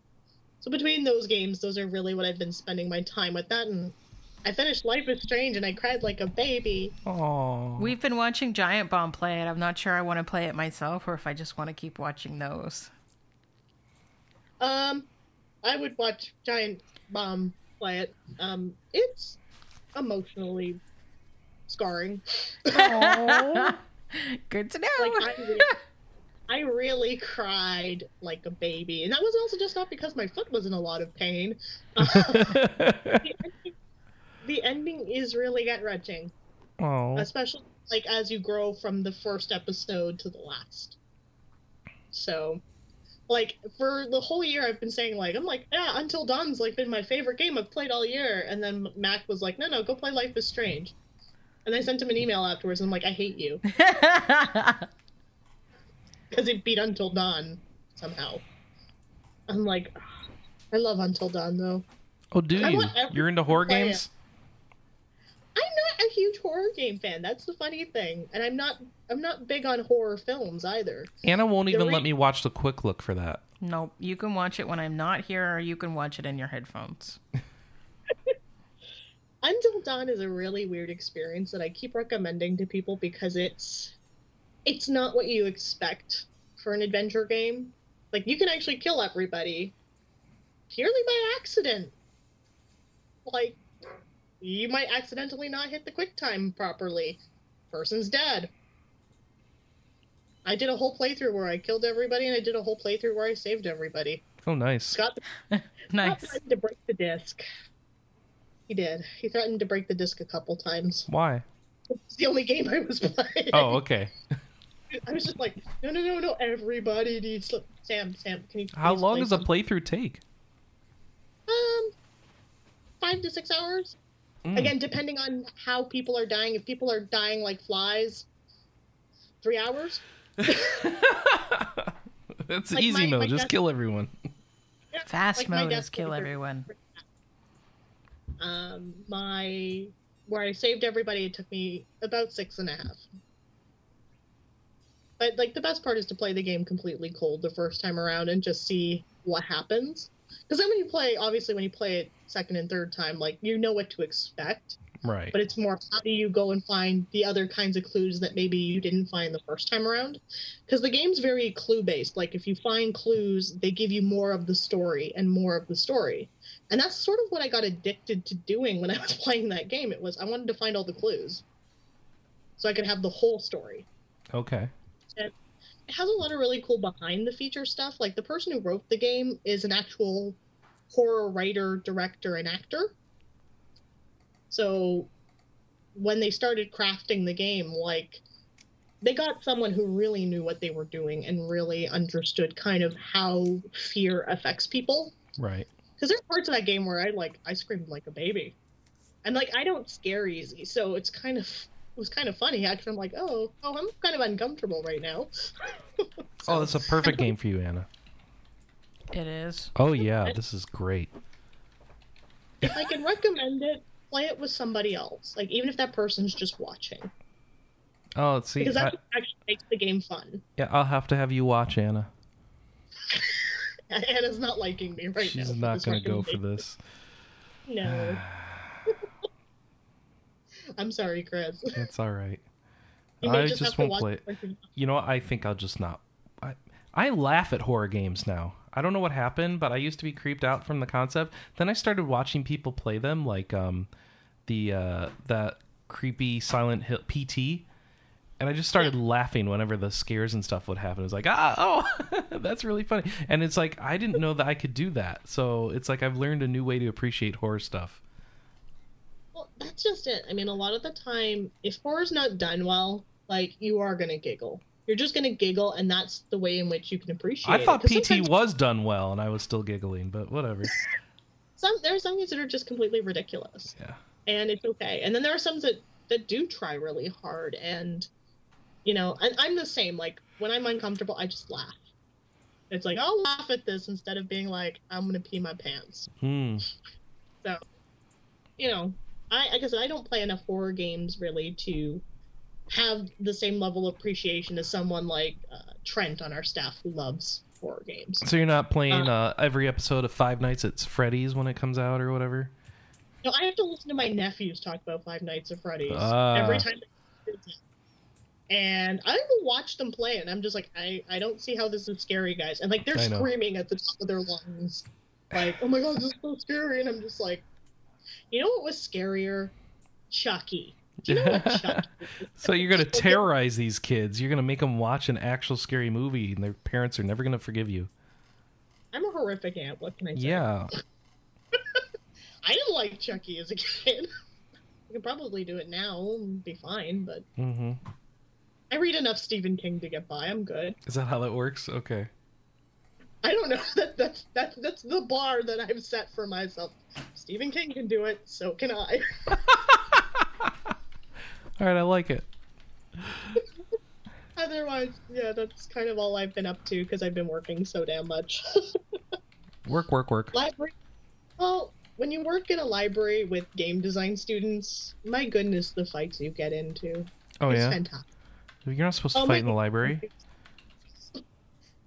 Speaker 4: so between those games those are really what i've been spending my time with that and i finished life is strange and i cried like a baby [LAUGHS]
Speaker 1: Oh,
Speaker 2: We've been watching Giant Bomb play it. I'm not sure I want to play it myself or if I just want to keep watching those.
Speaker 4: um i would watch giant bomb play it um it's emotionally scarring
Speaker 2: Good to know.
Speaker 4: like
Speaker 2: [LAUGHS]
Speaker 4: i really, I really cried like a baby and that was also just not because my foot was in a lot of pain the, ending, the ending is really gut wrenching
Speaker 1: oh,
Speaker 4: especially like as you grow from the first episode to the last. So, like for the whole year, I've been saying like I'm like yeah, Until Dawn's like been my favorite game I've played all year, and then Mac was like, no, no, go play Life is Strange, and I sent him an email afterwards. And I'm like, I hate you because it beat Until Dawn somehow. I'm like, "Ugh." I love Until Dawn though.
Speaker 1: oh, do
Speaker 4: I
Speaker 1: you?
Speaker 4: want everyone
Speaker 1: You're into horror
Speaker 4: play it.
Speaker 1: games?
Speaker 4: I'm not a huge horror game fan. That's the funny thing, and I'm not I'm not big on horror films either.
Speaker 1: Anna won't even
Speaker 4: re-
Speaker 1: let me watch the quick look for that.
Speaker 2: nope. You can watch it when I'm not here or you can watch it in your headphones.
Speaker 4: Until Dawn is a really weird experience that I keep recommending to people because it's it's not what you expect for an adventure game. Like you can actually kill everybody purely by accident. Like you might accidentally not hit the quick time properly. Person's dead. I did a whole playthrough where I killed everybody, and I did a whole playthrough where I saved everybody.
Speaker 1: Oh, nice.
Speaker 4: Scott, Scott
Speaker 2: Nice.
Speaker 4: threatened to break the disc. He did. He threatened to break the disc a couple times. [LAUGHS]
Speaker 1: Why?
Speaker 4: It's the only game I was playing.
Speaker 1: Oh, okay.
Speaker 4: [LAUGHS] I was just like, no, no, no, no. Everybody needs to... Sam. Sam, can you?
Speaker 1: How
Speaker 4: please
Speaker 1: long
Speaker 4: play
Speaker 1: does a
Speaker 4: some-
Speaker 1: playthrough take? [LAUGHS]
Speaker 4: Um, five to six hours.
Speaker 1: Mm.
Speaker 4: Again, depending on how people are dying. If people are dying like flies, three hours.
Speaker 1: That's
Speaker 4: Like
Speaker 1: easy
Speaker 4: my-
Speaker 1: mode.
Speaker 4: my
Speaker 1: Just
Speaker 4: death-
Speaker 1: kill everyone. [LAUGHS]
Speaker 4: Yeah,
Speaker 2: Fast
Speaker 4: like my
Speaker 2: mode is
Speaker 4: Destiny
Speaker 2: kill
Speaker 4: group.
Speaker 2: everyone.
Speaker 4: Um, my where I saved everybody, it took me about six and a half. But like the best part is to play the game completely cold the first time around and just see what happens. Because then when you play, obviously when you play it second and third time, like you know what to expect.
Speaker 1: Right.
Speaker 4: but it's more how do you go and find the other kinds of clues that maybe you didn't find the first time around because the game's very clue based like if you find clues they give you more of the story and more of the story and that's sort of what i got addicted to doing when i was [LAUGHS] playing that game it was i wanted to find all the clues so i could have the whole story
Speaker 1: Okay.
Speaker 4: it has a lot of really cool behind the feature stuff like the person who wrote the game is an actual horror writer director and actor so when they started crafting the game like they got someone who really knew what they were doing and really understood kind of how fear affects people
Speaker 1: Right.
Speaker 4: because there's parts of that game where I like I screamed like a baby, and like I don't scare easy, so it's kind of it was kind of funny actually. I'm like, oh, oh, I'm kind of uncomfortable right now.
Speaker 1: Oh, that's a perfect game for you, Anna.
Speaker 2: It is.
Speaker 4: [LAUGHS]
Speaker 1: Oh yeah, this is great.
Speaker 4: if I can recommend it, play it with somebody else, like even if that person's just watching,
Speaker 1: Oh, see,
Speaker 4: because
Speaker 1: I,
Speaker 4: that actually makes the game fun. [LAUGHS]
Speaker 1: yeah, I'll have to have you watch Anna.
Speaker 4: Anna's not liking me right now.
Speaker 1: She's
Speaker 4: for
Speaker 1: not
Speaker 4: this
Speaker 1: gonna go for
Speaker 4: recommendation.
Speaker 1: this.
Speaker 4: No.
Speaker 1: [SIGHS]
Speaker 4: I'm sorry, Chris. [LAUGHS]
Speaker 1: That's all right.
Speaker 4: You may
Speaker 1: I just
Speaker 4: have to
Speaker 1: won't
Speaker 4: watch
Speaker 1: play
Speaker 4: it.
Speaker 1: You know, what? I think I'll just not. I I laugh at horror games now. I don't know what happened, but I used to be creeped out from the concept. Then I started watching people play them, like um, the uh, that creepy Silent Hill PT, and I just started laughing whenever the scares and stuff would happen. It was like, ah, oh, [LAUGHS] that's really funny. And it's like I didn't know that I could do that. So it's like I've learned a new way to appreciate horror stuff.
Speaker 4: Well, that's just it. I mean, a lot of the time, if horror's not done well, like you are gonna giggle. You're just gonna giggle, and that's the way in which you can appreciate.
Speaker 1: I thought
Speaker 4: it. 'Cause
Speaker 1: PT
Speaker 4: sometimes-
Speaker 1: was done well, and I was still giggling, but whatever.
Speaker 4: some. There are some games that are just completely ridiculous,
Speaker 1: Yeah.
Speaker 4: and it's okay. And then there are some that that do try really hard, and you know, and I'm the same. Like when I'm uncomfortable, I just laugh. It's like I'll laugh at this instead of being like I'm gonna pee my pants.
Speaker 1: Hmm.
Speaker 4: you know, I like I said, I don't play enough horror games really to have the same level of appreciation as someone like uh, Trent on our staff who loves horror games.
Speaker 1: So you're not playing uh, every episode of Five Nights at Freddy's when it comes out or whatever?
Speaker 4: No, I have to listen to my nephews talk about Five Nights at Freddy's
Speaker 1: Ah.
Speaker 4: every time. they- And I will watch them play, it, and I'm just like, I, I don't see how this is scary, guys. And like they're
Speaker 1: I know.
Speaker 4: screaming at the top of their lungs, like, oh my god, this is so scary. And I'm just like, you know what was scarier? Chucky. Do you know
Speaker 1: [LAUGHS]
Speaker 4: what [LAUGHS] Chucky
Speaker 1: so you're going to terrorize these kids. You're going to make them watch an actual scary movie, and their parents are never going to forgive you.
Speaker 4: I'm a horrific aunt. What can I say?
Speaker 1: Yeah.
Speaker 4: I didn't like Chucky as a [LAUGHS] kid. I could probably do it now and be fine, but
Speaker 1: hmm
Speaker 4: I read enough Stephen King to get by. I'm good.
Speaker 1: Is that how that works? Okay.
Speaker 4: I don't know. [LAUGHS] That, that's that, that's the bar that I've set for myself. Stephen King can do it, so can I. [LAUGHS]
Speaker 1: All right, I like it.
Speaker 4: Otherwise, yeah, that's kind of all I've been up to because I've been working so damn much. [LAUGHS]
Speaker 1: Work, work, work.
Speaker 4: library. Well, when you work in a library with game design students, my goodness, the fights you get into.
Speaker 1: Oh,
Speaker 4: it's
Speaker 1: yeah?
Speaker 4: fantastic.
Speaker 1: You're not supposed to
Speaker 4: Oh, my
Speaker 1: fight in the library?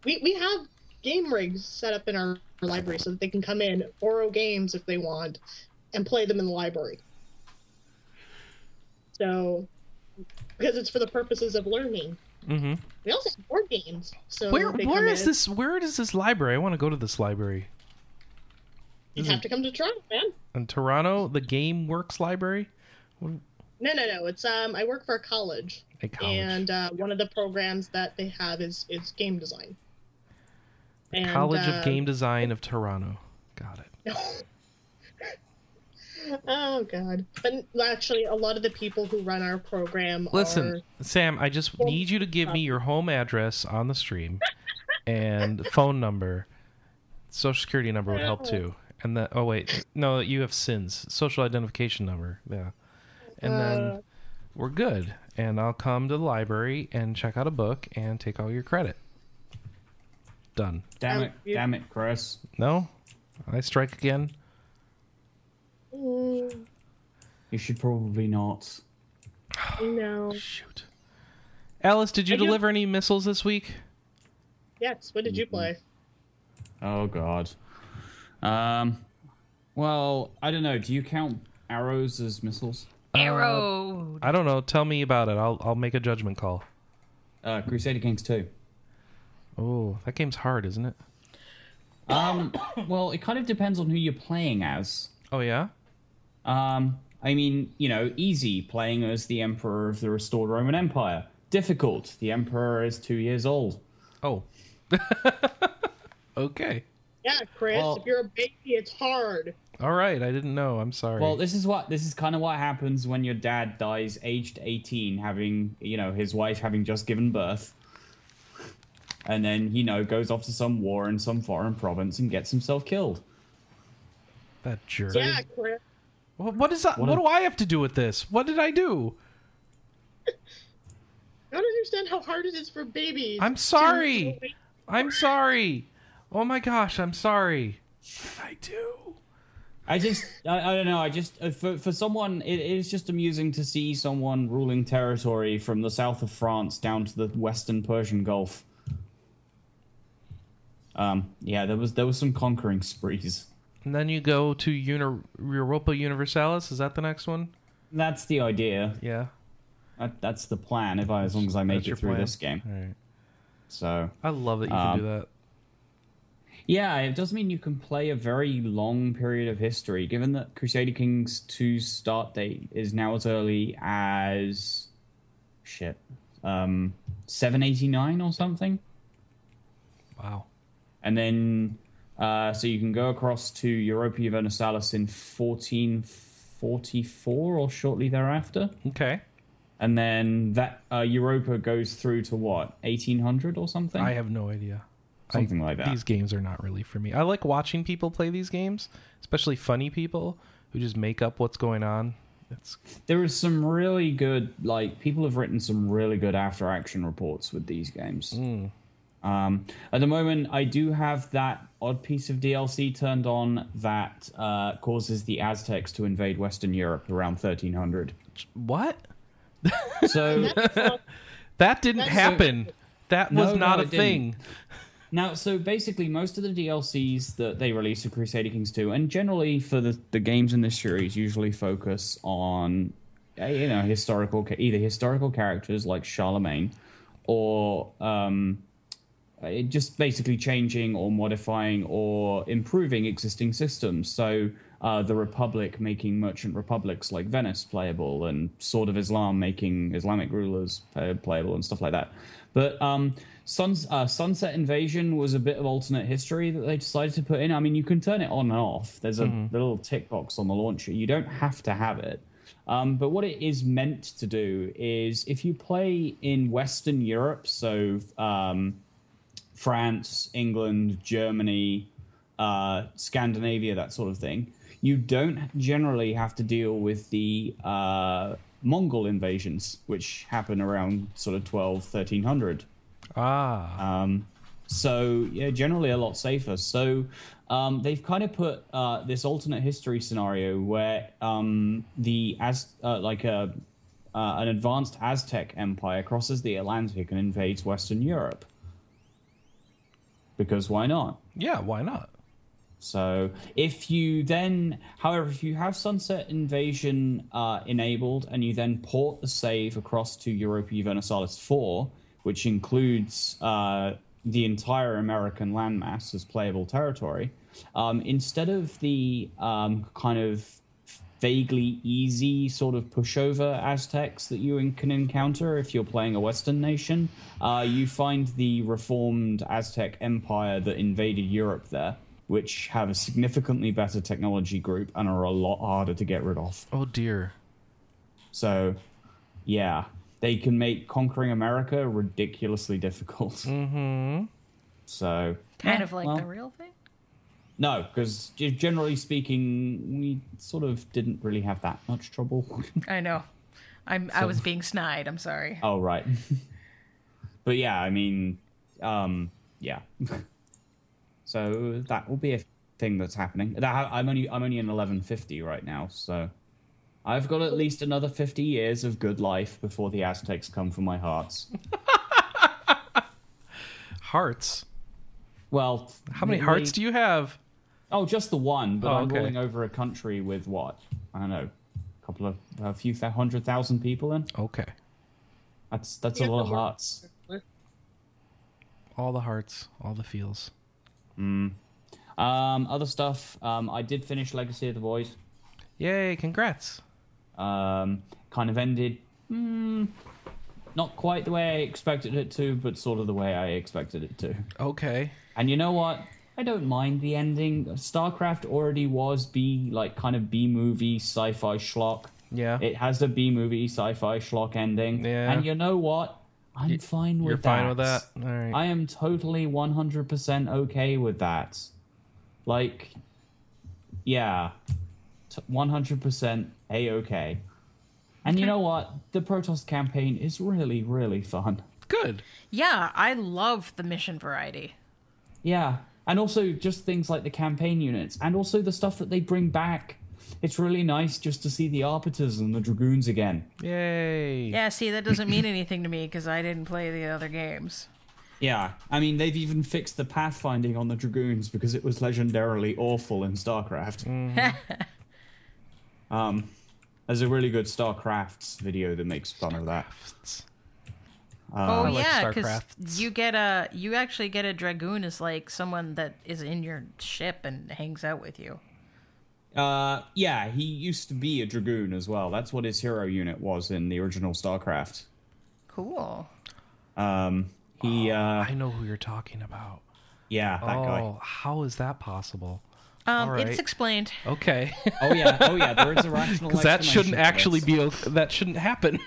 Speaker 4: We we have game rigs set up in our library so that they can come in, borrow games if they want, and play them in the library. So, because it's for the purposes of learning.
Speaker 1: Mm-hmm.
Speaker 4: We also have board games. So
Speaker 1: Where
Speaker 4: they
Speaker 1: where
Speaker 4: come
Speaker 1: is
Speaker 4: in-
Speaker 1: this where is this library? I want to go to this library.
Speaker 4: You have to come to Toronto, man.
Speaker 1: In Toronto, the Game Works Library,
Speaker 4: No, no, no. It's um, I work for a college,
Speaker 1: a college.
Speaker 4: and uh, one of the programs that they have is is game design. And,
Speaker 1: college
Speaker 4: um,
Speaker 1: of Game Design of Toronto. Got it.
Speaker 4: Oh God! But actually, a lot of the people who run our program are
Speaker 1: Listen, Sam, I just need you to give me
Speaker 4: uh,
Speaker 1: your home address on the stream and phone number. Social security number would help too. And then oh wait, no, you have sins. Social identification number. Yeah. And
Speaker 4: Uh.
Speaker 1: then we're good. And I'll come to the library and check out a book and take all your credit. Done.
Speaker 3: Damn
Speaker 4: Um,
Speaker 3: it,
Speaker 4: you-
Speaker 3: damn
Speaker 1: [LAUGHS]
Speaker 3: it, Chris.
Speaker 1: No? I strike again?
Speaker 4: Mm,
Speaker 3: You should probably not.
Speaker 4: no.
Speaker 1: Shoot. Alice, did you
Speaker 4: I do-
Speaker 1: deliver any missiles this week?
Speaker 4: Yes. What did you play?
Speaker 3: Oh God. Um. Well, I don't know. Do you count arrows as missiles?
Speaker 2: Arrow.
Speaker 1: I don't know. Tell me about it. I'll I'll make a judgment call.
Speaker 3: Uh, Crusader Kings Two.
Speaker 1: Oh, that game's hard, isn't it?
Speaker 3: Um. well, it kind of depends on who you're playing as.
Speaker 1: Oh yeah.
Speaker 3: Um. I mean, you know, easy playing as the Emperor of the restored Roman Empire. Difficult. The Emperor is two years old.
Speaker 1: Oh. [LAUGHS] okay.
Speaker 4: Yeah, Chris.
Speaker 3: Well-
Speaker 4: if you're a baby, it's hard.
Speaker 1: All right. I didn't know. I'm sorry.
Speaker 3: Well, this is what this is kind of what happens when your dad dies aged 18 having, you know, his wife having just given birth. And then, you know, goes off to some war in some foreign province and gets himself killed.
Speaker 1: that jerk.
Speaker 4: Yeah, Chris.
Speaker 1: Wha- what is that? What,
Speaker 3: What a-
Speaker 1: do I have to do with this? What did I do?
Speaker 4: I don't understand how hard it is for babies.
Speaker 1: I'm
Speaker 4: to-
Speaker 1: sorry. I'm sorry. Oh my gosh. I'm sorry. What did I do?
Speaker 3: I just I, I don't know, I just uh, for for someone it is just amusing to see someone ruling territory from the south of France down to the western Persian Gulf. Um yeah, there was there was some conquering sprees.
Speaker 1: And then you go to Uni- Europa Universalis. Is that the next one?
Speaker 3: That's the idea.
Speaker 1: Yeah.
Speaker 3: That, that's the plan. If I, as long as I make
Speaker 1: That's your
Speaker 3: it through
Speaker 1: plan?
Speaker 3: this game,
Speaker 1: All right.
Speaker 3: so
Speaker 1: I love that you can
Speaker 3: Um,
Speaker 1: do that.
Speaker 3: yeah, it does mean you can play a very long period of history. Given that Crusader Kings 2's start date is now as early as shit, um, seven eighty nine or something,
Speaker 1: Wow.
Speaker 3: and then uh, so you can go across to Europa Universalis in fourteen forty four or shortly thereafter,
Speaker 1: Okay.
Speaker 3: and then that uh, Europa goes through to what eighteen hundred or something.
Speaker 1: I have no idea.
Speaker 3: Something like that.
Speaker 1: These games are not really for me. I like watching people play these games, especially funny people who just make up what's going on. It's
Speaker 3: There is some really good, like people have written some really good after action reports with these games. Um, at the moment, I do have that odd piece of DLC turned on that uh, causes the Aztecs to invade Western Europe around 1300.
Speaker 1: what?
Speaker 3: [LAUGHS] So
Speaker 1: [LAUGHS] That didn't
Speaker 4: That's-
Speaker 1: happen. that was
Speaker 3: No,
Speaker 1: not
Speaker 3: no,
Speaker 1: a
Speaker 3: it
Speaker 1: thing.
Speaker 3: didn't. now, so basically, most of the DLCs that they release for Crusader Kings 2, and generally for the, the games in this series, usually focus on uh, you know historical ca- either historical characters like Charlemagne or um, it just basically changing or modifying or improving existing systems. So uh, the Republic making merchant republics like Venice playable, and Sword of Islam making Islamic rulers uh, playable, and stuff like that. But um, Suns, uh, Sunset Invasion was a bit of alternate history that they decided to put in. I mean, you can turn it on and off. There's a little tick box on the launcher. You don't have to have it. Um, but what it is meant to do is if you play in Western Europe, so um, France, England, Germany, uh, Scandinavia, that sort of thing, you don't generally have to deal with the uh, Mongol invasions, which happen around sort of 12, 1300.
Speaker 1: Ah,
Speaker 3: Um, so yeah, generally a lot safer. So um, they've kind of put uh, this alternate history scenario where um, the as uh, like a uh, an advanced Aztec empire crosses the Atlantic and invades Western Europe. Because why not?
Speaker 1: yeah. Why not?
Speaker 3: So if you then, however, if you have Sunset Invasion uh, enabled and you then port the save across to Europa Universalis 4, which includes uh, the entire American landmass as playable territory, um, instead of the um, kind of vaguely easy sort of pushover Aztecs that you en- can encounter if you're playing a Western nation, uh, you find the reformed Aztec Empire that invaded Europe there which have a significantly better technology group and are a lot harder to get rid of.
Speaker 1: Oh dear.
Speaker 3: So, yeah, they can make conquering America
Speaker 1: [LAUGHS]
Speaker 3: ridiculously difficult. Mm-hmm. So,
Speaker 2: Kind
Speaker 3: yeah,
Speaker 2: of like
Speaker 3: well,
Speaker 2: the real thing.
Speaker 3: no, because generally speaking, we sort of didn't really have that
Speaker 1: [LAUGHS]
Speaker 3: much trouble.
Speaker 2: I know. I'm. I was being snide. I'm sorry.
Speaker 3: oh right, [LAUGHS] but yeah, I mean, um, yeah. [LAUGHS] so that will be a thing that's happening. That- I'm only I'm only in eleven fifty right now, so I've got at least another fifty years of good life before the Aztecs come for my hearts.
Speaker 1: Hearts.
Speaker 3: Well,
Speaker 1: How many hearts do you have?
Speaker 3: Oh, just the one. But
Speaker 1: Oh,
Speaker 3: I'm
Speaker 1: okay.
Speaker 3: rolling over a country with what I don't know, a couple of a few th- hundred thousand people in.
Speaker 1: Okay.
Speaker 3: That's that's a
Speaker 4: Yeah,
Speaker 3: lot of
Speaker 4: the world.
Speaker 3: hearts.
Speaker 1: All the hearts, all the feels.
Speaker 3: Um, other stuff. Um, I did finish Legacy of the Void.
Speaker 1: Yay, congrats.
Speaker 3: um, kind of ended mm, not quite the way I expected it to, but sort of the way I expected it to.
Speaker 1: Okay.
Speaker 3: And you know what? I don't mind the ending. StarCraft already was B, like kind of B movie sci fi schlock.
Speaker 1: Yeah.
Speaker 3: It has a B movie sci fi schlock ending.
Speaker 1: Yeah.
Speaker 3: And you know what? I'm fine with
Speaker 1: You're
Speaker 3: that.
Speaker 1: fine with that? All right.
Speaker 3: I am totally 100% okay with that. Like, yeah, t- 100% a okay. And you know what? The Protoss campaign is really, really fun.
Speaker 1: Good.
Speaker 2: Yeah, I love the mission variety.
Speaker 3: Yeah. And also just things like the campaign units and also the stuff that they bring back. It's really nice just to see the Arbiters and the Dragoons again.
Speaker 1: Yay.
Speaker 2: Yeah, see, that doesn't mean [LAUGHS] anything to me because I didn't play the other games.
Speaker 3: Yeah. I mean, they've even fixed the pathfinding on the Dragoons because it was legendarily awful in StarCraft. Mm-hmm. [LAUGHS] Um, there's a really good StarCrafts video that makes fun of that. Uh,
Speaker 2: oh
Speaker 1: like
Speaker 2: yeah, because
Speaker 1: StarCrafts.
Speaker 2: you get a you actually get a dragoon is like someone that is in your ship and hangs out with you.
Speaker 3: Uh, yeah, he used to be a Dragoon as well. That's what his hero unit was in the original StarCraft.
Speaker 2: Cool.
Speaker 3: Um, he, uh,
Speaker 1: I know who you're talking about.
Speaker 3: yeah, that
Speaker 1: oh,
Speaker 3: guy.
Speaker 1: how is that possible?
Speaker 2: Um,
Speaker 1: All right.
Speaker 2: it's explained. [LAUGHS]
Speaker 1: Okay.
Speaker 3: Oh yeah, oh yeah, there is a
Speaker 1: [LAUGHS]
Speaker 3: rational.
Speaker 1: Because that shouldn't
Speaker 3: explanation for
Speaker 1: actually
Speaker 3: this.
Speaker 1: be, o- that shouldn't
Speaker 3: [LAUGHS]
Speaker 1: happen.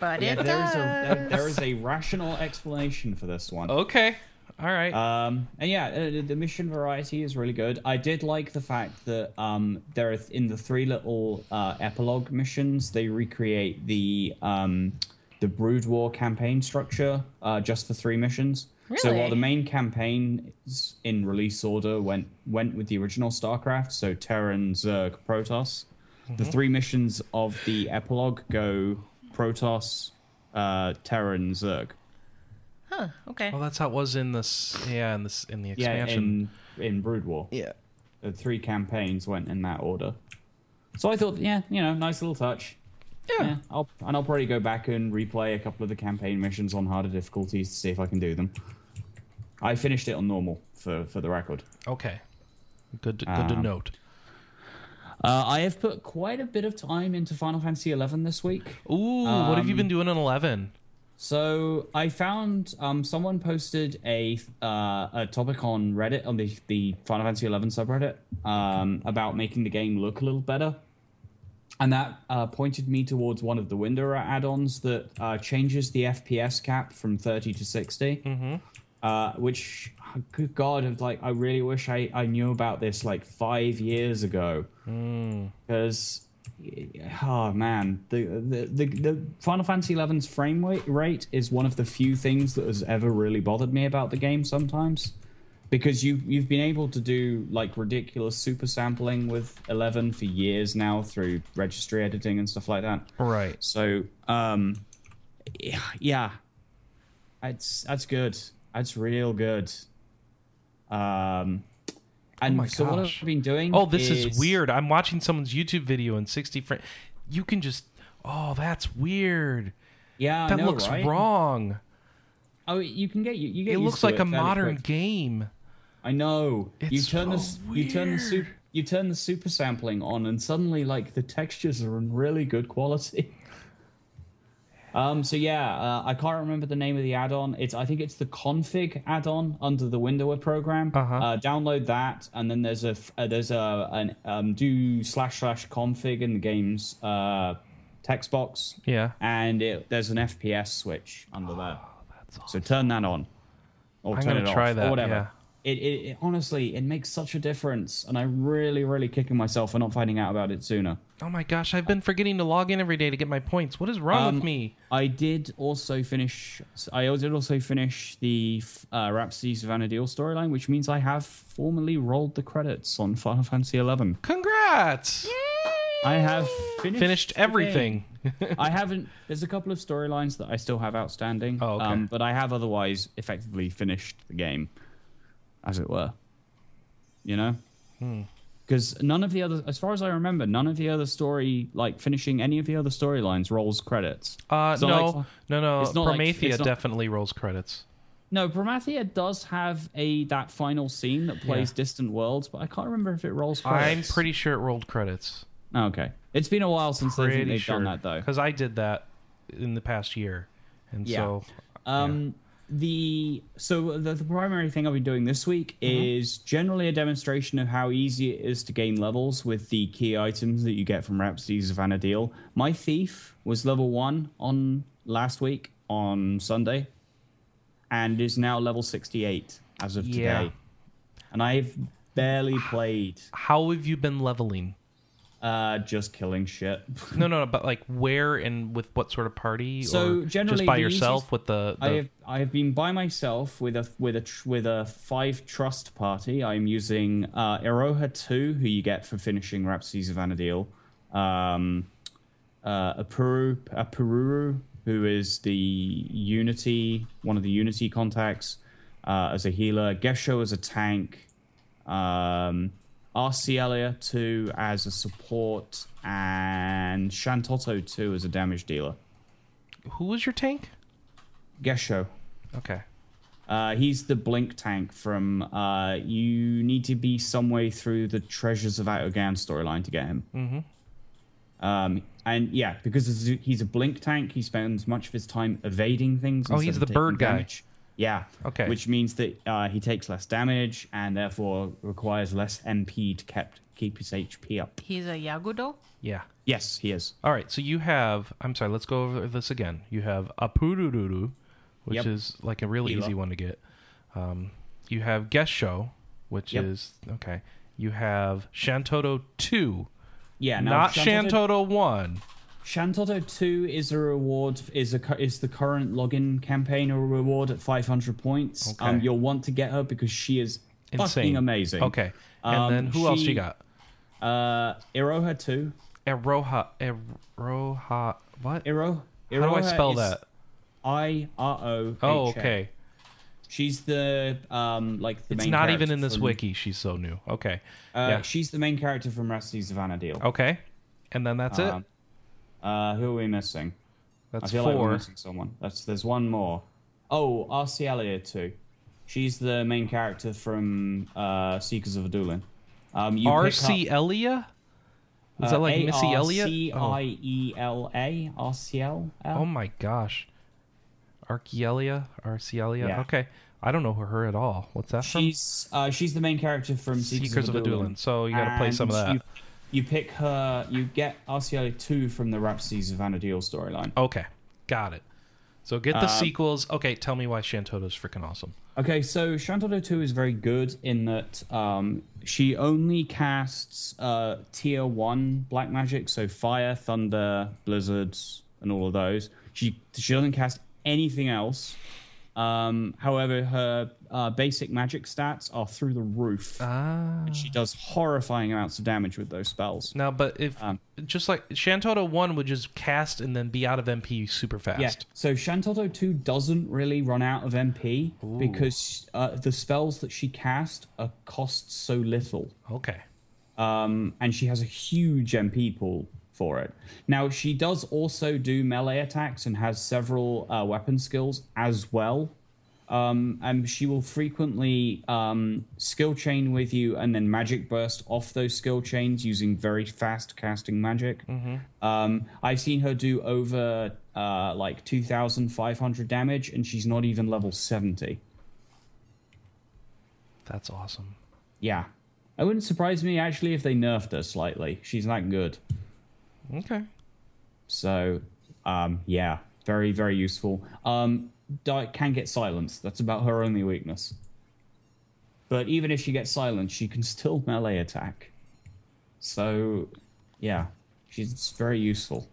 Speaker 2: But
Speaker 3: Yeah,
Speaker 2: it uh,
Speaker 3: there
Speaker 2: does.
Speaker 3: is a there, there is a rational explanation for this one.
Speaker 1: okay. All right.
Speaker 3: Um, and yeah, uh, the- the mission variety is really good. I did like the fact that um, there are th- in the three little uh, epilogue missions they recreate the um, the Brood War campaign structure uh, just for three missions. So
Speaker 2: Really?
Speaker 3: while the main campaign is in release order went went with the original StarCraft, so Terran, Zerg, Protoss, the three missions of the epilogue go Protoss, uh, Terran, Zerg.
Speaker 2: huh, okay.
Speaker 1: well, that's how it was in this. Yeah, in this in the expansion.
Speaker 3: Yeah, in in Brood War.
Speaker 1: Yeah.
Speaker 3: the three campaigns went in that order. So I thought, yeah, you know, nice little touch.
Speaker 1: Yeah.
Speaker 3: Yeah, I'll, and I'll probably go back and replay a couple of the campaign missions on harder difficulties to see if I can do them. I finished it on normal for, for the record.
Speaker 1: Okay. Good. To, good to
Speaker 3: Um,
Speaker 1: note.
Speaker 3: Uh, I have put quite a bit of time into Final Fantasy XI this week.
Speaker 1: Ooh, what have you
Speaker 3: um,
Speaker 1: been doing on eleven?
Speaker 3: So I found um, someone posted a uh, a topic on Reddit on the the Final Fantasy XI subreddit um, about making the game look a little better, and that uh, pointed me towards one of the Window add-ons that uh, changes the FPS cap from thirty to 60 Uh, which, good God, it's like I really wish I, I knew about this like five years ago because oh man the, the the the final fantasy 11's frame wa- rate is one of the few things that has ever really bothered me about the game sometimes because you you've been able to do like ridiculous super sampling with 11 for years now through registry editing and stuff like that
Speaker 1: Right.
Speaker 3: so um yeah it's that's good that's real good um And
Speaker 1: Oh my
Speaker 3: so what
Speaker 1: gosh.
Speaker 3: I've been doing.
Speaker 1: Oh, this is weird. I'm watching someone's YouTube video in 60 frames. You can just. Oh, that's weird.
Speaker 3: Yeah, I
Speaker 1: That
Speaker 3: know,
Speaker 1: looks
Speaker 3: right?
Speaker 1: wrong.
Speaker 3: Oh, you can get you. you get
Speaker 1: It
Speaker 3: used
Speaker 1: looks
Speaker 3: to
Speaker 1: like a
Speaker 3: fairly
Speaker 1: modern
Speaker 3: quick.
Speaker 1: game.
Speaker 3: I know. you
Speaker 1: It's
Speaker 3: turn the
Speaker 1: so
Speaker 3: you turn the super
Speaker 1: weird.
Speaker 3: you turn the super sampling on, and suddenly like the textures are in really good quality. [LAUGHS] Um. So yeah, uh, I can't remember the name of the add-on. It's I think it's the config add-on under the Windower program.
Speaker 1: Uh-huh.
Speaker 3: Uh, download that, and then there's a f- uh, there's a an um, do slash slash config in the game's uh, text box.
Speaker 1: Yeah.
Speaker 3: And it, there's an FPS switch under there. So turn that on, or
Speaker 1: I'm
Speaker 3: turn
Speaker 1: gonna
Speaker 3: it
Speaker 1: try
Speaker 3: off,
Speaker 1: that,
Speaker 3: or whatever.
Speaker 1: yeah.
Speaker 3: It, it, it honestly, it makes such a difference, and I'm really, really kicking myself for not finding out about it sooner.
Speaker 1: Oh my gosh, I've been forgetting to log in every day to get my points. What is wrong
Speaker 3: Um,
Speaker 1: with me?
Speaker 3: I did also finish. I did also finish the uh, Rhapsody Savannah Deal storyline, which means I have formally rolled the credits on Final Fantasy Eleven.
Speaker 1: Congrats!
Speaker 3: I have finished,
Speaker 1: Finished
Speaker 3: the game.
Speaker 1: everything.
Speaker 3: [LAUGHS] I haven't. There's a couple of storylines that I still have outstanding.
Speaker 1: Oh, okay.
Speaker 3: um, but I have otherwise effectively finished the game, as it were. You know,
Speaker 1: Hmm.
Speaker 3: because none of the other, as far as I remember, none of the other story, like finishing any of the other storylines, rolls credits.
Speaker 1: Uh,
Speaker 3: It's
Speaker 1: no,
Speaker 3: not like-
Speaker 1: no, no,
Speaker 3: it's not like-
Speaker 1: Promethea
Speaker 3: it's not-
Speaker 1: definitely rolls credits.
Speaker 3: no, Promathia does have a that final scene that plays Distant Worlds, but I can't remember if it rolls
Speaker 1: I'm
Speaker 3: credits.
Speaker 1: pretty sure it rolled credits.
Speaker 3: Oh, okay. It's been a while since I think
Speaker 1: Pretty
Speaker 3: they've
Speaker 1: sure.
Speaker 3: done that though.
Speaker 1: Because I did that in the past year, and
Speaker 3: Yeah.
Speaker 1: so
Speaker 3: Um, The so the, the primary thing I'll be doing this week
Speaker 1: Mm-hmm.
Speaker 3: is generally a demonstration of how easy it is to gain levels with the key items that you get from Rhapsody's of Anadil. My thief was level one on last week on Sunday, and is now level sixty-eight as of
Speaker 1: Yeah.
Speaker 3: today. And I've barely played,
Speaker 1: how have you been leveling?
Speaker 3: uh, just killing shit.
Speaker 1: No, no, no, but like where and with what sort of party? or
Speaker 3: So,
Speaker 1: just
Speaker 3: generally
Speaker 1: by
Speaker 3: the
Speaker 1: yourself
Speaker 3: easiest-
Speaker 1: with the. the
Speaker 3: I have I have been by myself with a with a tr- with a five trust party. I'm using uh, Iroha two, who you get for finishing Rhapsodies of Anadil, um, uh, Apuru Apururu, who is the Unity one of the Unity contacts uh, as a healer, Gesho as a tank, um, Arcelia two as a support, and Shantotto two as a damage dealer.
Speaker 1: who was your tank?
Speaker 3: Gesho.
Speaker 1: Okay.
Speaker 3: Uh, he's the blink tank from uh, you need to be some way through the treasures of Autogan storyline to get him. Mm-hmm. Um, and yeah, because he's- he's a blink tank, he spends much of his time evading things.
Speaker 1: Oh,
Speaker 3: instead
Speaker 1: he's
Speaker 3: of
Speaker 1: the
Speaker 3: taking
Speaker 1: bird guy.
Speaker 3: damage. Yeah.
Speaker 1: Okay.
Speaker 3: Which means that uh, he takes less damage and therefore requires less MP to kept, keep his HP up.
Speaker 2: He's a Yagudo.
Speaker 1: Yeah.
Speaker 3: Yes, he is.
Speaker 1: All right, so you have. I'm sorry. Let's go over this again. You have Apurururu, which
Speaker 3: Yep.
Speaker 1: is like a really
Speaker 3: Hila.
Speaker 1: easy one to get. Um, you have Guest Show, which
Speaker 3: Yep.
Speaker 1: is okay. You have Shantoto two,
Speaker 3: Yeah. Now
Speaker 1: not
Speaker 3: Shantoto-
Speaker 1: Shantoto one.
Speaker 3: Shantoto 2 is a reward is a cu- is the current login campaign a reward at 500 points.
Speaker 1: Okay.
Speaker 3: Um you'll want to get her because she is
Speaker 1: Insane,
Speaker 3: fucking amazing.
Speaker 1: Okay, and
Speaker 3: Um,
Speaker 1: then who else
Speaker 3: she-
Speaker 1: you got?
Speaker 3: Uh Iroha 2.
Speaker 1: Eroha, Eroha, what?
Speaker 3: Iro Iroha
Speaker 1: How do I spell
Speaker 3: is
Speaker 1: that?
Speaker 3: I R O.
Speaker 1: Oh,
Speaker 3: H A.
Speaker 1: okay.
Speaker 3: She's the um like the
Speaker 1: It's
Speaker 3: main
Speaker 1: not even
Speaker 3: character
Speaker 1: in this
Speaker 3: from-
Speaker 1: wiki. She's so new. Okay.
Speaker 3: Uh,
Speaker 1: yeah.
Speaker 3: she's the main character from Rusty's Savannah Deal.
Speaker 1: okay. And then that's
Speaker 3: Um,
Speaker 1: it. Oh.
Speaker 3: uh who are we missing? I
Speaker 1: That's
Speaker 3: feel like we're
Speaker 1: four.
Speaker 3: missing someone. That's there's one more. Oh, Arcelia too. She's the main character from uh, Seekers of Adulin. Um, you
Speaker 1: R
Speaker 3: pick
Speaker 1: C
Speaker 3: up,
Speaker 1: Elia.
Speaker 3: uh,
Speaker 1: Is that like Missy Elliott? Oh.
Speaker 3: A-R-C-I-E-L-A, R-C-L-L?
Speaker 1: oh my gosh. Archelia, Arcelia.
Speaker 3: Yeah.
Speaker 1: Okay. I don't know her at all. What's that from?
Speaker 3: She's uh, she's the main character from Seekers,
Speaker 1: Seekers of
Speaker 3: of
Speaker 1: Adulin.
Speaker 3: Adulin.
Speaker 1: So you got to play some of that.
Speaker 3: You, you pick her. You get Arcelia two from the Rhapsodies of Anadil storyline.
Speaker 1: Okay. Got it. So get the
Speaker 3: Um,
Speaker 1: sequels. Okay, tell me why Shantoto's freaking awesome.
Speaker 3: Okay, so Shantado 2 is very good in that um, she only casts uh, tier 1 black magic, so fire, thunder, blizzards, and all of those. She she doesn't cast anything else. Um, however, her uh, basic magic stats are through the roof.
Speaker 1: Ah.
Speaker 3: She does horrifying amounts of damage with those spells.
Speaker 1: Now, but if
Speaker 3: Um.
Speaker 1: just like Shantota one would just cast and then be out of MP super fast.
Speaker 3: Yeah. So Shantoto 2 doesn't really run out of MP because uh, the spells that she cast are cost so little.
Speaker 1: Okay.
Speaker 3: um, and she has a huge MP pool for it. Now she does also do melee attacks and has several uh, weapon skills as well. Um, and she will frequently um, skill chain with you and then magic burst off those skill chains using very fast casting magic. Um, I've seen her do over uh, like 2,500 damage, and she's not even level 70.
Speaker 1: That's awesome.
Speaker 3: Yeah. It wouldn't surprise me actually if they nerfed her slightly. She's that good.
Speaker 1: Okay.
Speaker 3: So, um, yeah, very, very useful. Um, Di can get silenced. That's about her only weakness. But even if she gets silenced, she can still melee attack. So, yeah, she's very useful.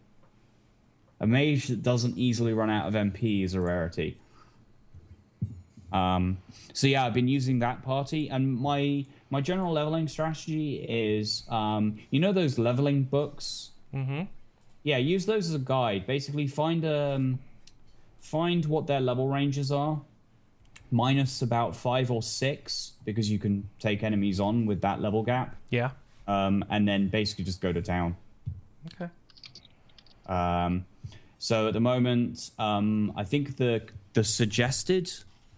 Speaker 3: A mage that doesn't easily run out of MP is a rarity. Um, so yeah, I've been using that party, and my my general leveling strategy is, um, you know, those leveling books yeah use those as a guide basically find um find what their level ranges are minus about five or six because you can take enemies on with that level gap
Speaker 1: Yeah.
Speaker 3: um and then basically just go to town
Speaker 1: Okay.
Speaker 3: um so at the moment um i think the the suggested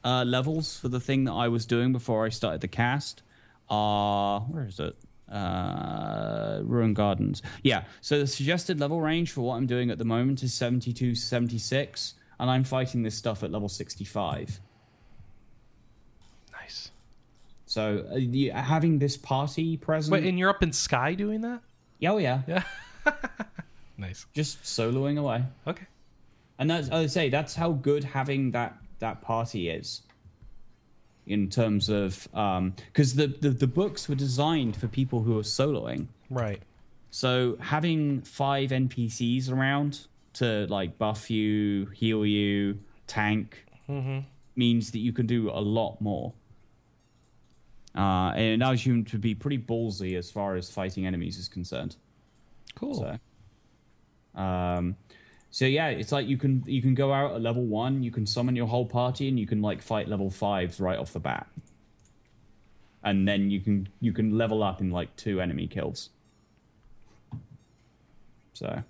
Speaker 3: uh levels for the thing that i was doing before i started the cast are where is it uh ruin gardens yeah so the suggested level range for what i'm doing at the moment is 72 76 and i'm fighting this stuff at level 65 Hmm.
Speaker 1: Nice.
Speaker 3: so uh, you- having this party present
Speaker 1: Wait, and you're up in sky doing that?
Speaker 3: yeah, oh yeah
Speaker 1: Yeah. nice.
Speaker 3: just soloing away
Speaker 1: Okay.
Speaker 3: and that's I say that's how good having that that party is in terms of um because the, the the books were designed for people who are soloing
Speaker 1: Right.
Speaker 3: so having five npcs around to like buff you heal you tank means that you can do a lot more uh and it allows you to be pretty ballsy as far as fighting enemies is concerned
Speaker 1: Cool.
Speaker 3: so, um, so yeah, it's like you can you can go out at level one, you can summon your whole party, and you can like fight level fives right off the bat, and then you can you can level up in like two enemy kills. So, uh,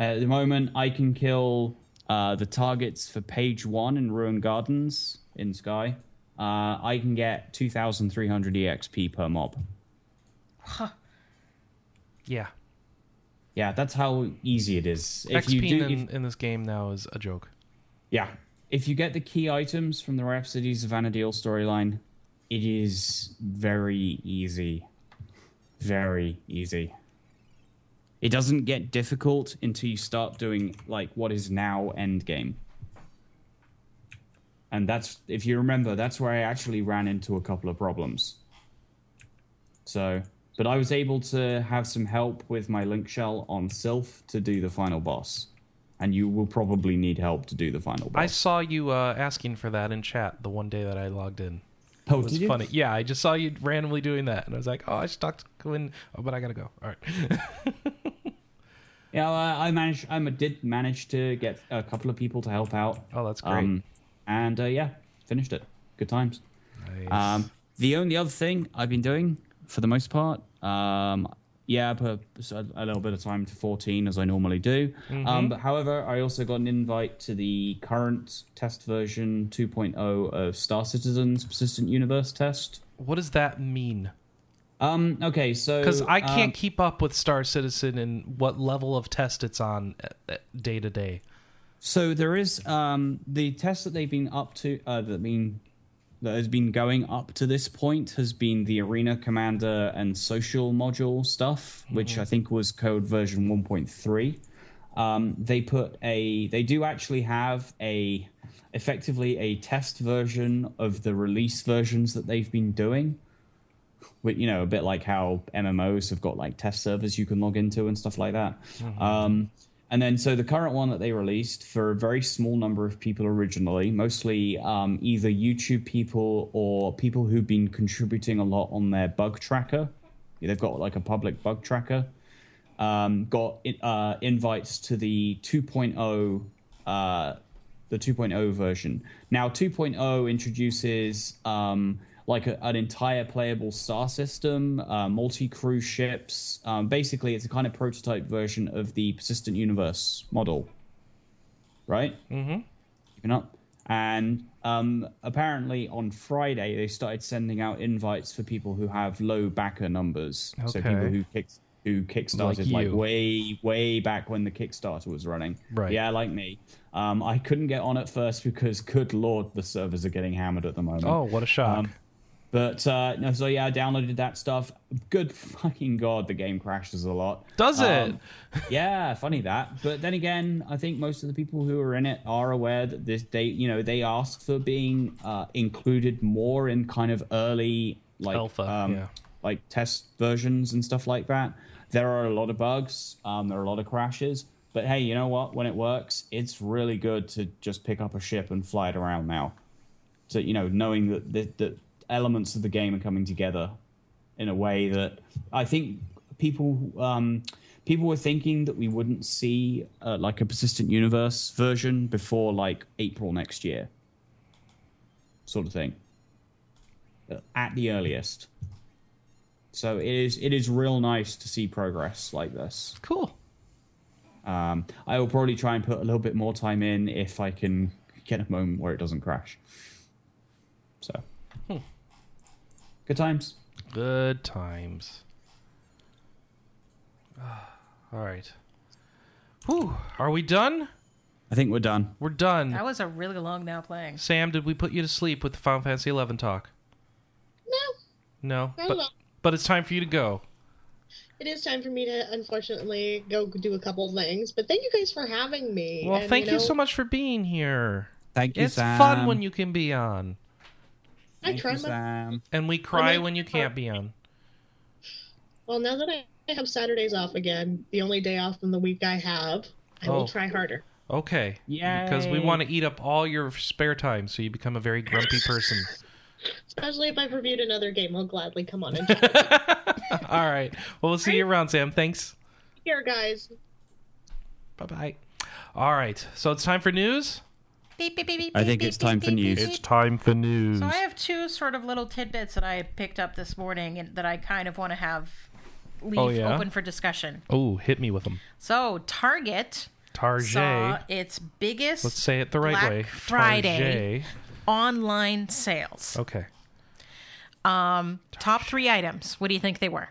Speaker 3: at the moment, I can kill uh, the targets for page one in Ruin Gardens in Sky. Uh, I can get two thousand three hundred exp per mob.
Speaker 1: Yeah.
Speaker 3: Yeah, that's how easy it is.
Speaker 1: XP
Speaker 3: do-
Speaker 1: in, in this game now is a joke.
Speaker 3: Yeah. If you get the key items from the Rhapsodies of Anadil storyline, it is very easy. Very easy. It doesn't get difficult until you start doing like what is now endgame. And that's if you remember, that's where I actually ran into a couple of problems. So but I was able to have some help with my link shell on Sylph to do the final boss. And you will probably need help to do the final boss.
Speaker 1: I saw you uh, asking for that in chat the one day that I logged in.
Speaker 3: Oh,
Speaker 1: It was
Speaker 3: did you?
Speaker 1: funny. Yeah, I just saw you randomly doing that, and I was like, "Oh, I should talk to Quinn, oh, but I gotta go." All right.
Speaker 3: Yeah, well, I I managed. I did manage to get a couple of people to help out.
Speaker 1: Oh, that's great.
Speaker 3: Um, and uh, yeah, finished it. Good times.
Speaker 1: Nice.
Speaker 3: Um, the only other thing I've been doing for the most part, um, yeah, I put a, a little bit of time to 14 as I normally do.
Speaker 1: Mm-hmm.
Speaker 3: Um, but however, I also got an invite to the current test version 2.0 of Star Citizen's Persistent Universe test.
Speaker 1: what does that mean?
Speaker 3: Um, okay, so
Speaker 1: Because I can't
Speaker 3: um,
Speaker 1: keep up with Star Citizen and what level of test it's on uh, uh, day to day.
Speaker 3: So there is um, the test that they've been up to uh, that been that has been going up to this point has been the arena commander and social module stuff, which I think was code version one point three. Um, they put a they do actually have a effectively a test version of the release versions that they've been doing. With, you know, a bit like how MMOs have got like test servers you can log into and stuff like that. Um, And then, so the current one that they released for a very small number of people originally, mostly um, either YouTube people or people who've been contributing a lot on their bug tracker. They've got like a public bug tracker. Um, got uh, invites to the 2.0, uh, the 2.0 version. Now, 2.0 introduces um, like a, an entire playable star system, uh, multi cruise ships. Um, basically, it's a kind of prototype version of the persistent universe model, right?
Speaker 1: Mm-hmm.
Speaker 3: Keeping up. And um, apparently on Friday they started sending out invites for people who have low backer numbers, so
Speaker 1: Okay.
Speaker 3: people who kick who kickstarted
Speaker 1: Like
Speaker 3: like,
Speaker 1: you.
Speaker 3: way way back when the Kickstarter was running.
Speaker 1: Right.
Speaker 3: Yeah, like me. Um, I couldn't get on at first because, good lord, the servers are getting hammered at the moment.
Speaker 1: Oh, what a shock!
Speaker 3: Um, but uh, no, so yeah, I downloaded that stuff. Good fucking god, the game crashes a lot.
Speaker 1: Does
Speaker 3: Um,
Speaker 1: it?
Speaker 3: yeah, funny that. But then again, I think most of the people who are in it are aware that this they you know they asked for being uh, included more in kind of early like
Speaker 1: Alpha,
Speaker 3: um,
Speaker 1: yeah.
Speaker 3: like test versions and stuff like that. There are a lot of bugs. Um, there are a lot of crashes. But hey, you know what? When it works, it's really good to just pick up a ship and fly it around now. So you know, knowing that the, the elements of the game are coming together in a way that I think people um, people were thinking that we wouldn't see uh, like a persistent universe version before like April next year, sort of thing, Uh, at the earliest. So it is it is real nice to see progress like this.
Speaker 1: Cool.
Speaker 3: Um, I will probably try and put a little bit more time in if I can get a moment where it doesn't crash. So, good times.
Speaker 1: Good times. [SIGHS] Ah, all right. Whew. Are we done?
Speaker 3: I think we're done.
Speaker 1: We're done.
Speaker 2: That was a really long now playing.
Speaker 1: Sam, did we put you to sleep with the Final Fantasy Eleven talk?
Speaker 4: No,
Speaker 1: No,
Speaker 4: no,
Speaker 1: but
Speaker 4: no.
Speaker 1: but it's time for you to go.
Speaker 4: It is time for me to unfortunately go do a couple things, but thank you guys for having me.
Speaker 1: Well,
Speaker 4: and,
Speaker 1: thank you,
Speaker 4: know,
Speaker 1: so much for being here.
Speaker 3: Thank
Speaker 1: it's fun when you can be on,
Speaker 4: I tried my
Speaker 3: Sam.
Speaker 1: and we cry
Speaker 4: then-
Speaker 1: when you can't be on.
Speaker 4: Well, now that I I have Saturdays off again, the only day off in the week I have, I
Speaker 1: Oh.
Speaker 4: will try harder.
Speaker 1: Okay. Because we
Speaker 3: Yay.
Speaker 1: want to eat up all your spare time, so you become a very grumpy
Speaker 3: [LAUGHS]
Speaker 1: person. [LAUGHS]
Speaker 4: Especially if I've reviewed another game, I'll gladly come on and chat.
Speaker 1: all right. Well, we'll see you around, Sam. Thanks.
Speaker 4: Here, guys.
Speaker 1: Bye bye. All right. So it's time for news.
Speaker 2: Beep, beep, beep, beep,
Speaker 3: I
Speaker 2: beep,
Speaker 3: think
Speaker 2: beep,
Speaker 3: it's
Speaker 2: beep,
Speaker 3: time for
Speaker 2: beep, beep,
Speaker 3: news.
Speaker 2: beep.
Speaker 3: It's
Speaker 1: time for news.
Speaker 2: So I have two sort of little tidbits that I picked up this morning and that I kind of want to have leave
Speaker 1: Oh, yeah?
Speaker 2: open for discussion.
Speaker 1: Oh, hit me with them.
Speaker 2: So Target
Speaker 1: Tarjay.
Speaker 2: saw its biggest
Speaker 1: Let's say it the right
Speaker 2: Black
Speaker 1: way.
Speaker 2: Friday
Speaker 1: Tarjay.
Speaker 2: online sales.
Speaker 1: Okay.
Speaker 2: Top three items. What do you think they were?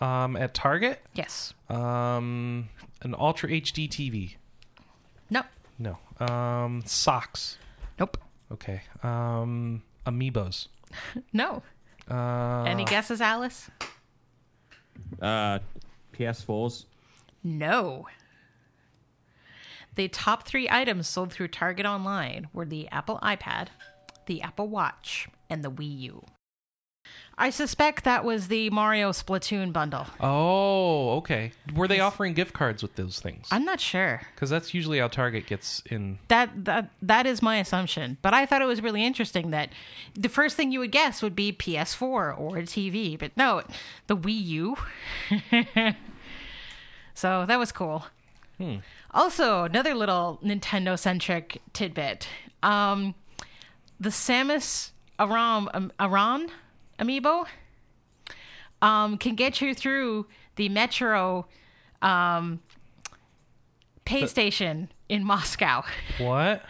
Speaker 1: Um, at Target,
Speaker 2: Yes.
Speaker 1: um, an Ultra HD TV.
Speaker 2: No.
Speaker 1: No. Um, socks.
Speaker 2: Nope.
Speaker 1: Okay. Um, amiibos.
Speaker 2: No.
Speaker 1: Uh,
Speaker 2: Any guesses, Alice?
Speaker 3: Uh, PS4s.
Speaker 2: No. The top three items sold through Target Online were the Apple iPad, the Apple Watch, and the Wii U. I suspect that was the Mario Splatoon bundle.
Speaker 1: oh, okay. Were they offering gift cards with those things?
Speaker 2: I'm not sure.
Speaker 1: Because that's usually how Target gets in.
Speaker 2: That, that that is my assumption, but I thought it was really interesting that the first thing you would guess would be PS4 or a TV, but no, the Wii U. [LAUGHS] so that was cool. Also, another little Nintendo centric tidbit: um, the Samus Aran um, Aran amiibo um, can get you through the Metro um, pay station in Moscow. [LAUGHS]
Speaker 1: [LAUGHS] What?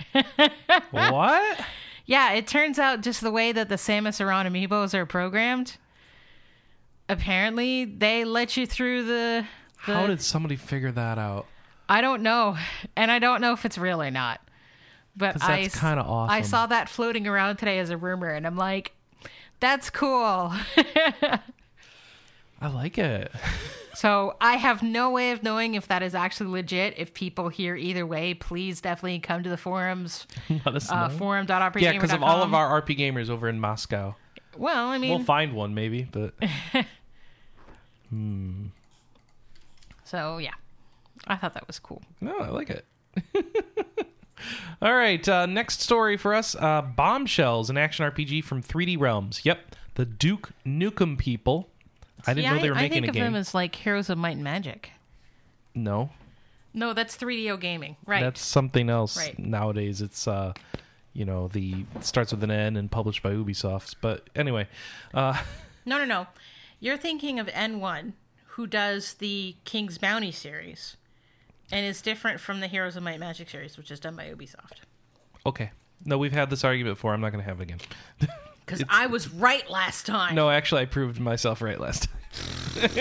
Speaker 1: what?
Speaker 2: Yeah, it turns out just the way that the Samus Aran amiibos are programmed, apparently they let you through the. the
Speaker 1: How did somebody figure that out?
Speaker 2: I don't know, and I don't know if it's real or not. But
Speaker 1: 'Cause that's
Speaker 2: I s-
Speaker 1: kinda awesome.
Speaker 2: I saw that floating around today as a rumor, and I'm like, that's cool. [LAUGHS]
Speaker 1: I like it. [LAUGHS]
Speaker 2: so I have no way of knowing if that is actually legit. If people hear either way, please definitely come to the forums.
Speaker 1: Let us
Speaker 2: Uh,
Speaker 1: know.
Speaker 2: forum.rpgamer.com.
Speaker 1: yeah, because of all of our RP gamers over in Moscow.
Speaker 2: Well, I mean,
Speaker 1: We'll find one maybe,
Speaker 2: [LAUGHS]
Speaker 1: but
Speaker 2: so yeah. I thought that was cool.
Speaker 1: No, I like it. [LAUGHS] All right, uh, next story for us: uh, Bombshells, an action RPG from 3D Realms. Yep, the Duke Nukem people. I didn't
Speaker 2: yeah,
Speaker 1: know they were
Speaker 2: I, I
Speaker 1: making
Speaker 2: think
Speaker 1: a
Speaker 2: of
Speaker 1: game.
Speaker 2: them as like Heroes of Might and Magic.
Speaker 1: no,
Speaker 2: No, that's 3DO gaming. Right.
Speaker 1: that's something else.
Speaker 2: Right.
Speaker 1: Nowadays, it's uh, you know the it starts with an N and published by Ubisoft. But anyway, uh, [LAUGHS]
Speaker 2: No, no, no. You're thinking of N1, who does the King's Bounty series and is different from the Heroes of Might and Magic series, which is done by Ubisoft.
Speaker 1: okay. No, we've had this argument before. I'm not going to have it again.
Speaker 2: Because I was right last time.
Speaker 1: No, actually, I proved myself right last time.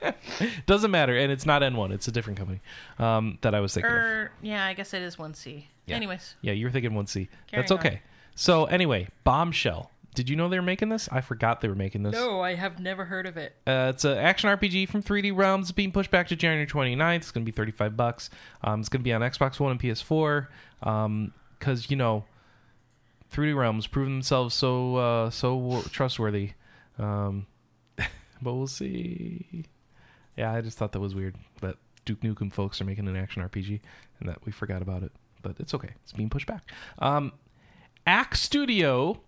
Speaker 1: [LAUGHS] Doesn't matter, and it's not N1. It's a different company um, that I was thinking of.
Speaker 2: Or, Er, yeah, I guess it is 1C. Anyways,
Speaker 1: Yeah, you were thinking 1C. That's
Speaker 2: Carry on.
Speaker 1: okay. So, anyway, Bombshell. Did you know they were making this? I forgot they were making this.
Speaker 2: no, I have never heard of it.
Speaker 1: Uh, it's an action RPG from 3D Realms being pushed back to January 29th. It's going to be 35 bucks. Um, it's going to be on Xbox One and PS4 because, um, you know, 3D Realms proven themselves so uh, so trustworthy. Um, but we'll see. Yeah, I just thought that was weird that Duke Nukem folks are making an action RPG and that we forgot about it. But it's okay. It's being pushed back. Um, Axe Studio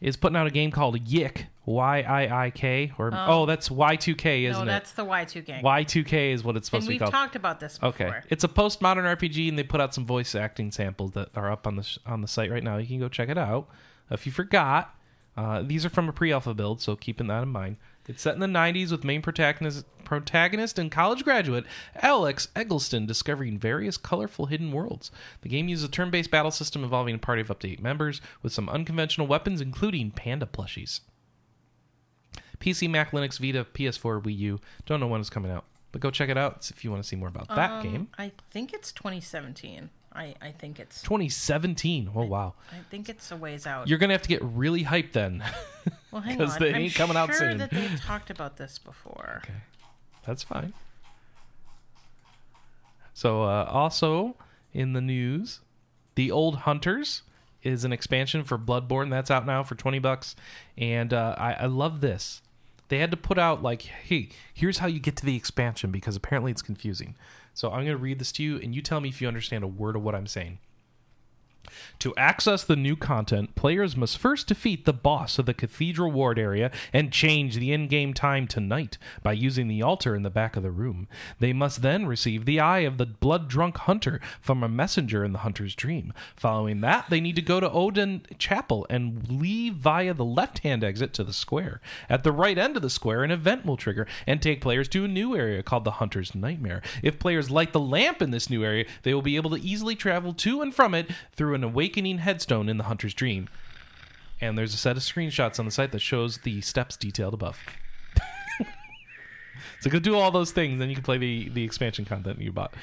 Speaker 1: is putting out a game called Yik. Y I I K or oh, that's Y two K, isn't
Speaker 2: no,
Speaker 1: it?
Speaker 2: that's the Y2 gang.
Speaker 1: Y two K is what it's supposed
Speaker 2: and
Speaker 1: to be
Speaker 2: we've
Speaker 1: called.
Speaker 2: talked about this
Speaker 1: okay,
Speaker 2: before.
Speaker 1: it's a postmodern RPG, and they put out some voice acting samples that are up on the sh- on the site right now. You can go check it out. If you forgot, uh, these are from a pre-alpha build, so keeping that in mind. It's set in the '90s with main protagonist protagonist and college graduate Alex Eggleston discovering various colorful hidden worlds. The game uses a turn-based battle system involving a party of up to eight members with some unconventional weapons, including panda plushies. PC, Mac, Linux, Vita, PS4, Wii U. Don't know when it's coming out, but go check it out if you want to see more about that
Speaker 2: Um,
Speaker 1: game.
Speaker 2: I think it's 2017. I, I think it's
Speaker 1: 2017. Oh wow,
Speaker 2: I think it's a ways out.
Speaker 1: you're gonna have to get really hyped then. [LAUGHS]
Speaker 2: well, hang
Speaker 1: 'cause
Speaker 2: on.
Speaker 1: they
Speaker 2: I'm
Speaker 1: ain't coming out
Speaker 2: sure
Speaker 1: soon.
Speaker 2: that they've talked about this before.
Speaker 1: That's fine. So uh, also in the news, the Old Hunters is an expansion for Bloodborne that's out now for 20 bucks, and uh, I, I love this. They had to put out like, hey, here's how you get to the expansion because apparently it's confusing. So I'm gonna read this to you, and you tell me if you understand a word of what I'm saying. To access the new content, players must first defeat the boss of the Cathedral Ward area and change the in game time to night by using the altar in the back of the room. They must then receive the eye of the blood drunk hunter from a messenger in the hunter's dream. Following that, they need to go to Odin Chapel and leave via the left hand exit to the square. At the right end of the square, an event will trigger and take players to a new area called the Hunter's Nightmare. If players light the lamp in this new area, they will be able to easily travel to and from it through an awakening headstone in the Hunter's Dream. And there's a set of screenshots on the site that shows the steps detailed above. [LAUGHS] so go do all those things, then you can play the, the expansion content you bought.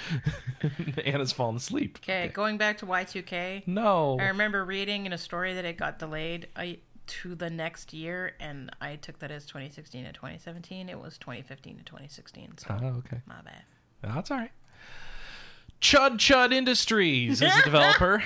Speaker 1: [LAUGHS] Anna's fallen asleep.
Speaker 2: Okay, going back to Y2K.
Speaker 1: No.
Speaker 2: I remember reading in a story that it got delayed I, to the next year, and I took that as 2016 to 2017. It was 2015 to 2016. So
Speaker 1: Oh, okay.
Speaker 2: my bad.
Speaker 1: No, That's all right. Chud Chud Industries is a developer.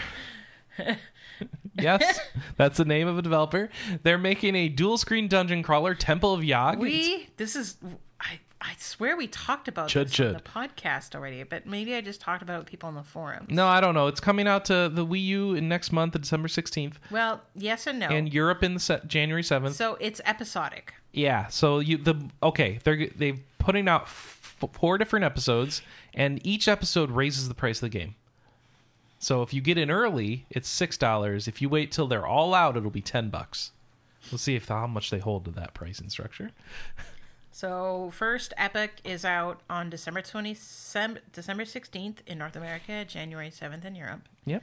Speaker 1: yes, that's the name of a developer. They're making a dual screen dungeon crawler, Temple of Yag.
Speaker 2: We this is I I swear we talked about
Speaker 1: Chud,
Speaker 2: this
Speaker 1: chud.
Speaker 2: on the podcast already, but maybe I just talked about it with people on the forum.
Speaker 1: no, I don't know. It's coming out to the Wii U in next month, December 16th,
Speaker 2: Well, yes and no.
Speaker 1: and Europe in the se- January 7th.
Speaker 2: so it's episodic.
Speaker 1: yeah, so you the okay, they're they're putting out f- four different episodes and each episode raises the price of the game. So if you get in early, it's six dollars. If you wait till they're all out, it'll be ten bucks. We'll see if how much they hold to that pricing structure.
Speaker 2: So first epic is out on December 20 sem- December 16th in North America, January 7th in Europe.
Speaker 1: Yep.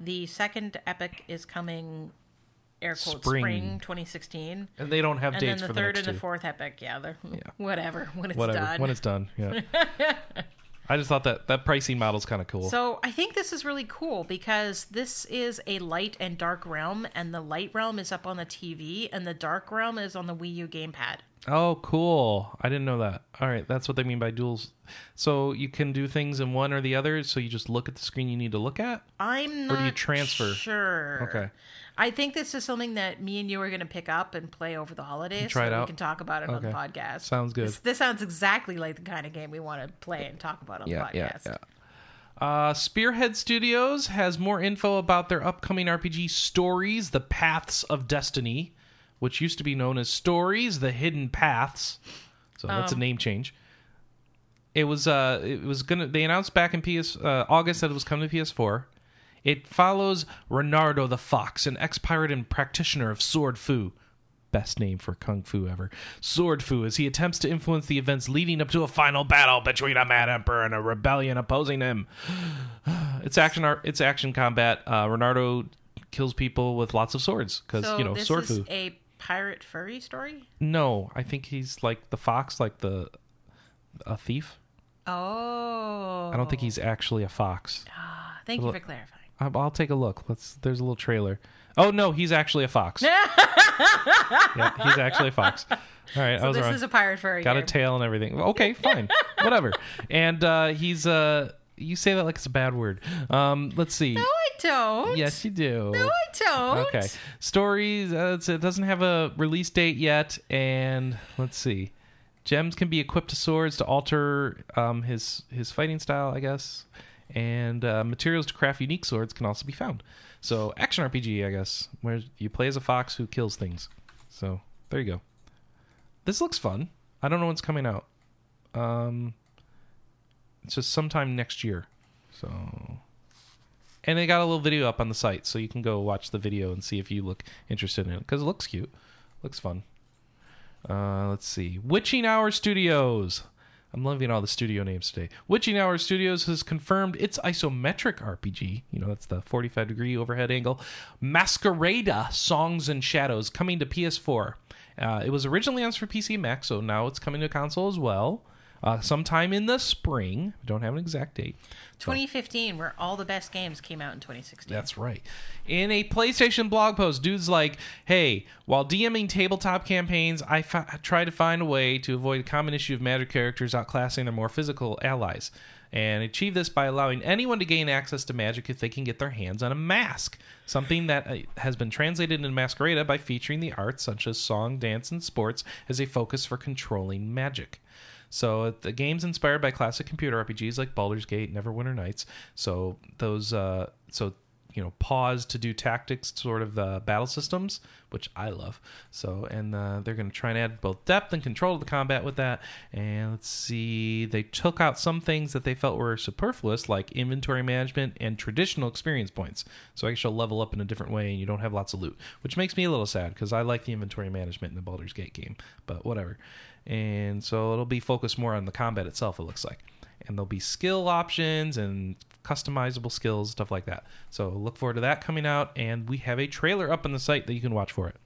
Speaker 2: The second epic is coming, air quotes,
Speaker 1: Spring.
Speaker 2: spring, 2016.
Speaker 1: And they don't have
Speaker 2: And then
Speaker 1: dates
Speaker 2: the
Speaker 1: for the
Speaker 2: third
Speaker 1: next
Speaker 2: and the
Speaker 1: two.
Speaker 2: fourth epic, yeah, they're, [LAUGHS] whatever, when it's
Speaker 1: Whatever.
Speaker 2: done.
Speaker 1: When it's done.
Speaker 2: [LAUGHS]
Speaker 1: Yeah. I just thought that that pricing model's kind of cool.
Speaker 2: so I think this is really cool because this is a light and dark realm, and the light realm is up on the TV, and the dark realm is on the Wii U gamepad.
Speaker 1: Oh, cool. I didn't know that. All right, that's what they mean by duals. So you can do things in one or the other, so you just look at the screen you need to look at?
Speaker 2: I'm
Speaker 1: do
Speaker 2: not
Speaker 1: you transfer?
Speaker 2: sure.
Speaker 1: Okay.
Speaker 2: I think this is something that me and you are going to pick up and play over the holidays.
Speaker 1: try
Speaker 2: so
Speaker 1: it
Speaker 2: that We
Speaker 1: out?
Speaker 2: can talk about it on the
Speaker 1: Okay.
Speaker 2: podcast.
Speaker 1: Sounds good.
Speaker 2: This, this sounds exactly like the kind of game we want to play and talk about on the podcast.
Speaker 1: Uh, Spearhead Studios has more info about their upcoming RPG Stories, The Paths of Destiny, which used to be known as Stories, The Hidden Paths. So that's
Speaker 2: Um,
Speaker 1: a name change. It was uh it was gonna they announced back in PS uh, August that it was coming to PS4. It follows Renardo the Fox, an ex-pirate and practitioner of sword fu. Best name for kung fu ever. Sword fu, as he attempts to influence the events leading up to a final battle between a mad emperor and a rebellion opposing him. [SIGHS] it's action art. It's action combat. Uh, Renardo kills people with lots of swords because
Speaker 2: So
Speaker 1: you know
Speaker 2: this
Speaker 1: sword
Speaker 2: is
Speaker 1: fu.
Speaker 2: a pirate furry story.
Speaker 1: No, I think he's like the fox, like the a thief.
Speaker 2: Oh,
Speaker 1: I don't think he's actually a fox.
Speaker 2: Thank you for clarifying.
Speaker 1: I- I'll take a look. Let's. There's a little trailer. Oh no, he's actually a
Speaker 2: [LAUGHS]
Speaker 1: fox. yeah, he's actually a fox. All right, I was
Speaker 2: This
Speaker 1: wrong.
Speaker 2: is a pirate furry.
Speaker 1: Got a
Speaker 2: game.
Speaker 1: tail and everything. Okay,
Speaker 2: [LAUGHS]
Speaker 1: fine, whatever. And uh, he's uh, you say that like it's a bad word. Um, let's see.
Speaker 2: No, I don't.
Speaker 1: yes, you do.
Speaker 2: No, I don't.
Speaker 1: okay, stories. Uh, it's- it doesn't have a release date yet, and let's see. Gems can be equipped to swords to alter um, his his fighting style, I guess. And uh, materials to craft unique swords can also be found. So action RPG, I guess, where you play as a fox who kills things. So there you go. This looks fun. I don't know when it's coming out. Um, it's just sometime next year. So and they got a little video up on the site, so you can go watch the video and see if you look interested in it because it looks cute, looks fun. Uh, let's see, Witching Hour Studios. I'm loving all the studio names today. Witching Hour Studios has confirmed its isometric RPG. You know, that's the 45 degree overhead angle. Masquerada Songs and Shadows coming to PS4. Uh, it was originally announced for PC and Mac, so now it's coming to console as well. Uh, sometime in the spring. We don't have an exact date.
Speaker 2: 2015, where all the best games came out in 2016.
Speaker 1: That's right. In a PlayStation blog post, dude's like, hey, while DMing tabletop campaigns, I fi- try to find a way to avoid the common issue of magic characters outclassing their more physical allies, and achieve this by allowing anyone to gain access to magic if they can get their hands on a mask, something that uh, has been translated into Masquerada by featuring the arts such as song, dance, and sports as a focus for controlling magic. So the game's inspired by classic computer RPGs like Baldur's Gate, Neverwinter Nights. So those, uh, so you know, pause to do tactics, sort of uh, battle systems, which I love. So and uh, they're going to try and add both depth and control to the combat with that. And let's see, they took out some things that they felt were superfluous, like inventory management and traditional experience points. So I guess you'll level up in a different way, and you don't have lots of loot, which makes me a little sad because I like the inventory management in the Baldur's Gate game. But whatever and so it'll be focused more on the combat itself it looks like and there'll be skill options and customizable skills stuff like that so look forward to that coming out and we have a trailer up on the site that you can watch for it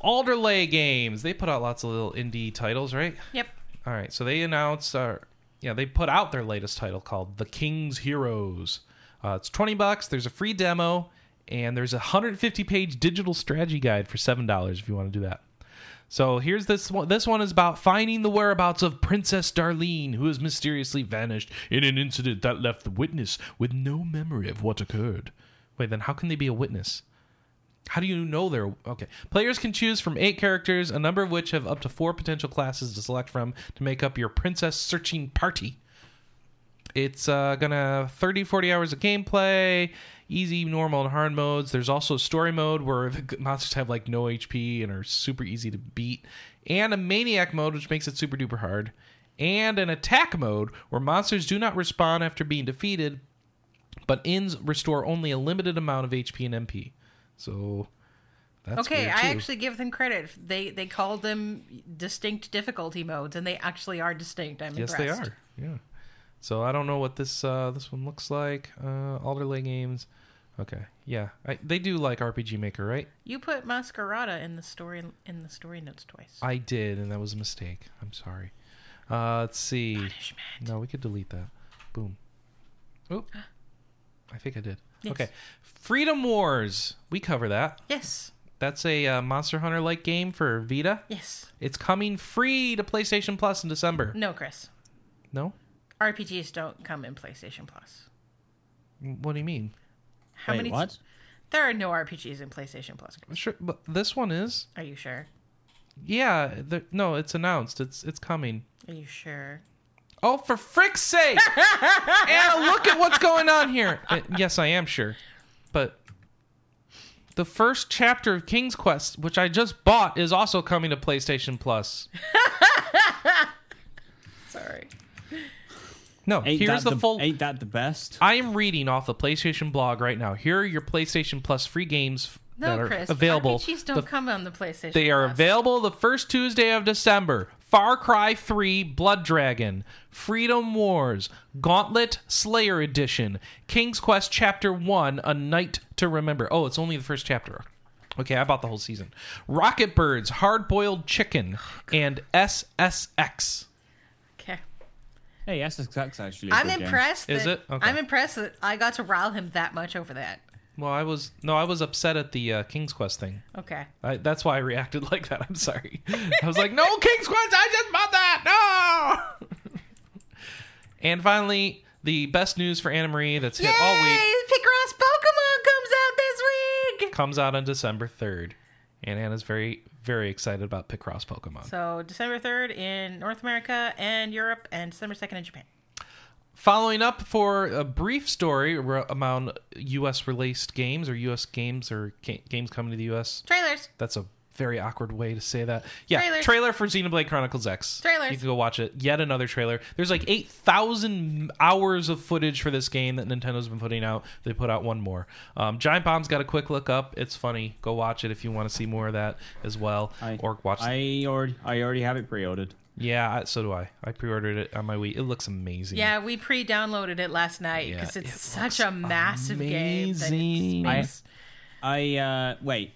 Speaker 1: alderley games they put out lots of little indie titles right
Speaker 2: Yep.
Speaker 1: all right, so they announced, uh, yeah, they put out their latest title called The King's Heroes. Uh, it's twenty bucks. There's a free demo, and there's a hundred fifty page digital strategy guide for seven dollars if you want to do that. So here's this one. This one is about finding the whereabouts of Princess Darlene, who has mysteriously vanished in an incident that left the witness with no memory of what occurred. Wait, then how can they be a witness? How do you know they're okay? Players can choose from eight characters, a number of which have up to four potential classes to select from to make up your princess searching party. It's uh, gonna 30, 40 hours of gameplay, easy, normal, and hard modes. There's also a story mode where [LAUGHS] the monsters have like no HP and are super easy to beat, and a maniac mode which makes it super duper hard, and an attack mode where monsters do not respawn after being defeated, but inns restore only a limited amount of HP and MP. So that's
Speaker 2: okay,
Speaker 1: weird,
Speaker 2: I
Speaker 1: too.
Speaker 2: actually give them credit. They they called them distinct difficulty modes, and they actually are distinct. I'm
Speaker 1: Yes,
Speaker 2: impressed.
Speaker 1: they are. Yeah. So I don't know what this uh, this one looks like. Uh, Alderley Games. Okay. Yeah, I, they do like RPG Maker, right?
Speaker 2: You put Masquerada in the story in the story notes twice.
Speaker 1: I did, and that was a mistake. I'm sorry. Uh, let's see. No, we could delete that. Boom. Oh,
Speaker 2: [GASPS]
Speaker 1: I think I did.
Speaker 2: Yes.
Speaker 1: Okay. Freedom Wars. We cover that.
Speaker 2: Yes.
Speaker 1: That's a uh, Monster Hunter like game for Vita.
Speaker 2: Yes.
Speaker 1: It's coming free to PlayStation Plus in December.
Speaker 2: No, Chris.
Speaker 1: No?
Speaker 2: RPGs don't come in PlayStation Plus.
Speaker 1: What do you mean?
Speaker 2: How
Speaker 3: Wait,
Speaker 2: many?
Speaker 3: what?
Speaker 2: There are no RPGs in PlayStation Plus. Chris.
Speaker 1: Sure, but this one is.
Speaker 2: Are you sure?
Speaker 1: Yeah, the, no, it's announced. It's it's coming.
Speaker 2: Are you sure?
Speaker 1: Oh, for frick's sake! Anna, look at what's going on here. Uh, yes, I am sure, but the first chapter of King's Quest, which I just bought, is also coming to PlayStation Plus.
Speaker 2: Sorry.
Speaker 1: No,
Speaker 3: Ain't
Speaker 1: here's
Speaker 3: that
Speaker 1: the, full.
Speaker 3: Ain't that the best?
Speaker 1: I am reading off the PlayStation blog right now. Here are your PlayStation Plus free games f- that
Speaker 2: No,
Speaker 1: are
Speaker 2: Chris.
Speaker 1: available.
Speaker 2: RPGs don't
Speaker 1: The
Speaker 2: come on the PlayStation.
Speaker 1: They are
Speaker 2: Plus.
Speaker 1: available the first Tuesday of December. Far Cry 3 Blood Dragon, Freedom Wars, Gauntlet Slayer Edition, King's Quest Chapter 1, A Night to Remember. Oh, it's only the first chapter. Okay, I bought the whole season. Rocket Birds, Hard Boiled Chicken, and SSX.
Speaker 2: Okay.
Speaker 3: Hey, SSX actually. a
Speaker 2: I'm
Speaker 3: good game.
Speaker 2: impressed.
Speaker 1: Is
Speaker 2: that-
Speaker 1: it? Okay.
Speaker 2: I'm impressed that I got to rile him that much over that.
Speaker 1: Well, I was no, I was upset at the uh, King's Quest thing.
Speaker 2: Okay.
Speaker 1: I, that's why I reacted [LAUGHS] like that. I'm sorry. I was like, no, King's Quest, I just bought that. No. [LAUGHS] and finally, the best news for Anna Marie that's hit all week
Speaker 2: Picross Pokemon comes out this week.
Speaker 1: comes out on December 3rd. And Anna's very, very excited about Picross Pokemon.
Speaker 2: So December third in North America and Europe, and December second in Japan.
Speaker 1: Following up for a brief story ar- among U.S. released games or U.S. games or ca- games coming to the U.S.
Speaker 2: Trailers.
Speaker 1: That's a very awkward way to say that. Yeah,
Speaker 2: Trailers.
Speaker 1: trailer for Xenoblade Chronicles X.
Speaker 2: Trailers.
Speaker 1: You can go watch it. Yet another trailer. There's like 8,000 hours of footage for this game that Nintendo's been putting out. They put out one more. Um, Giant Bomb's got a quick look up. It's funny. Go watch it if you want to see more of that as well.
Speaker 3: I,
Speaker 1: or watch.
Speaker 3: I already, I already have it pre-ordered.
Speaker 1: yeah, I- so do I. I pre-ordered it on my Wii. It looks amazing.
Speaker 2: Yeah, we pre-downloaded it last night
Speaker 1: Yeah,
Speaker 2: because it's
Speaker 1: it
Speaker 2: such
Speaker 1: looks
Speaker 2: a massive game. That
Speaker 1: amazing.
Speaker 2: it makes-
Speaker 3: I uh wait.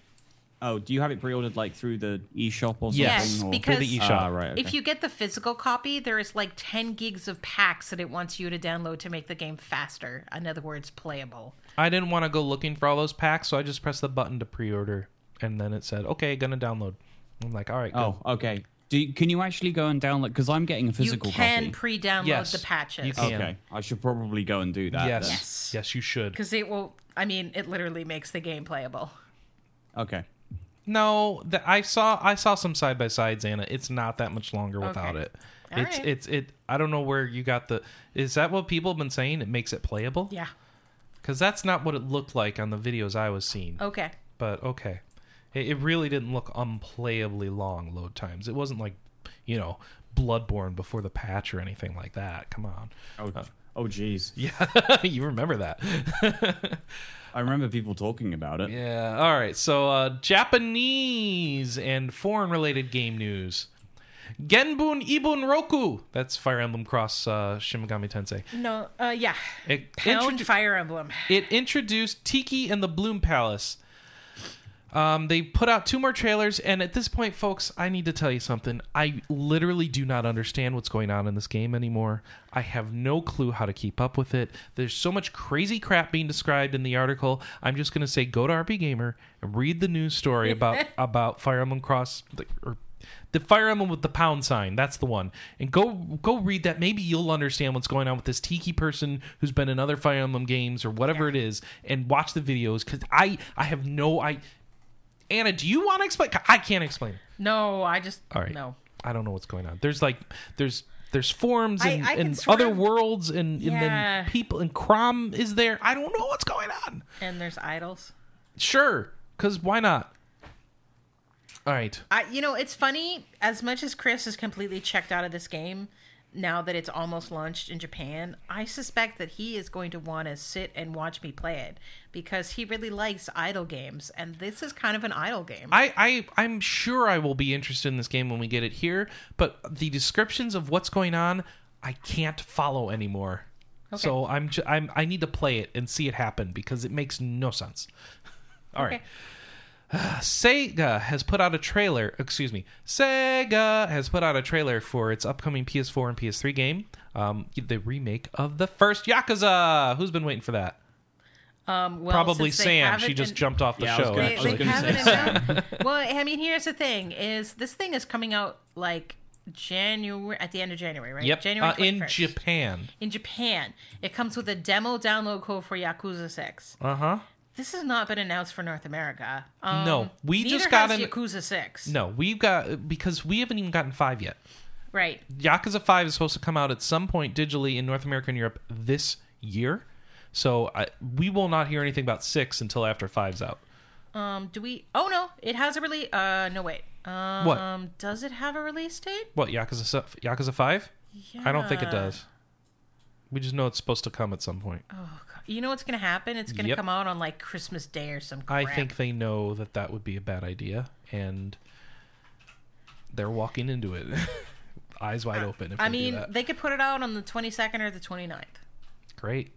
Speaker 3: Oh, do you have it pre-ordered like through the eShop or something?
Speaker 1: Yes,
Speaker 2: Yes,
Speaker 3: or-
Speaker 2: because
Speaker 1: the eShop.
Speaker 3: Ah, right.
Speaker 2: if you get the physical copy, there is like 10 gigs of packs that it wants you to download to make the game faster. In other words, playable.
Speaker 1: I didn't want to go looking for all those packs, so I just pressed the button to pre-order, and then it said, "Okay, gonna download." I'm like, "All right, good."
Speaker 3: oh, okay. Do you, can you actually go and download? Because I'm getting a physical
Speaker 2: you can
Speaker 3: copy.
Speaker 2: pre-download
Speaker 1: Yes,
Speaker 2: the patches. Oh,
Speaker 1: you can.
Speaker 3: okay, I should probably go and do that.
Speaker 1: yes,
Speaker 3: then.
Speaker 1: yes,
Speaker 2: Yes.
Speaker 1: you should.
Speaker 2: Because it will, I mean, it literally makes the game playable.
Speaker 3: Okay.
Speaker 1: No, that I saw I saw some side by sides, Anna. It's not that much longer without
Speaker 2: Okay.
Speaker 1: it.
Speaker 2: All
Speaker 1: it's
Speaker 2: right.
Speaker 1: it's it. I don't know where you got the. Is that what people have been saying? It makes it playable.
Speaker 2: Yeah.
Speaker 1: Because that's not what it looked like on the videos I was seeing.
Speaker 2: Okay.
Speaker 1: But okay, it, it really didn't look unplayably long load times. It wasn't like, you know, Bloodborne before the patch or anything like that. Come on.
Speaker 3: Oh, oh, jeez.
Speaker 1: [LAUGHS] Yeah, you remember that. [LAUGHS]
Speaker 3: I remember people talking about it.
Speaker 1: Yeah. All right. So, uh, Japanese and foreign related game news. Genbun Ibun Roku. That's Fire Emblem Cross uh, Shin Megami Tensei.
Speaker 2: No, uh, yeah.
Speaker 1: It,
Speaker 2: Pound
Speaker 1: introdu-
Speaker 2: Fire Emblem.
Speaker 1: it introduced Tiki and the Bloom Palace. Um, they put out two more trailers, and at this point, folks, I need to tell you something. I literally do not understand what's going on in this game anymore. I have no clue how to keep up with it. There's so much crazy crap being described in the article. I'm just going to say go to RP Gamer and read the news story about about Fire Emblem Cross the- or the Fire Emblem with the pound sign. That's the one. And go go read that. Maybe you'll understand what's going on with this tiki person who's been in other Fire Emblem games or whatever it is. And watch the videos because I I have no I. Anna, do you want to explain? I can't explain. it.
Speaker 2: No, I just,
Speaker 1: All right.
Speaker 2: no.
Speaker 1: I don't know what's going on. There's like there's there's forms
Speaker 2: I-
Speaker 1: and,
Speaker 2: I can
Speaker 1: and
Speaker 2: sort
Speaker 1: other
Speaker 2: of-
Speaker 1: worlds and, and
Speaker 2: Yeah.
Speaker 1: then people and Crom is there. I don't know what's going on.
Speaker 2: And there's idols.
Speaker 1: Sure, because why not? All right.
Speaker 2: I, you know, it's funny. As much as Chris is completely checked out of this game now that it's almost launched in Japan, I suspect that he is going to want to sit and watch me play it because he really likes idle games, and this is kind of an idle game.
Speaker 1: I, I I'm sure I will be interested in this game when we get it here, but the descriptions of what's going on, I can't follow anymore. So I'm, ju- I'm I need to play it and see it happen because it makes no sense. [LAUGHS] All right. [SIGHS] Sega has put out a trailer. Excuse me. Sega has put out a trailer for its upcoming PS4 and PS3 game, um, the remake of the first Yakuza. Who's been waiting for that?
Speaker 2: Um, well,
Speaker 1: Probably
Speaker 2: since they
Speaker 1: Sam.
Speaker 2: haven't
Speaker 1: She just
Speaker 2: been-
Speaker 1: jumped off the
Speaker 3: Yeah, I was
Speaker 1: show.
Speaker 3: gonna-
Speaker 2: They,
Speaker 3: I was
Speaker 1: actually,
Speaker 2: they
Speaker 3: gonna
Speaker 2: haven't
Speaker 3: say.
Speaker 2: announced- well, I mean, here's the thing: is this thing is coming out like January at the end of January, right?
Speaker 1: yep.
Speaker 2: January
Speaker 1: Uh, in
Speaker 2: 21st.
Speaker 1: Japan.
Speaker 2: In Japan, it comes with a demo download code for Yakuza Six.
Speaker 1: Uh huh.
Speaker 2: This has not been announced for North America. Um,
Speaker 1: No, we
Speaker 2: neither
Speaker 1: just got
Speaker 2: has
Speaker 1: an-
Speaker 2: Yakuza Six.
Speaker 1: No, we've got because we haven't even gotten five yet.
Speaker 2: right?
Speaker 1: Yakuza 5 is supposed to come out at some point digitally in North America and Europe this year. So I, we will not hear anything about 6 until after 5's out.
Speaker 2: Um, do we? Oh no, it has a release. Uh, no wait. Um,
Speaker 1: What?
Speaker 2: does it have a release date?
Speaker 1: What, Yakuza se- Yakuza 5?
Speaker 2: Yeah.
Speaker 1: I don't think it does. We just know it's supposed to come at some point.
Speaker 2: Oh, God. You know what's gonna happen? It's gonna
Speaker 1: Yep.
Speaker 2: come out on like Christmas Day or some.
Speaker 1: I
Speaker 2: Crap.
Speaker 1: think they know that that would be a bad idea and they're walking into it. [LAUGHS] Eyes wide open. If
Speaker 2: I
Speaker 1: they do
Speaker 2: mean,
Speaker 1: that.
Speaker 2: they could put it out on the 22nd or the 29th
Speaker 1: great.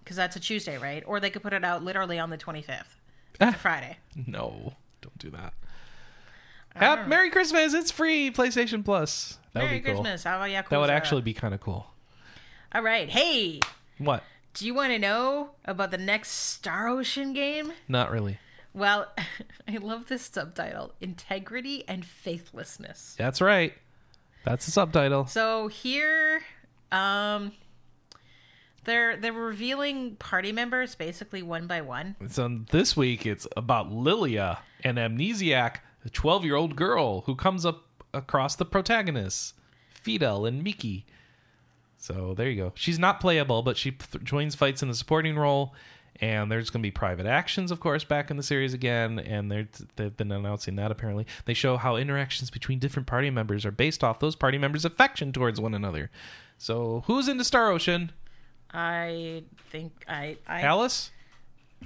Speaker 2: because that's a Tuesday, right? Or they could put it out literally on the 25th,
Speaker 1: Ah.
Speaker 2: It's a Friday.
Speaker 1: No, don't do that. Hap- Merry Christmas! It's free PlayStation Plus. That
Speaker 2: Merry
Speaker 1: would be cool.
Speaker 2: Christmas. How about
Speaker 1: That would
Speaker 2: Yakuza?
Speaker 1: actually be kind of cool.
Speaker 2: All right. Hey,
Speaker 1: What?
Speaker 2: do you want to know about the next Star Ocean game?
Speaker 1: Not really.
Speaker 2: Well, [LAUGHS] I love this subtitle Integrity and Faithlessness.
Speaker 1: That's right. That's the subtitle.
Speaker 2: So here, um, they're they're revealing party members basically one by one.
Speaker 1: So this week it's about Lilia, an amnesiac, a 12 year old girl who comes up across the protagonists, Fidel and Miki. So there you go. She's not playable, but she th- joins fights in the supporting role. And there's going to be private actions, of course, back in the series again. And they're- they've been announcing that apparently. They show how interactions between different party members are based off those party members' affection towards one another. So who's into Star Ocean?
Speaker 2: I think I I,
Speaker 1: Alice?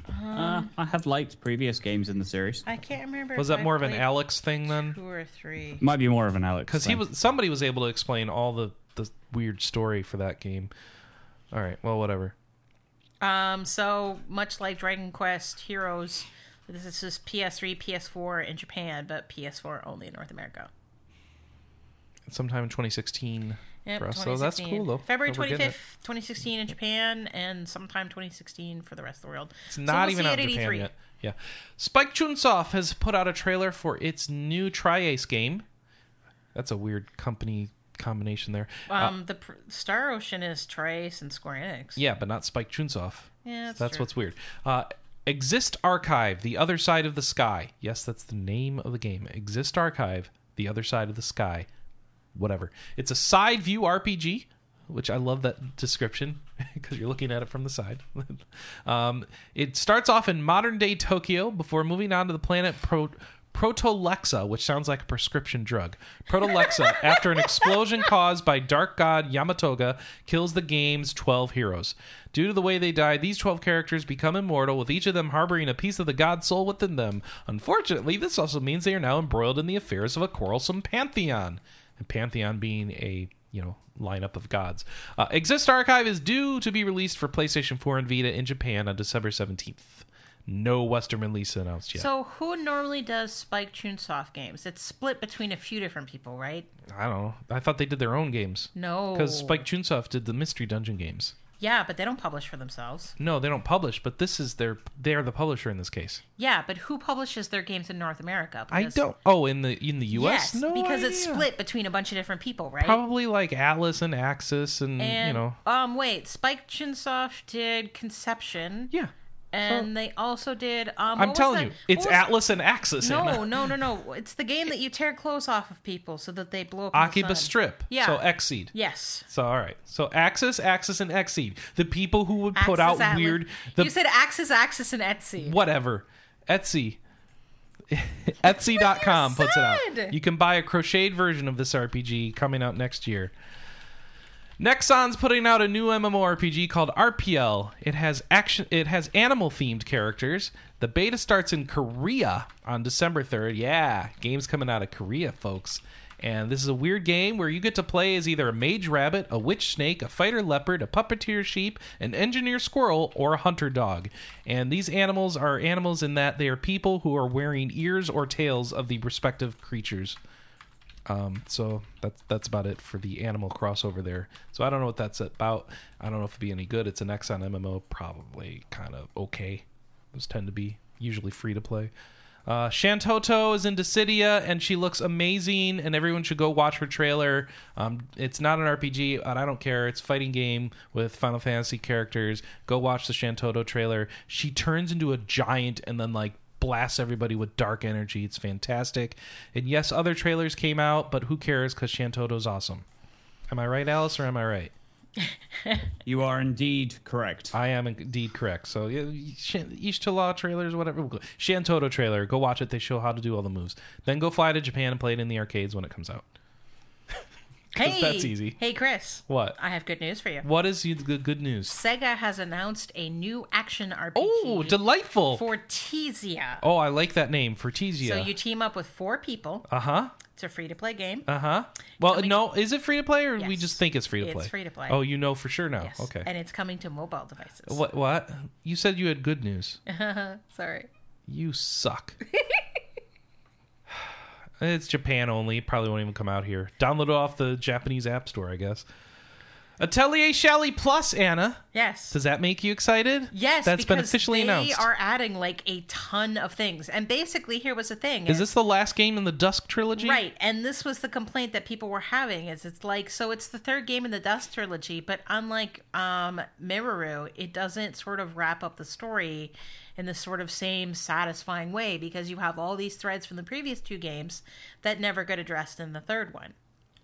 Speaker 3: Uh, I have liked previous games in the series.
Speaker 2: I can't remember.
Speaker 1: Was
Speaker 2: if
Speaker 1: that
Speaker 2: I
Speaker 1: more of an
Speaker 2: played
Speaker 1: Alex thing then?
Speaker 2: Two or three.
Speaker 3: Might be more of an Alex.
Speaker 1: because he
Speaker 3: thing.
Speaker 1: was somebody was able to explain all the the weird story for that game. All right, well, whatever.
Speaker 2: Um, so much like Dragon Quest Heroes, this is just PS3, PS4 in Japan, but PS4 only in North America.
Speaker 1: Sometime in 2016
Speaker 2: Yep,
Speaker 1: for us, so that's
Speaker 2: 2016.
Speaker 1: cool though.
Speaker 2: February
Speaker 1: that we're
Speaker 2: twenty
Speaker 1: getting it.
Speaker 2: fifth, twenty sixteen in Japan, and sometime twenty sixteen for the rest of the world.
Speaker 1: It's not even out in
Speaker 2: E
Speaker 1: Japan yet. Yeah, Spike Chunsoft has put out a trailer for its new Tri-Ace game. That's a weird company combination there. Uh,
Speaker 2: Um, the pr- Star Ocean is Trace and Square Enix.
Speaker 1: yeah, but not Spike Chunsoft.
Speaker 2: Yeah, that's true.
Speaker 1: what's weird. Uh, Exist Archive, The Other Side of the Sky. Yes, that's the name of the game. Exist Archive, The Other Side of the Sky. Whatever. It's a side view RPG, which I love that description [LAUGHS] because you're looking at it from the side. [LAUGHS] um, it starts off in modern day Tokyo before moving on to the planet Pro. Protolexa, which sounds like a prescription drug. Protolexa, after an explosion caused by Dark God Yamatoga, kills the game's 12 heroes. Due to the way they die, these 12 characters become immortal, with each of them harboring a piece of the god soul within them. Unfortunately, this also means they are now embroiled in the affairs of a quarrelsome pantheon. And pantheon being a, you know, lineup of gods. Uh, Exist Archive is due to be released for PlayStation 4 and Vita in Japan on December 17th. No Western release announced yet.
Speaker 2: So who normally does Spike Chunsoft games? It's split between a few different people, right?
Speaker 1: I don't know. I thought they did their own games.
Speaker 2: No,
Speaker 1: Because Spike Chunsoft did the Mystery Dungeon games.
Speaker 2: Yeah, but they don't publish for themselves.
Speaker 1: No, they don't publish, but this is their they are the publisher in this case.
Speaker 2: Yeah, but who publishes their games in North America? Because-
Speaker 1: I don't Oh, in the in the US?
Speaker 2: Yes,
Speaker 1: no.
Speaker 2: because it's
Speaker 1: idea.
Speaker 2: split between a bunch of different people, right?
Speaker 1: Probably like Atlas and Axis and,
Speaker 2: And,
Speaker 1: you know.
Speaker 2: um, wait, Spike Chunsoft did Conception,
Speaker 1: Yeah.
Speaker 2: and they also did. Um,
Speaker 1: I'm
Speaker 2: what was
Speaker 1: telling you,
Speaker 2: that-
Speaker 1: it's
Speaker 2: what was-
Speaker 1: Atlas and uh, Axis.
Speaker 2: No,
Speaker 1: Anna.
Speaker 2: no, no, no! It's the game that you tear clothes off of people so that they blow up. in the
Speaker 1: Akiba
Speaker 2: sun.
Speaker 1: Strip.
Speaker 2: Yeah.
Speaker 1: So Exceed.
Speaker 2: Yes.
Speaker 1: So all right. So Axis, Axis and Exceed. The people who would put out
Speaker 2: Axis, Atlas-
Speaker 1: weird the
Speaker 2: You said Axis, Axis, and Etsy.
Speaker 1: whatever. Etsy. [LAUGHS] Etsy.com puts it
Speaker 2: said.
Speaker 1: out. You can buy a crocheted version of this RPG coming out next year. Nexon's putting out a new MMORPG called RPL. It has action it has animal themed characters. The beta starts in Korea on December 3rd. Yeah, game's coming out of Korea, folks. And this is a weird game where you get to play as either a mage rabbit, a witch snake, a fighter leopard, a puppeteer sheep, an engineer squirrel, or a hunter dog. And these animals are animals in that they are people who are wearing ears or tails of the respective creatures. Um, so that's that's about it for the animal crossover there. So I don't know what that's about. I don't know if it'd be any good. It's an Exxon MMO, probably kind of okay. Those tend to be usually free to play. Uh, Shantoto is in Dissidia and she looks amazing, and everyone should go watch her trailer. Um, it's not an RPG, and I don't care. It's a fighting game with Final Fantasy characters. Go watch the Shantoto trailer. She turns into a giant and then, like, blasts everybody with dark energy. It's fantastic. And yes, other trailers came out, but who cares because Shantoto's awesome. Am I right, Alice, or am I right?
Speaker 3: You are indeed correct.
Speaker 1: I am indeed correct. So yeah, Shan- Ishtallah trailers, whatever. Go- Shantoto trailer. Go watch it. They show how to do all the moves. Then go fly to Japan and play it in the arcades when it comes out. 'Cause
Speaker 2: Hey,
Speaker 1: that's easy.
Speaker 2: Hey, Chris.
Speaker 1: What?
Speaker 2: I have good news for you.
Speaker 1: What is you- the good news?
Speaker 2: Sega has announced a new action RPG
Speaker 1: Oh, delightful!
Speaker 2: for Tizia.
Speaker 1: oh, I like that name, Fortizia.
Speaker 2: So you team up with four people.
Speaker 1: uh huh.
Speaker 2: It's a free to play game.
Speaker 1: Uh huh. Well, no, is it free to play or we
Speaker 2: Yes.
Speaker 1: just think it's free to
Speaker 2: It's
Speaker 1: play?
Speaker 2: free-to-play.
Speaker 1: Oh, you know for sure now.
Speaker 2: Yes.
Speaker 1: Okay.
Speaker 2: And it's coming to mobile devices.
Speaker 1: what? What? You said you had good news.
Speaker 2: Sorry.
Speaker 1: You suck. it's Japan only. It Probably won't even come out here. Download it off the Japanese App Store, I guess. Atelier Shally Plus, Anna.
Speaker 2: Yes.
Speaker 1: Does that make you excited?
Speaker 2: yes.
Speaker 1: That's been
Speaker 2: because
Speaker 1: officially
Speaker 2: they
Speaker 1: announced.
Speaker 2: are adding like a ton of things. And basically, here was the thing.
Speaker 1: Is this the last game in the Dusk trilogy?
Speaker 2: Right, and this was the complaint that people were having is it's like so it's the third game in the Dust trilogy, but unlike um Miruru, it doesn't sort of wrap up the story in the sort of same satisfying way because you have all these threads from the previous two games that never get addressed in the third one.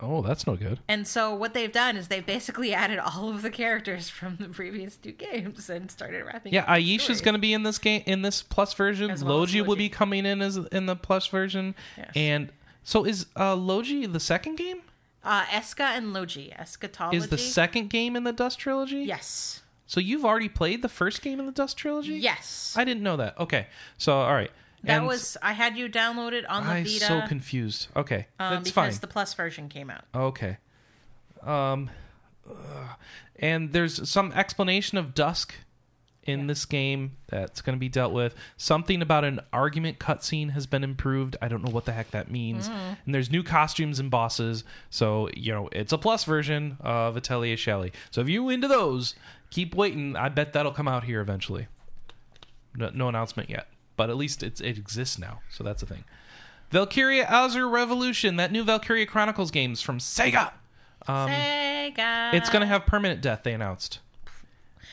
Speaker 1: Oh, that's no good.
Speaker 2: And so what they've done is they've basically [LAUGHS] added all of the characters from the previous two games and started wrapping
Speaker 1: Yeah,
Speaker 2: up the
Speaker 1: Aisha's
Speaker 2: story.
Speaker 1: going to be in this game in this plus version.
Speaker 2: As well as
Speaker 1: Logi will
Speaker 2: Logi.
Speaker 1: be coming in as in the plus version.
Speaker 2: Yes.
Speaker 1: And so is uh, Logi the second game?
Speaker 2: uh Eska and Logi, Eschatology.
Speaker 1: Is the second game in the Dust trilogy?
Speaker 2: Yes.
Speaker 1: So you've already played the first game in the Dust trilogy?
Speaker 2: Yes.
Speaker 1: I didn't know that. Okay. So all right.
Speaker 2: That
Speaker 1: And
Speaker 2: was I had you download it on the
Speaker 1: I'm
Speaker 2: Vita.
Speaker 1: so confused. Okay.
Speaker 2: um,
Speaker 1: That's
Speaker 2: because
Speaker 1: fine.
Speaker 2: the Plus version came out.
Speaker 1: Okay. Um ugh. and there's some explanation of dusk in this game that's going to be dealt with. Something about an argument cutscene has been improved. I don't know what the heck that means. And there's new costumes and bosses. So, you know, it's a plus version of Atelier Shelley. So if you into those, keep waiting. I bet that'll come out here eventually. No, no announcement yet, but at least it's, it exists now. So that's a thing. Valkyria Azure Revolution, that new Valkyria Chronicles games from Sega.
Speaker 2: Sega.
Speaker 1: Um, It's going to have permanent death, they announced.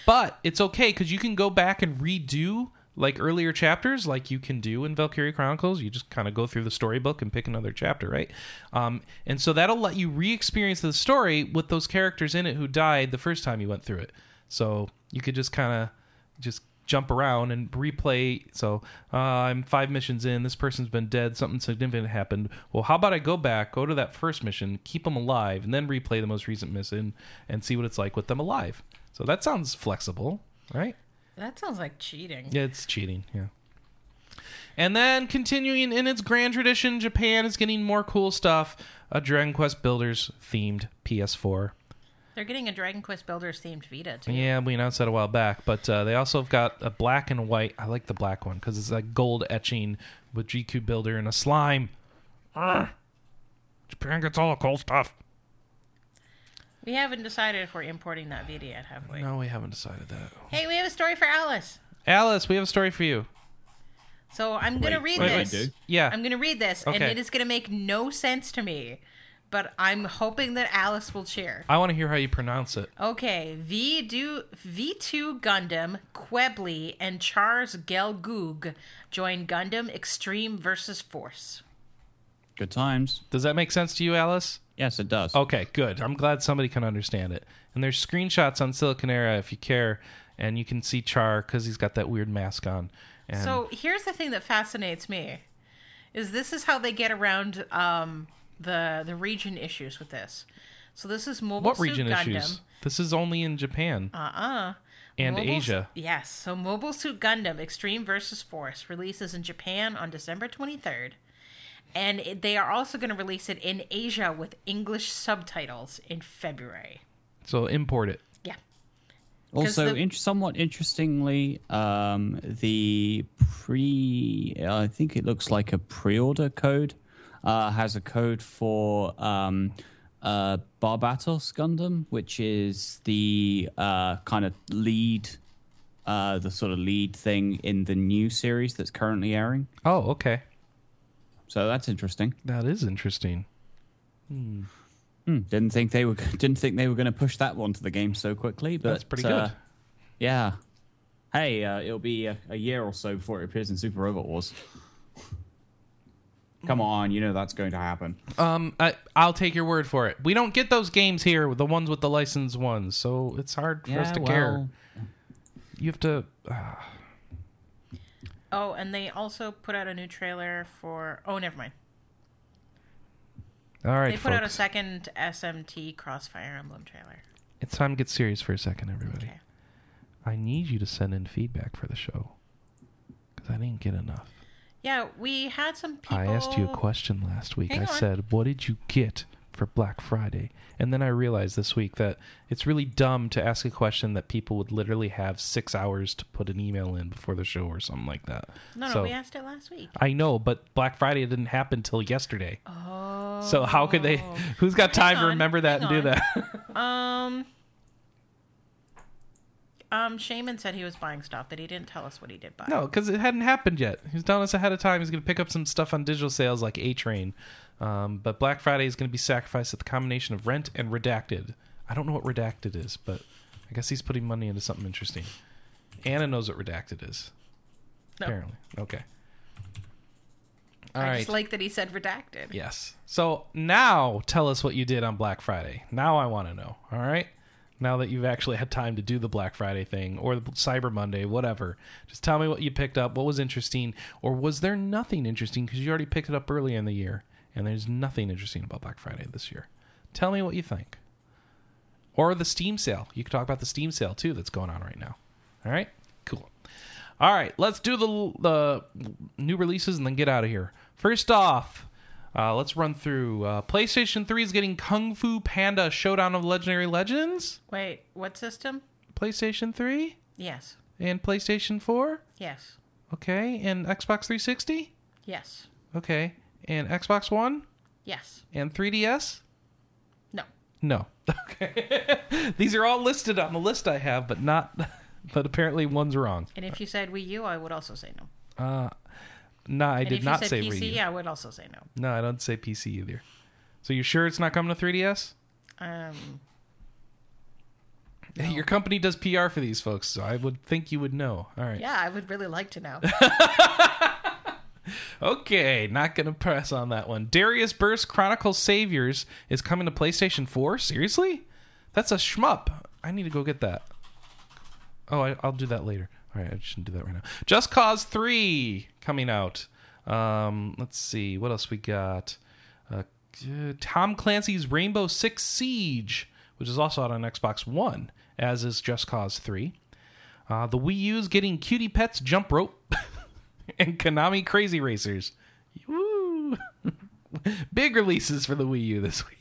Speaker 1: But it's okay because you can go back and redo like earlier chapters, like you can do in Valkyria Chronicles. You just kind of go through the storybook and pick another chapter, right? Um, and so that'll let you re experience the story with those characters in it who died the first time you went through it. So you could just kind of just jump around and replay. So uh, I'm five missions in. This person's been dead. Something significant happened. Well, how about I go back, go to that first mission, keep them alive, and then replay the most recent mission and see what it's like with them alive. So that sounds flexible, right?
Speaker 2: That sounds like cheating.
Speaker 1: Yeah, it's cheating. Yeah. And then continuing in its grand tradition, Japan is getting more cool stuff. A Dragon Quest Builders themed PS4
Speaker 2: They're getting a Dragon Quest Builders themed Vita too.
Speaker 1: Yeah, we announced that a while back, but uh, they also have got a black and white. I like the black one because it's like gold etching with GQ Builder and a slime. Ugh. Japan gets all the cool stuff.
Speaker 2: We haven't decided if we're importing that Vita yet, have we?
Speaker 1: No, we haven't decided that.
Speaker 2: Hey, we have a story for Alice.
Speaker 1: Alice, we have a story for you.
Speaker 2: So I'm gonna read
Speaker 3: Wait, wait,
Speaker 2: this.
Speaker 3: wait, dude.
Speaker 1: Yeah.
Speaker 2: I'm gonna read this, and
Speaker 1: Okay.
Speaker 2: it is gonna make no sense to me. But I'm hoping that Alice will cheer.
Speaker 1: I want to hear how you pronounce it.
Speaker 2: Okay, V do V two Gundam, Quebly, and Charles Gelgoog join Gundam Extreme versus Force.
Speaker 3: Good times.
Speaker 1: Does that make sense to you, Alice?
Speaker 3: Yes, it does.
Speaker 1: Okay, good. I'm glad somebody can understand it. And there's screenshots on Siliconera if you care, and you can see Char because he's got that weird mask on. And
Speaker 2: So here's the thing that fascinates me is this is how they get around um, the the region issues with this. So this is Mobile
Speaker 1: what
Speaker 2: Suit
Speaker 1: region
Speaker 2: Gundam.
Speaker 1: issues? This is only in Japan
Speaker 2: Uh-uh.
Speaker 1: and
Speaker 2: Mobile Su-
Speaker 1: Asia.
Speaker 2: yes. So Mobile Suit Gundam Extreme versus Force releases in Japan on December 23rd. And it, they are also going to release it in Asia with English subtitles in February.
Speaker 1: So import it.
Speaker 2: Yeah.
Speaker 3: Also,
Speaker 2: the-
Speaker 3: in- somewhat interestingly, um, the pre, I think it looks like a pre order code uh, has a code for um, uh, Barbatos Gundam, which is the uh, kind of lead, uh, the sort of lead thing in the new series that's currently airing.
Speaker 1: Oh, okay.
Speaker 3: So that's interesting.
Speaker 1: That is interesting.
Speaker 3: Hmm, Didn't think they were [LAUGHS] didn't think they were going to push that one to the game so quickly, but
Speaker 1: That's pretty
Speaker 3: uh,
Speaker 1: good.
Speaker 3: yeah. Hey, uh, it'll be a, a year or so before it appears in Super Robot Wars. Come on, you know that's going to happen.
Speaker 1: Um, I, I'll take your word for it. We don't get those games here, the ones with the licensed ones, so it's hard for us to care. You have to. uh,
Speaker 2: Oh, and they also put out a new trailer for. Oh, never mind.
Speaker 1: All right,
Speaker 2: They put out a
Speaker 1: folks.
Speaker 2: second SMT Crossfire Emblem trailer.
Speaker 1: It's time to get serious for a second, everybody.
Speaker 2: Okay.
Speaker 1: I need you to send in feedback for the show because I didn't get enough.
Speaker 2: Yeah, we had some people.
Speaker 1: I asked you a question last week.
Speaker 2: Hang
Speaker 1: I
Speaker 2: on.
Speaker 1: said, "What did you get for Black Friday?" And then I realized this week that it's really dumb to ask a question that people would literally have six hours to put an email in before the show or something like that.
Speaker 2: No, no,
Speaker 1: So-
Speaker 2: we asked it last week.
Speaker 1: I know, but Black Friday didn't happen till yesterday. Oh. So how could they? [LAUGHS] Who's got time to
Speaker 2: on,
Speaker 1: remember that and
Speaker 2: hang
Speaker 1: do
Speaker 2: on.
Speaker 1: that?
Speaker 2: [LAUGHS] Um. Um, Shaman said he was buying stuff, but he didn't tell us what he did buy.
Speaker 1: no, because it hadn't happened yet. He's telling us ahead of time he's going to pick up some stuff on digital sales like A Train. Um, but Black Friday is going to be sacrificed at the combination of rent and redacted. I don't know what redacted is, but I guess he's putting money into something interesting. Anna knows what redacted is.
Speaker 2: No.
Speaker 1: Apparently. Okay. All
Speaker 2: I
Speaker 1: right.
Speaker 2: just like that he said redacted.
Speaker 1: Yes. So now tell us what you did on Black Friday. Now I want to know. All right. Now that you've actually had time to do the Black Friday thing or the Cyber Monday, whatever, just tell me what you picked up. What was interesting, or was there nothing interesting because you already picked it up early in the year, and there's nothing interesting about Black Friday this year. Tell me what you think, or the Steam sale. You can talk about the Steam sale too that's going on right now. All right, cool. All right, let's do the the new releases and then get out of here. First off, uh, let's run through. Uh, PlayStation 3 is getting Kung Fu Panda Showdown of Legendary Legends.
Speaker 2: Wait, what system?
Speaker 1: PlayStation 3
Speaker 2: Yes,
Speaker 1: and PlayStation 4.
Speaker 2: yes,
Speaker 1: Okay, and Xbox 360.
Speaker 2: yes,
Speaker 1: Okay, and Xbox One
Speaker 2: yes.
Speaker 1: and 3DS.
Speaker 2: No.
Speaker 1: No. [LAUGHS] Okay. [LAUGHS] These are all listed on the list I have, but not. [LAUGHS] But apparently one's wrong.
Speaker 2: And if you said Wii U, I would also say no.
Speaker 1: Uh, no, I
Speaker 2: And
Speaker 1: did
Speaker 2: if
Speaker 1: not
Speaker 2: you said
Speaker 1: say
Speaker 2: PC,
Speaker 1: Wii U.
Speaker 2: I would also say no.
Speaker 1: No, I don't say PC either. So you're sure it's not coming to 3DS?
Speaker 2: Um,
Speaker 1: Your company does PR for these folks, so I would think you would know. All right.
Speaker 2: yeah, I would really like
Speaker 1: [LAUGHS]
Speaker 2: to know.
Speaker 1: Okay, not gonna press on that one. Darius Burst Chronicle Saviors is coming to PlayStation 4? Seriously? That's a shmup. I need to go get that. Oh, I, I'll do that later. All right, I shouldn't do that right now. Just Cause 3 coming out. Um, let's see what else we got. Uh, uh, Tom Clancy's Rainbow Six Siege, which is also out on Xbox One, as is Just Cause 3. Uh, the Wii U's getting Cutie Pets Jump Rope [LAUGHS] and Konami Crazy Racers. Woo! [LAUGHS] Big releases for the Wii U this week.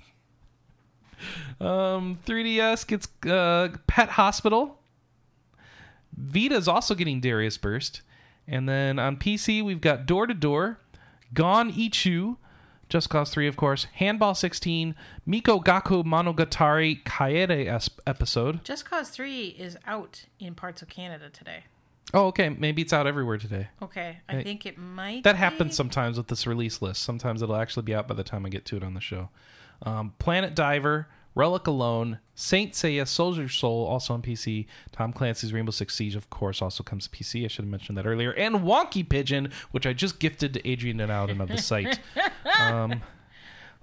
Speaker 1: Um, 3DS gets uh, Pet Hospital. Vita's also getting Darius Burst. And then on PC, we've got Door to Door, Gone Ichu, Just Cause 3, of course, Handball 16, Miko Gaku Monogatari Kaede es- episode.
Speaker 2: Just Cause 3 is out in parts of Canada today.
Speaker 1: Oh, okay. Maybe it's out everywhere today.
Speaker 2: Okay, I think it might.
Speaker 1: That
Speaker 2: be.
Speaker 1: happens sometimes with this release list. Sometimes it'll actually be out by the time I get to it on the show. Um, Planet Diver, Relic Alone, Saint Seiya, Soldier Soul, also on PC. Tom Clancy's Rainbow Six Siege, of course, also comes to PC. I should have mentioned that earlier. And Wonky Pigeon, which I just gifted to Adrian and Alden of the site. Um,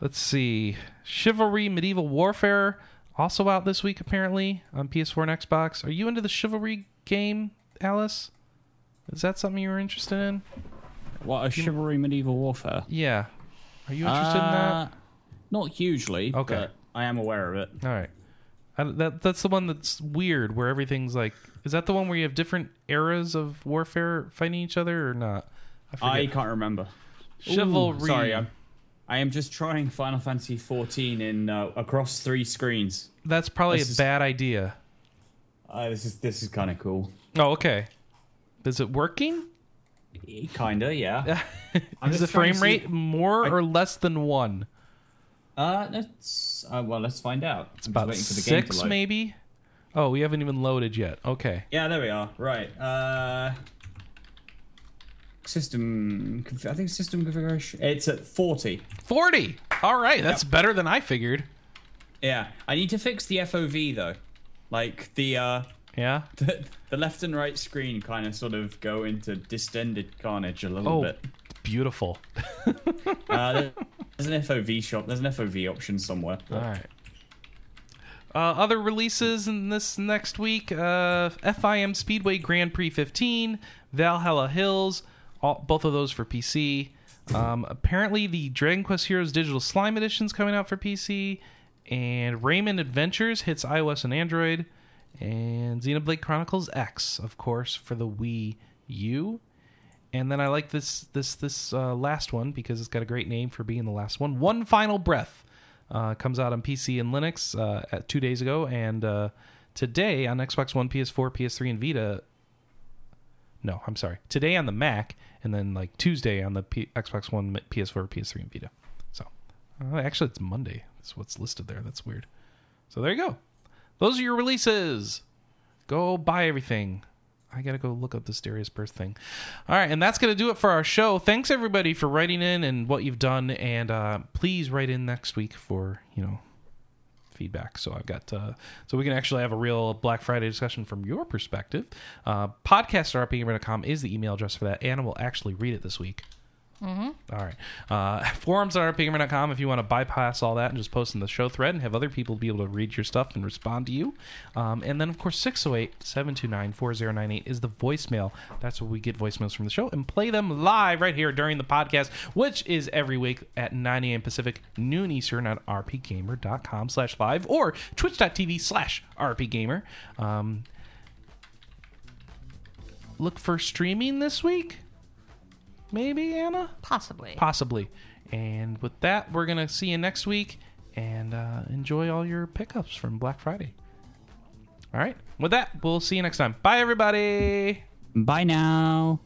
Speaker 1: let's see. Chivalry, Medieval Warfare, also out this week apparently on PS4 and Xbox. Are you into the Chivalry game, Alice? Is that something you were interested in?
Speaker 3: What a chivalry medieval warfare.
Speaker 1: Yeah. Are you interested
Speaker 3: Uh, Not hugely.
Speaker 1: Okay.
Speaker 3: but I am aware of it.
Speaker 1: in that? All right. I, that that's the one that's weird, where everything's like. Is that the one where you have different eras of warfare fighting each other or not?
Speaker 3: I
Speaker 1: forget.
Speaker 3: can't remember. Ooh,
Speaker 1: Chivalry.
Speaker 3: sorry, I'm, I am just trying Final Fantasy 14 in uh, across three screens.
Speaker 1: that's probably a
Speaker 3: this is-
Speaker 1: bad idea.
Speaker 3: Uh, this is this is kind of cool. [LAUGHS]
Speaker 1: Oh, okay. Is it working?
Speaker 3: Kinda, yeah.
Speaker 5: I'm
Speaker 1: Is
Speaker 5: just
Speaker 1: the
Speaker 5: trying to see-
Speaker 1: frame rate more
Speaker 5: I-
Speaker 1: or less than one?
Speaker 3: Uh, let's uh, well, let's find out. It's
Speaker 1: About six, maybe. Oh, we haven't even loaded yet. Okay.
Speaker 3: Yeah, there we are. Right. Uh, system. conf- I think system configuration. It's at forty.
Speaker 1: 40. All right. That's better than I figured.
Speaker 3: Yeah, I need to fix the FOV though, like the uh, [LAUGHS]
Speaker 1: Yeah.
Speaker 3: the, the left and right screen kind of sort of go into distended carnage a little
Speaker 1: Oh,
Speaker 3: bit.
Speaker 1: beautiful.
Speaker 3: Uh, there's an FOV shop. There's an FOV option somewhere.
Speaker 1: All right. Uh, other releases in this next week uh, FIM Speedway Grand Prix 15, Valhalla Hills, all, both of those for PC. Um, apparently, the Dragon Quest Heroes Digital Slime Edition's coming out for PC, and Rayman Adventures hits iOS and Android, and Xenoblade Chronicles X, of course, for the Wii U. And then I like this this this uh, last one because it's got a great name for being the last one. One Final Breath uh, comes out on PC and Linux uh, at two days ago, and uh, today on Xbox One, PS4, PS3, and Vita. No, I'm sorry. Today on the Mac, and then like Tuesday on the P- Xbox One, PS4, PS3, and Vita. So uh, actually, it's Monday. That's what's listed there. That's weird. So there you go. Those are your releases. Go buy everything. I gotta go look up the Darius Birth thing. All right, and that's gonna do it for our show. Thanks everybody for writing in and what you've done, and uh, please write in next week for you know feedback. So I've got uh, so we can actually have a real Black Friday discussion from your perspective. Uh, podcast@rpgamer.com is the email address for that, and we'll actually read it this week. All right. Uh, [LAUGHS] forums at rpgamer.com if you want to bypass all that and just post in the show thread and have other people be able to read your stuff and respond to you. Um, and then, of course, 608 729 4098 is the voicemail. That's where we get voicemails from the show and play them live right here during the podcast, which is every week at 9 a.m. Pacific, noon Eastern on rpgamer.com slash live or twitch.tv slash rpgamer. Um, look for streaming this week, maybe, Anna?
Speaker 2: Possibly.
Speaker 1: possibly. And with that, we're gonna see you next week, and uh, enjoy all your pickups from Black Friday. All right. With that, we'll see you next time. Bye, everybody.
Speaker 3: Bye now.